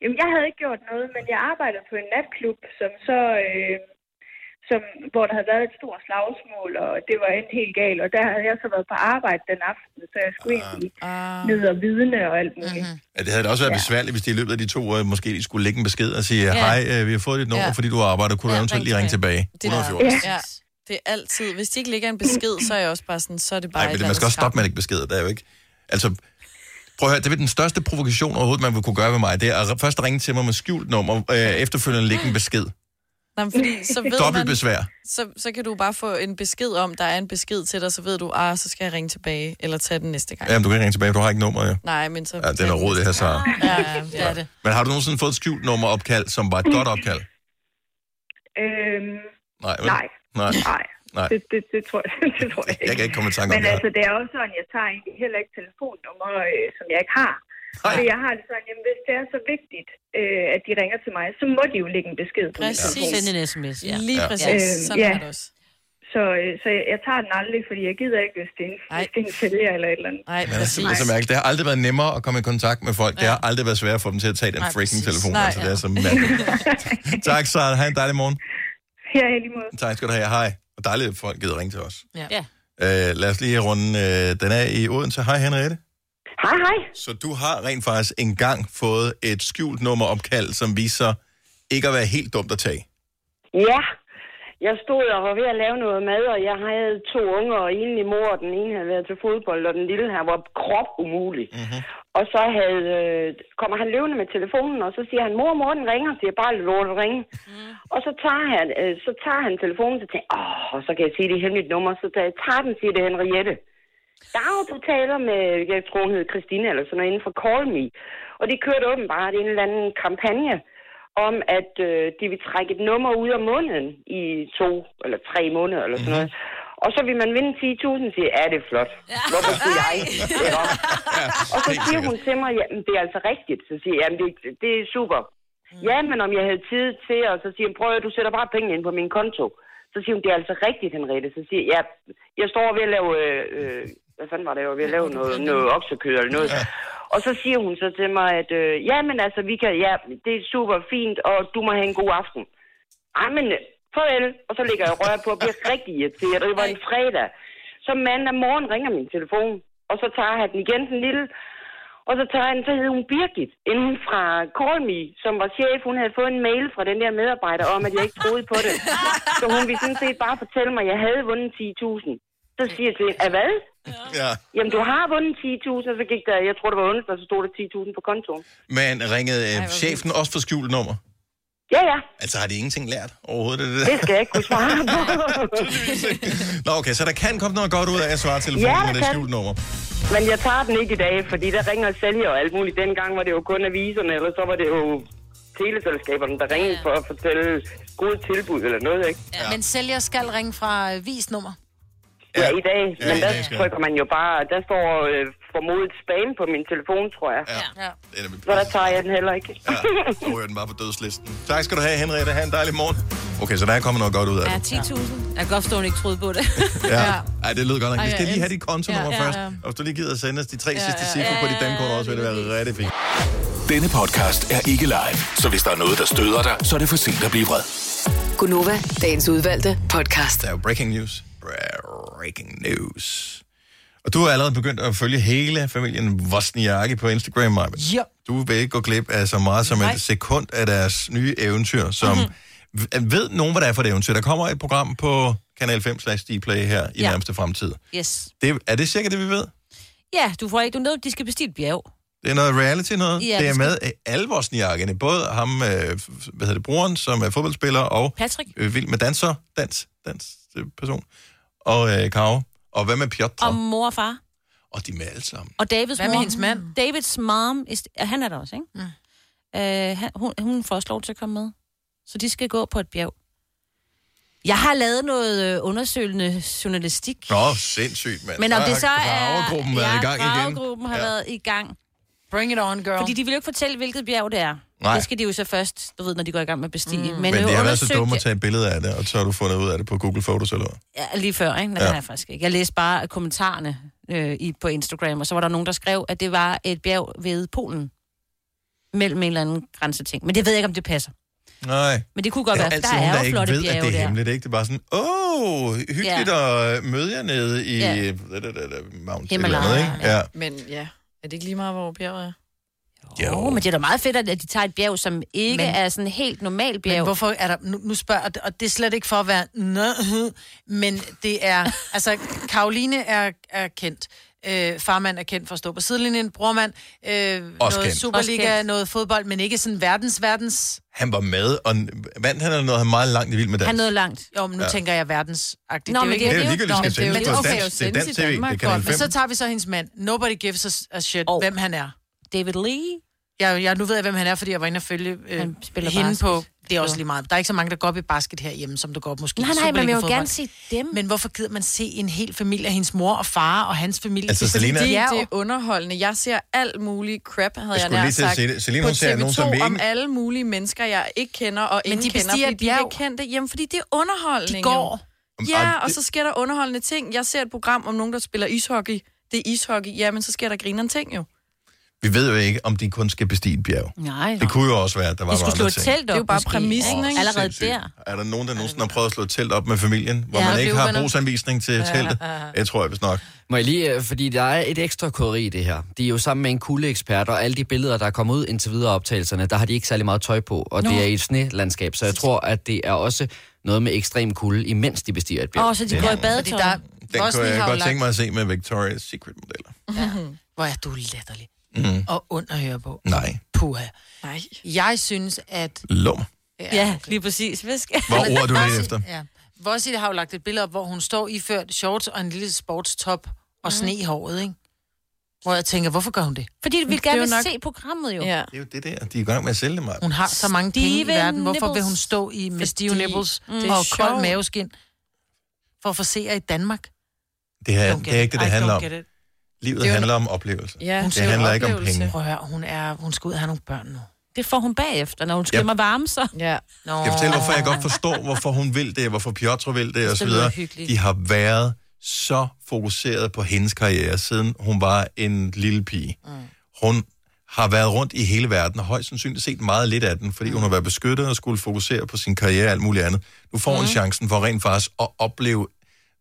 Speaker 21: jamen, jeg havde ikke gjort noget, men jeg arbejdede på en natklub, som så, øh, som, hvor der havde været et stort slagsmål, og det var endt helt galt. Og der havde jeg så været på arbejde den aften, så jeg
Speaker 1: Ah.
Speaker 21: skulle egentlig ned og vidne og alt muligt. Mm-hmm.
Speaker 1: Ja, det havde da også været ja. besværligt, hvis de i løbet af de to år måske lige skulle lægge en besked og sige,
Speaker 21: Ja.
Speaker 1: hej, øh, vi har fået dit nummer,
Speaker 5: Ja.
Speaker 1: ja. fordi du arbejder, kunne du eventuelt lige ringe tilbage?
Speaker 5: Det, er-
Speaker 1: 114. Ja.
Speaker 5: ja. det er altid. Hvis de ikke lægger en besked, så er jeg også bare sådan, så er det bare
Speaker 1: Nej, men man skal også stoppe med at lægge beskeder, der er jo ikke... Altså, prøv at høre, det er den største provokation overhovedet, man vil kunne gøre ved mig, det er at først ringe til mig med skjult nummer, øh, efterfølgende lægge en besked.
Speaker 5: Nej, men fordi, så ved
Speaker 1: Dobbelt
Speaker 5: man,
Speaker 1: besvær.
Speaker 5: Så, så kan du bare få en besked om, der er en besked til dig, så ved du, ah, så skal jeg ringe tilbage, eller tage den næste gang.
Speaker 1: Jamen, du kan ikke ringe tilbage, for du har ikke nummeret, jo.
Speaker 5: Nej, men så...
Speaker 1: Ja, det er noget rod, det her, Sara.
Speaker 5: Ja, det er det.
Speaker 1: Men har du nogensinde fået et skjult nummer opkald, som var et godt opkald?
Speaker 21: Øhm,
Speaker 1: Nej, vel?
Speaker 21: nej.
Speaker 1: Nej.
Speaker 21: Nej.
Speaker 1: Nej.
Speaker 21: Det, det, det, tror jeg, det tror jeg ikke.
Speaker 1: Jeg kan ikke komme i tanke om
Speaker 21: Men
Speaker 1: det her.
Speaker 21: altså, det er også sådan, jeg tager egentlig heller ikke telefonnummer, øh, som jeg ikke har. Fordi jeg har det sådan, jamen, hvis det er så vigtigt, øh, at de ringer til mig, så må de jo lægge en besked på min
Speaker 4: Præcis.
Speaker 21: telefon.
Speaker 5: Øh,
Speaker 4: Send en sms, ja.
Speaker 21: Øhm, ja. Så, øh, så jeg, jeg tager den aldrig, fordi jeg gider ikke, hvis det er en, hvis det er en sælger eller et eller andet.
Speaker 5: Nej,
Speaker 1: Men altså, det er simpelthen så mærkeligt. Det har aldrig været nemmere at komme i kontakt med folk. Ja. Det har aldrig været svært at få dem til at tage den
Speaker 21: Nej,
Speaker 1: freaking
Speaker 21: præcis.
Speaker 1: telefon.
Speaker 21: Nej,
Speaker 1: Nej, altså, det
Speaker 21: ja.
Speaker 1: er så mærkeligt. tak, Sara. Ha' en dejlig morgen.
Speaker 21: Her er lige måde.
Speaker 1: Tak skal du have. Hej. Og dejligt, at folk gider ringe til os.
Speaker 21: Ja.
Speaker 1: Uh, lad os lige runde. Uh, den er i Odense. Hej, Henriette.
Speaker 21: Hej, hej.
Speaker 1: Så du har rent faktisk engang fået et skjult nummer opkald, som viser ikke at være helt dumt at tage.
Speaker 11: Ja, jeg stod og var ved at lave noget mad, og jeg havde to unger, og en i mor, og den ene havde været til fodbold, og den lille her var krop umulig. Mm-hmm. Og så havde, øh, kommer han løvende med telefonen, og så siger han, mor, mor, den ringer, så siger jeg, bare lort at ringe.
Speaker 21: Mhm.
Speaker 11: Mm. Og så tager, han, øh, så tager han telefonen, så tænker jeg, åh, og så kan jeg sige, det er hemmeligt nummer, så tager jeg tager den, siger det er Henriette. Dag, du taler med, jeg tror hun hed Christine eller sådan noget, inden for Call Me. Og de kørte åbenbart en eller anden kampagne om, at øh, de vil trække et nummer ud af munden i to eller tre måneder eller sådan noget. Og så vil man vinde 10.000, siger, er det er flot. Hvorfor skulle jeg? Ja. Og så siger hun til mig, jamen det er altså rigtigt. Så siger jeg, jamen det, det er super. Ja, men om jeg havde tid til, og så siger hun, prøv at du sætter bare penge ind på min konto. Så siger hun, det er altså rigtigt, Henriette. Så siger jeg, ja, jeg står ved at lave, øh, øh, hvad fanden var det, jeg var ved at lave noget, noget oksekød eller noget. Og så siger hun så til mig, at øh, ja, men altså, vi kan, ja, det er super fint, og du må have en god aften. Ej, men øh, farvel. Og så ligger jeg og rører på og bliver rigtig irriteret. Og det var en fredag. Så mandag morgen ringer min telefon, og så tager jeg den igen, den lille. Og så tager jeg den, så hed hun Birgit, inden fra Call Me, som var chef. Hun havde fået en mail fra den der medarbejder om, at jeg ikke troede på det. Så hun ville sådan set bare fortælle mig, at jeg havde vundet 10.000. Så siger jeg til hende, "Af hvad?
Speaker 1: Ja.
Speaker 11: Jamen, du har vundet 10.000, og så gik der, jeg tror, det var onsdag, så stod der 10.000 på kontoen.
Speaker 1: Men ringede øh, chefen også for skjult nummer?
Speaker 11: Ja, ja,
Speaker 1: Altså, har de ingenting lært overhovedet? af Det,
Speaker 11: det
Speaker 1: der?
Speaker 11: skal jeg ikke kunne svare på.
Speaker 1: Nå, okay, så der kan komme noget godt ud af at svare telefonen
Speaker 11: Ja, der
Speaker 1: med det
Speaker 11: kan.
Speaker 1: skjult nummer.
Speaker 11: Men jeg tager den ikke i dag, fordi der ringer sælger og alt muligt. Dengang var det jo kun aviserne, eller så var det jo teleselskaberne, der ringede for at fortælle gode tilbud eller noget, ikke?
Speaker 3: Ja. Men sælger skal ringe fra øh, visnummer.
Speaker 11: Ja, i dag. Men
Speaker 3: i
Speaker 11: der
Speaker 3: dag skal jeg.
Speaker 11: trykker man jo bare, der står øh, formodet spam på min telefon, tror jeg.
Speaker 3: Ja.
Speaker 11: Så der tager jeg den heller ikke.
Speaker 1: Så ryger den bare på dødslisten. Tak skal du have, Henriette. Ha' en dejlig morgen. Okay, så der er kommet noget godt ud af
Speaker 4: Ja,
Speaker 1: det.
Speaker 4: 10.000. Jeg kan godt forstå, at hun ikke troede på det.
Speaker 1: Ja. Ej, det lød godt nok.
Speaker 4: Ej,
Speaker 1: Vi skal
Speaker 4: jeg
Speaker 1: lige have
Speaker 4: elsker-
Speaker 1: dit kontonummer
Speaker 4: Ja, ja,
Speaker 1: først.
Speaker 4: ja.
Speaker 1: Og hvis du lige gider at sende os de tre
Speaker 4: Ja,
Speaker 1: sidste
Speaker 4: ja,
Speaker 1: cifre på dit dankort også, vil det være rigtig fint.
Speaker 22: Denne podcast er ikke live, så hvis der er noget, der støder dig, så er det for sent at blive vred.
Speaker 6: Gunova, dagens udvalgte podcast.
Speaker 1: Der er jo breaking news. Breaking news. Og du har allerede begyndt at følge hele familien Vosniaki på Instagram, Maja.
Speaker 23: Ja.
Speaker 1: Du vil ikke gå glip af så meget som
Speaker 23: Nej. Mhm.
Speaker 1: et sekund af deres nye eventyr, som... Mm-hmm. Ved nogen, hvad det er for et eventyr? Der kommer et program på Kanal 5 slash Dplay her i
Speaker 4: Ja.
Speaker 1: nærmeste fremtid.
Speaker 4: Yes.
Speaker 1: Det, er det cirka det, vi ved?
Speaker 4: Ja, du får ikke, du er nødt, de skal bestige et bjerg.
Speaker 1: Det er noget reality noget.
Speaker 4: Ja,
Speaker 1: det er
Speaker 4: det
Speaker 1: med
Speaker 4: skal-
Speaker 1: øh, alle Vosniakerne. Både ham, øh, f- f- hvad hedder det, broren, som er fodboldspiller, og
Speaker 4: Patrick.
Speaker 1: Øh, vild med danser, dans, dans øh, person, og øh, Karo. Og hvad med Piotr?
Speaker 4: Og mor og far.
Speaker 1: Og de er med alle sammen.
Speaker 4: Og Davids
Speaker 3: Hvad
Speaker 4: mor.
Speaker 3: med hendes mand?
Speaker 4: Davids mom, is, og han er der også, ikke? Mm. Øh, han, hun, hun får også lov til at komme med. Så de skal gå på et bjerg. Jeg har lavet noget øh, undersøgende journalistik.
Speaker 1: Nå, sindssygt, mand.
Speaker 4: Men om
Speaker 1: Der
Speaker 4: det så
Speaker 1: har
Speaker 4: er...
Speaker 1: Gravergruppen været i gang igen.
Speaker 4: Gravergruppen har
Speaker 1: Ja.
Speaker 4: været i gang.
Speaker 3: Bring it on, girl.
Speaker 4: Fordi de vil jo ikke fortælle, hvilket bjerg det er.
Speaker 1: Nej.
Speaker 4: Det skal de jo så først, du ved, når de går i gang med at bestige. Mm.
Speaker 1: Men, Men det har været så dumt at
Speaker 4: undersøgte-
Speaker 1: tage et billede af det, og så har du fundet ud af det på Google Photos eller hvad?
Speaker 4: Ja, lige før, ikke? Men
Speaker 1: Ja.
Speaker 4: ja. det har jeg faktisk ikke. Jeg læste bare kommentarerne øh, i, på Instagram, og så var der nogen, der skrev, at det var et bjerg ved Polen. Mellem en eller anden grænseting. Men det ved jeg ikke, om det passer.
Speaker 1: Nej.
Speaker 4: Men det kunne godt
Speaker 1: der
Speaker 4: være,
Speaker 1: er
Speaker 4: for
Speaker 1: altid
Speaker 4: der
Speaker 1: nogen,
Speaker 4: er
Speaker 1: der
Speaker 4: jo
Speaker 1: ikke
Speaker 4: flotte
Speaker 1: ved, at
Speaker 4: bjerge
Speaker 1: det er
Speaker 4: der.
Speaker 1: hemmeligt, ikke? Det er bare sådan, åh, oh, hyggeligt ja. at møde jer nede i
Speaker 5: Ja.
Speaker 1: ja. da, da, da, da, Mount
Speaker 5: Himalaya,
Speaker 1: Himalaya, ikke? Ja.
Speaker 5: Men ja, er det ikke lige meget, hvor bjerget er?
Speaker 4: Jo. Oh, men det er da meget fedt, at at de tager et bjerg, som ikke men,
Speaker 3: Men-
Speaker 4: er sådan helt normalt bjerg.
Speaker 3: Men hvorfor er der... Nu, nu spørger og det- og det er slet ikke for at være... Nød, men det er... Altså, Karoline er, er kendt. Øh, farmand er kendt for at stå på sidelinjen. Brormand, øh, noget
Speaker 1: kendt.
Speaker 3: Superliga,
Speaker 4: Også kendt.
Speaker 3: noget fodbold, men ikke sådan verdens, verdens...
Speaker 1: Han var med, og vandt han eller noget, han er meget langt i vild med dans.
Speaker 3: Han nåede langt. Jo, men nu
Speaker 1: Ja.
Speaker 3: ja. tænker jeg verdensagtigt.
Speaker 1: Nå, men det er jo ligegyldigt, skal sendes på dansk. Det er dansk TV, det er Kanal
Speaker 3: Men så
Speaker 1: 5.
Speaker 3: tager vi så hendes mand. Nobody gives us a shit, oh. hvem han er.
Speaker 4: David Lee?
Speaker 3: Jeg, jeg, nu ved jeg, hvem han er, fordi jeg var inde og følge øh,
Speaker 4: Han spiller
Speaker 3: hende
Speaker 4: basket.
Speaker 3: på. Det er også lige meget. Der er ikke så mange, der går op i basket herhjemme, som der går op måske i
Speaker 4: Nej, nej, man vil jo
Speaker 3: Superliga-fodbold.
Speaker 4: gerne se dem.
Speaker 3: Men hvorfor gider man se en hel familie af hendes mor og far og hans familie?
Speaker 1: Altså,
Speaker 3: Fordi
Speaker 1: Selina-
Speaker 3: de er
Speaker 5: Det
Speaker 3: jo-
Speaker 5: er underholdende. Jeg ser alt muligt crap, havde jeg,
Speaker 1: Jeg skulle
Speaker 5: nær
Speaker 1: lige til at
Speaker 5: sagt.
Speaker 1: sige det. Selina,
Speaker 5: på
Speaker 1: hun ser
Speaker 5: TV2
Speaker 1: nogen, som vi ikke-
Speaker 5: om alle mulige mennesker, jeg ikke kender og
Speaker 3: Men
Speaker 5: ingen
Speaker 3: de
Speaker 5: kender,
Speaker 3: bestiger
Speaker 5: fordi
Speaker 3: et
Speaker 5: de ikke
Speaker 3: bjerg.
Speaker 5: kendte. Jamen, fordi det er underholdning.
Speaker 3: De går.
Speaker 5: Jo. Ja, og så sker der underholdende ting. Jeg ser et program om nogen, der spiller ishockey. Det er ishockey. Jamen, så sker der grineren ting jo.
Speaker 1: Vi ved jo ikke, om de kun skal bestige et bjerg.
Speaker 4: Nej,
Speaker 1: Det kunne jo også være, at der var
Speaker 4: De skulle slå
Speaker 1: nogle
Speaker 4: et
Speaker 1: andre ting.
Speaker 4: telt
Speaker 5: Det
Speaker 4: op.
Speaker 5: er jo bare
Speaker 4: måske,
Speaker 5: præmissen, ikke?
Speaker 4: Allerede
Speaker 1: Sindssygt.
Speaker 4: der.
Speaker 1: Er der nogen, der nogensinde har prøvet at slå et telt op med familien, hvor
Speaker 4: Ja,
Speaker 1: man
Speaker 4: og
Speaker 1: ikke
Speaker 4: blive
Speaker 1: har
Speaker 4: uvenner.
Speaker 1: brugsanvisning til teltet? Jeg tror jeg vist nok.
Speaker 2: Må jeg lige, øh, fordi der er et ekstra kåderi i det her. De er jo sammen med en kuldeekspert, og alle de billeder, der er kommet ud indtil videre af optagelserne, der har de ikke særlig meget tøj på, og Nå.
Speaker 4: Nå.
Speaker 2: det er i et snelandskab, så jeg tror, at det er også noget med ekstrem kulde, imens de bestiger et bjerg.
Speaker 4: Åh, så de går i badetøj.
Speaker 1: Den kunne jeg godt tænke mig at se med Victoria's Secret-modeller.
Speaker 3: Ja. Hvor er du latterlig.
Speaker 1: Mm.
Speaker 3: Og ond at høre på.
Speaker 1: Nej,
Speaker 3: Puha. Nej. Jeg synes, at...
Speaker 1: lum.
Speaker 4: Ja, lige præcis. Hvad skal...
Speaker 1: Hvor ord er du lidt efter?
Speaker 3: Ja. Vossi har jo lagt et billede op, hvor hun står iført shorts og en lille sportstop
Speaker 4: Mhm.
Speaker 3: og sne i håret, ikke? Hvor jeg tænker, hvorfor gør hun det?
Speaker 4: Fordi
Speaker 3: Det
Speaker 4: vi
Speaker 3: er
Speaker 4: gerne
Speaker 3: jo
Speaker 4: vil
Speaker 3: nok-
Speaker 4: se programmet jo.
Speaker 3: Ja.
Speaker 1: Det er jo det der. De er i gang med at sælge det meget.
Speaker 3: Hun har så mange
Speaker 4: Stive
Speaker 3: penge i verden. Hvorfor vil hun
Speaker 4: nipples.
Speaker 3: stå i med stive
Speaker 4: Fordi
Speaker 3: nipples mm.
Speaker 4: det er
Speaker 3: og kold
Speaker 4: sjovt.
Speaker 3: maveskin for at forsere i Danmark?
Speaker 1: Det, her, det er ikke det, det
Speaker 3: I
Speaker 1: handler
Speaker 3: don't
Speaker 1: om.
Speaker 3: get it.
Speaker 1: Livet
Speaker 3: Det er jo-
Speaker 1: handler om oplevelse.
Speaker 3: Ja,
Speaker 1: det handler ikke om
Speaker 3: oplevelse.
Speaker 1: penge.
Speaker 3: Prøv at høre, hun, er, hun skal ud og have nogle børn nu.
Speaker 4: Det får hun bagefter, når hun skal
Speaker 1: Ja.
Speaker 4: yep. varme sig.
Speaker 5: Ja.
Speaker 3: Nå.
Speaker 1: Skal jeg fortælle, hvorfor jeg godt forstår, hvorfor hun vil det, hvorfor Piotr vil det, og så
Speaker 4: Det lyder
Speaker 1: videre.
Speaker 4: hyggeligt.
Speaker 1: De har været så fokuseret på hendes karriere, siden hun var en lille pige. Mm. Hun har været rundt i hele verden, og højst sandsynligt set meget lidt af den, fordi mm. hun har været beskyttet og skulle fokusere på sin karriere og alt muligt andet. Nu får hun
Speaker 12: Mm.
Speaker 1: chancen for rent faktisk at opleve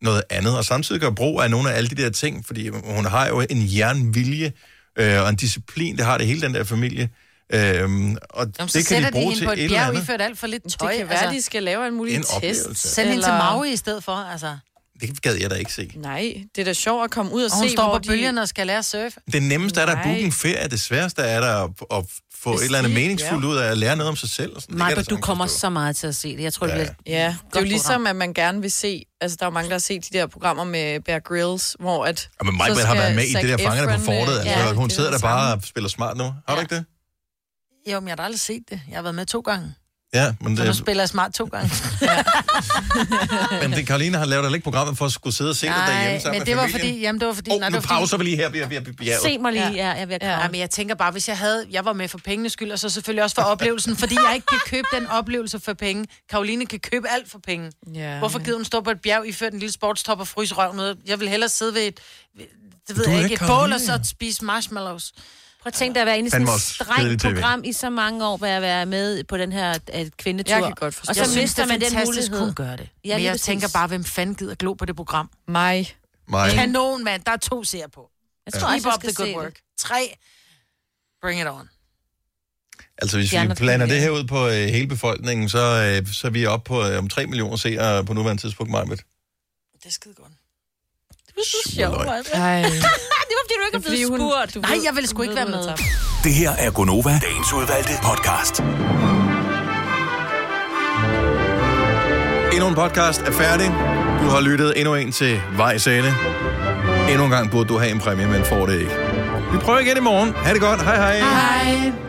Speaker 1: noget andet, og samtidig gør brug af nogle af alle de der ting, fordi hun har jo en jernvilje øh, og en disciplin, det har det hele den der familie. Øhm, og
Speaker 3: Jamen, så
Speaker 1: det kan de
Speaker 3: sætter de,
Speaker 1: bruge
Speaker 3: hende
Speaker 1: til
Speaker 3: på
Speaker 1: et
Speaker 3: et
Speaker 1: eller
Speaker 3: bjerg
Speaker 1: andet.
Speaker 3: iført alt for lidt
Speaker 5: Det
Speaker 3: tøj. altså.
Speaker 5: kan være, de skal lave en mulig
Speaker 1: en
Speaker 5: test.
Speaker 1: oplevelse.
Speaker 3: Send hende til
Speaker 5: Eller-
Speaker 3: Maui i stedet for, altså.
Speaker 1: Det gad jeg da ikke se.
Speaker 5: Nej, det er da sjovt at komme ud og,
Speaker 3: Og hun
Speaker 5: se,
Speaker 3: står
Speaker 5: hvor
Speaker 3: på bølgerne og skal lære at surfe.
Speaker 1: Det nemmeste er der at booke
Speaker 3: Nej.
Speaker 1: en ferie, det sværeste er der at, at få et eller andet
Speaker 3: Bestige,
Speaker 1: meningsfuldt
Speaker 3: ja.
Speaker 1: ud af at lære noget om sig selv. Og sådan.
Speaker 4: Marco, du kommer så meget til at se det. Jeg tror, det
Speaker 1: Ja.
Speaker 4: bliver...
Speaker 5: Ja, det er jo
Speaker 4: program.
Speaker 5: ligesom, at man gerne vil se... Altså, der er jo mange, der har set de der programmer med Bear Grylls, hvor at...
Speaker 1: Ja, men Mike
Speaker 5: så
Speaker 1: Brett har
Speaker 5: skal
Speaker 1: været med i det der
Speaker 5: Zac
Speaker 1: fangerne på
Speaker 5: Efron, øh,
Speaker 1: fortet. Altså,
Speaker 5: ja,
Speaker 1: ja, hun
Speaker 5: det
Speaker 1: sidder
Speaker 5: er
Speaker 1: der
Speaker 5: det
Speaker 1: bare
Speaker 5: samme.
Speaker 1: og spiller smart nu. Har du ikke det?
Speaker 3: Jo, men jeg har da aldrig set det. Jeg har været med to gange.
Speaker 1: Ja, men
Speaker 3: Så nu
Speaker 1: det,
Speaker 3: spiller jeg smart to gange.
Speaker 1: men det, Karoline har lavet et programmet for at skulle sidde og se det derhjemme
Speaker 3: men
Speaker 1: sammen med
Speaker 3: det var
Speaker 1: familien.
Speaker 3: fordi, jamen det var fordi,
Speaker 1: Åh,
Speaker 3: nej, det
Speaker 1: nu
Speaker 3: var fordi-
Speaker 1: pauser vi lige her. Vi er, vi er, vi er,
Speaker 4: Se mig lige, ja, jeg er ved at
Speaker 3: ja. men jeg tænker bare, hvis jeg havde, jeg var med for pengenes skyld, og så selvfølgelig også for oplevelsen, fordi jeg ikke kan købe den oplevelse for penge. Karoline kan købe alt for penge.
Speaker 5: Ja.
Speaker 3: Hvorfor gider hun stå på et bjerg i før den lille sportstop og fryse røven ud? Jeg vil hellere sidde ved et, ved- det ved
Speaker 4: Du er
Speaker 3: jeg
Speaker 4: ikke
Speaker 3: ikke, et bål
Speaker 4: Karoline.
Speaker 3: og så spise marshmallows.
Speaker 4: Prøv at tænke dig at være inde i sådan
Speaker 3: Fandme
Speaker 4: et
Speaker 3: også
Speaker 4: strengt
Speaker 3: kedelig TV.
Speaker 4: program i så mange år, hvor jeg være med på den her øh, kvindetur.
Speaker 3: Jeg kan godt forstå
Speaker 4: Og
Speaker 3: det. Jeg
Speaker 4: så
Speaker 3: synes,
Speaker 4: mister
Speaker 3: det er
Speaker 4: man den
Speaker 3: fantastisk,
Speaker 4: mulighed.
Speaker 3: hun gør det.
Speaker 4: Ja,
Speaker 3: Men
Speaker 4: lige
Speaker 3: jeg
Speaker 4: præcis.
Speaker 3: tænker bare, hvem fanden gider glo på det program?
Speaker 5: Mig.
Speaker 1: Mig.
Speaker 3: Kanon, mand. Der er to serier på.
Speaker 4: Jeg
Speaker 1: Ja.
Speaker 4: tror også,
Speaker 3: Keep
Speaker 4: jeg
Speaker 3: up
Speaker 4: skal
Speaker 3: the good
Speaker 4: se
Speaker 3: work. Tre. Bring it on.
Speaker 1: Altså, hvis
Speaker 3: De
Speaker 1: vi
Speaker 3: andre
Speaker 1: planer
Speaker 3: familier.
Speaker 1: det her ud på øh, hele befolkningen, så, øh, så er vi oppe på øh, om 3 millioner seere på nuværende tidspunkt, Marvitt.
Speaker 3: Det er skide godt.
Speaker 4: Du er så sjov, altså.
Speaker 5: Ej.
Speaker 4: det var, fordi du ikke
Speaker 5: er
Speaker 4: er blevet
Speaker 5: fordi hun-
Speaker 4: spurgt.
Speaker 5: du
Speaker 3: Nej,
Speaker 5: ved-
Speaker 3: jeg ville sgu
Speaker 5: du
Speaker 3: ikke
Speaker 5: ved,
Speaker 3: være med.
Speaker 22: Det her er Gonova, dagens udvalgte podcast.
Speaker 1: Endnu en podcast er færdig. Du har lyttet endnu en til Vejs Ende. Endnu en gang burde du have en præmie, men får det ikke. Vi prøver igen i morgen. Ha' det godt. Hej hej.
Speaker 13: Hej.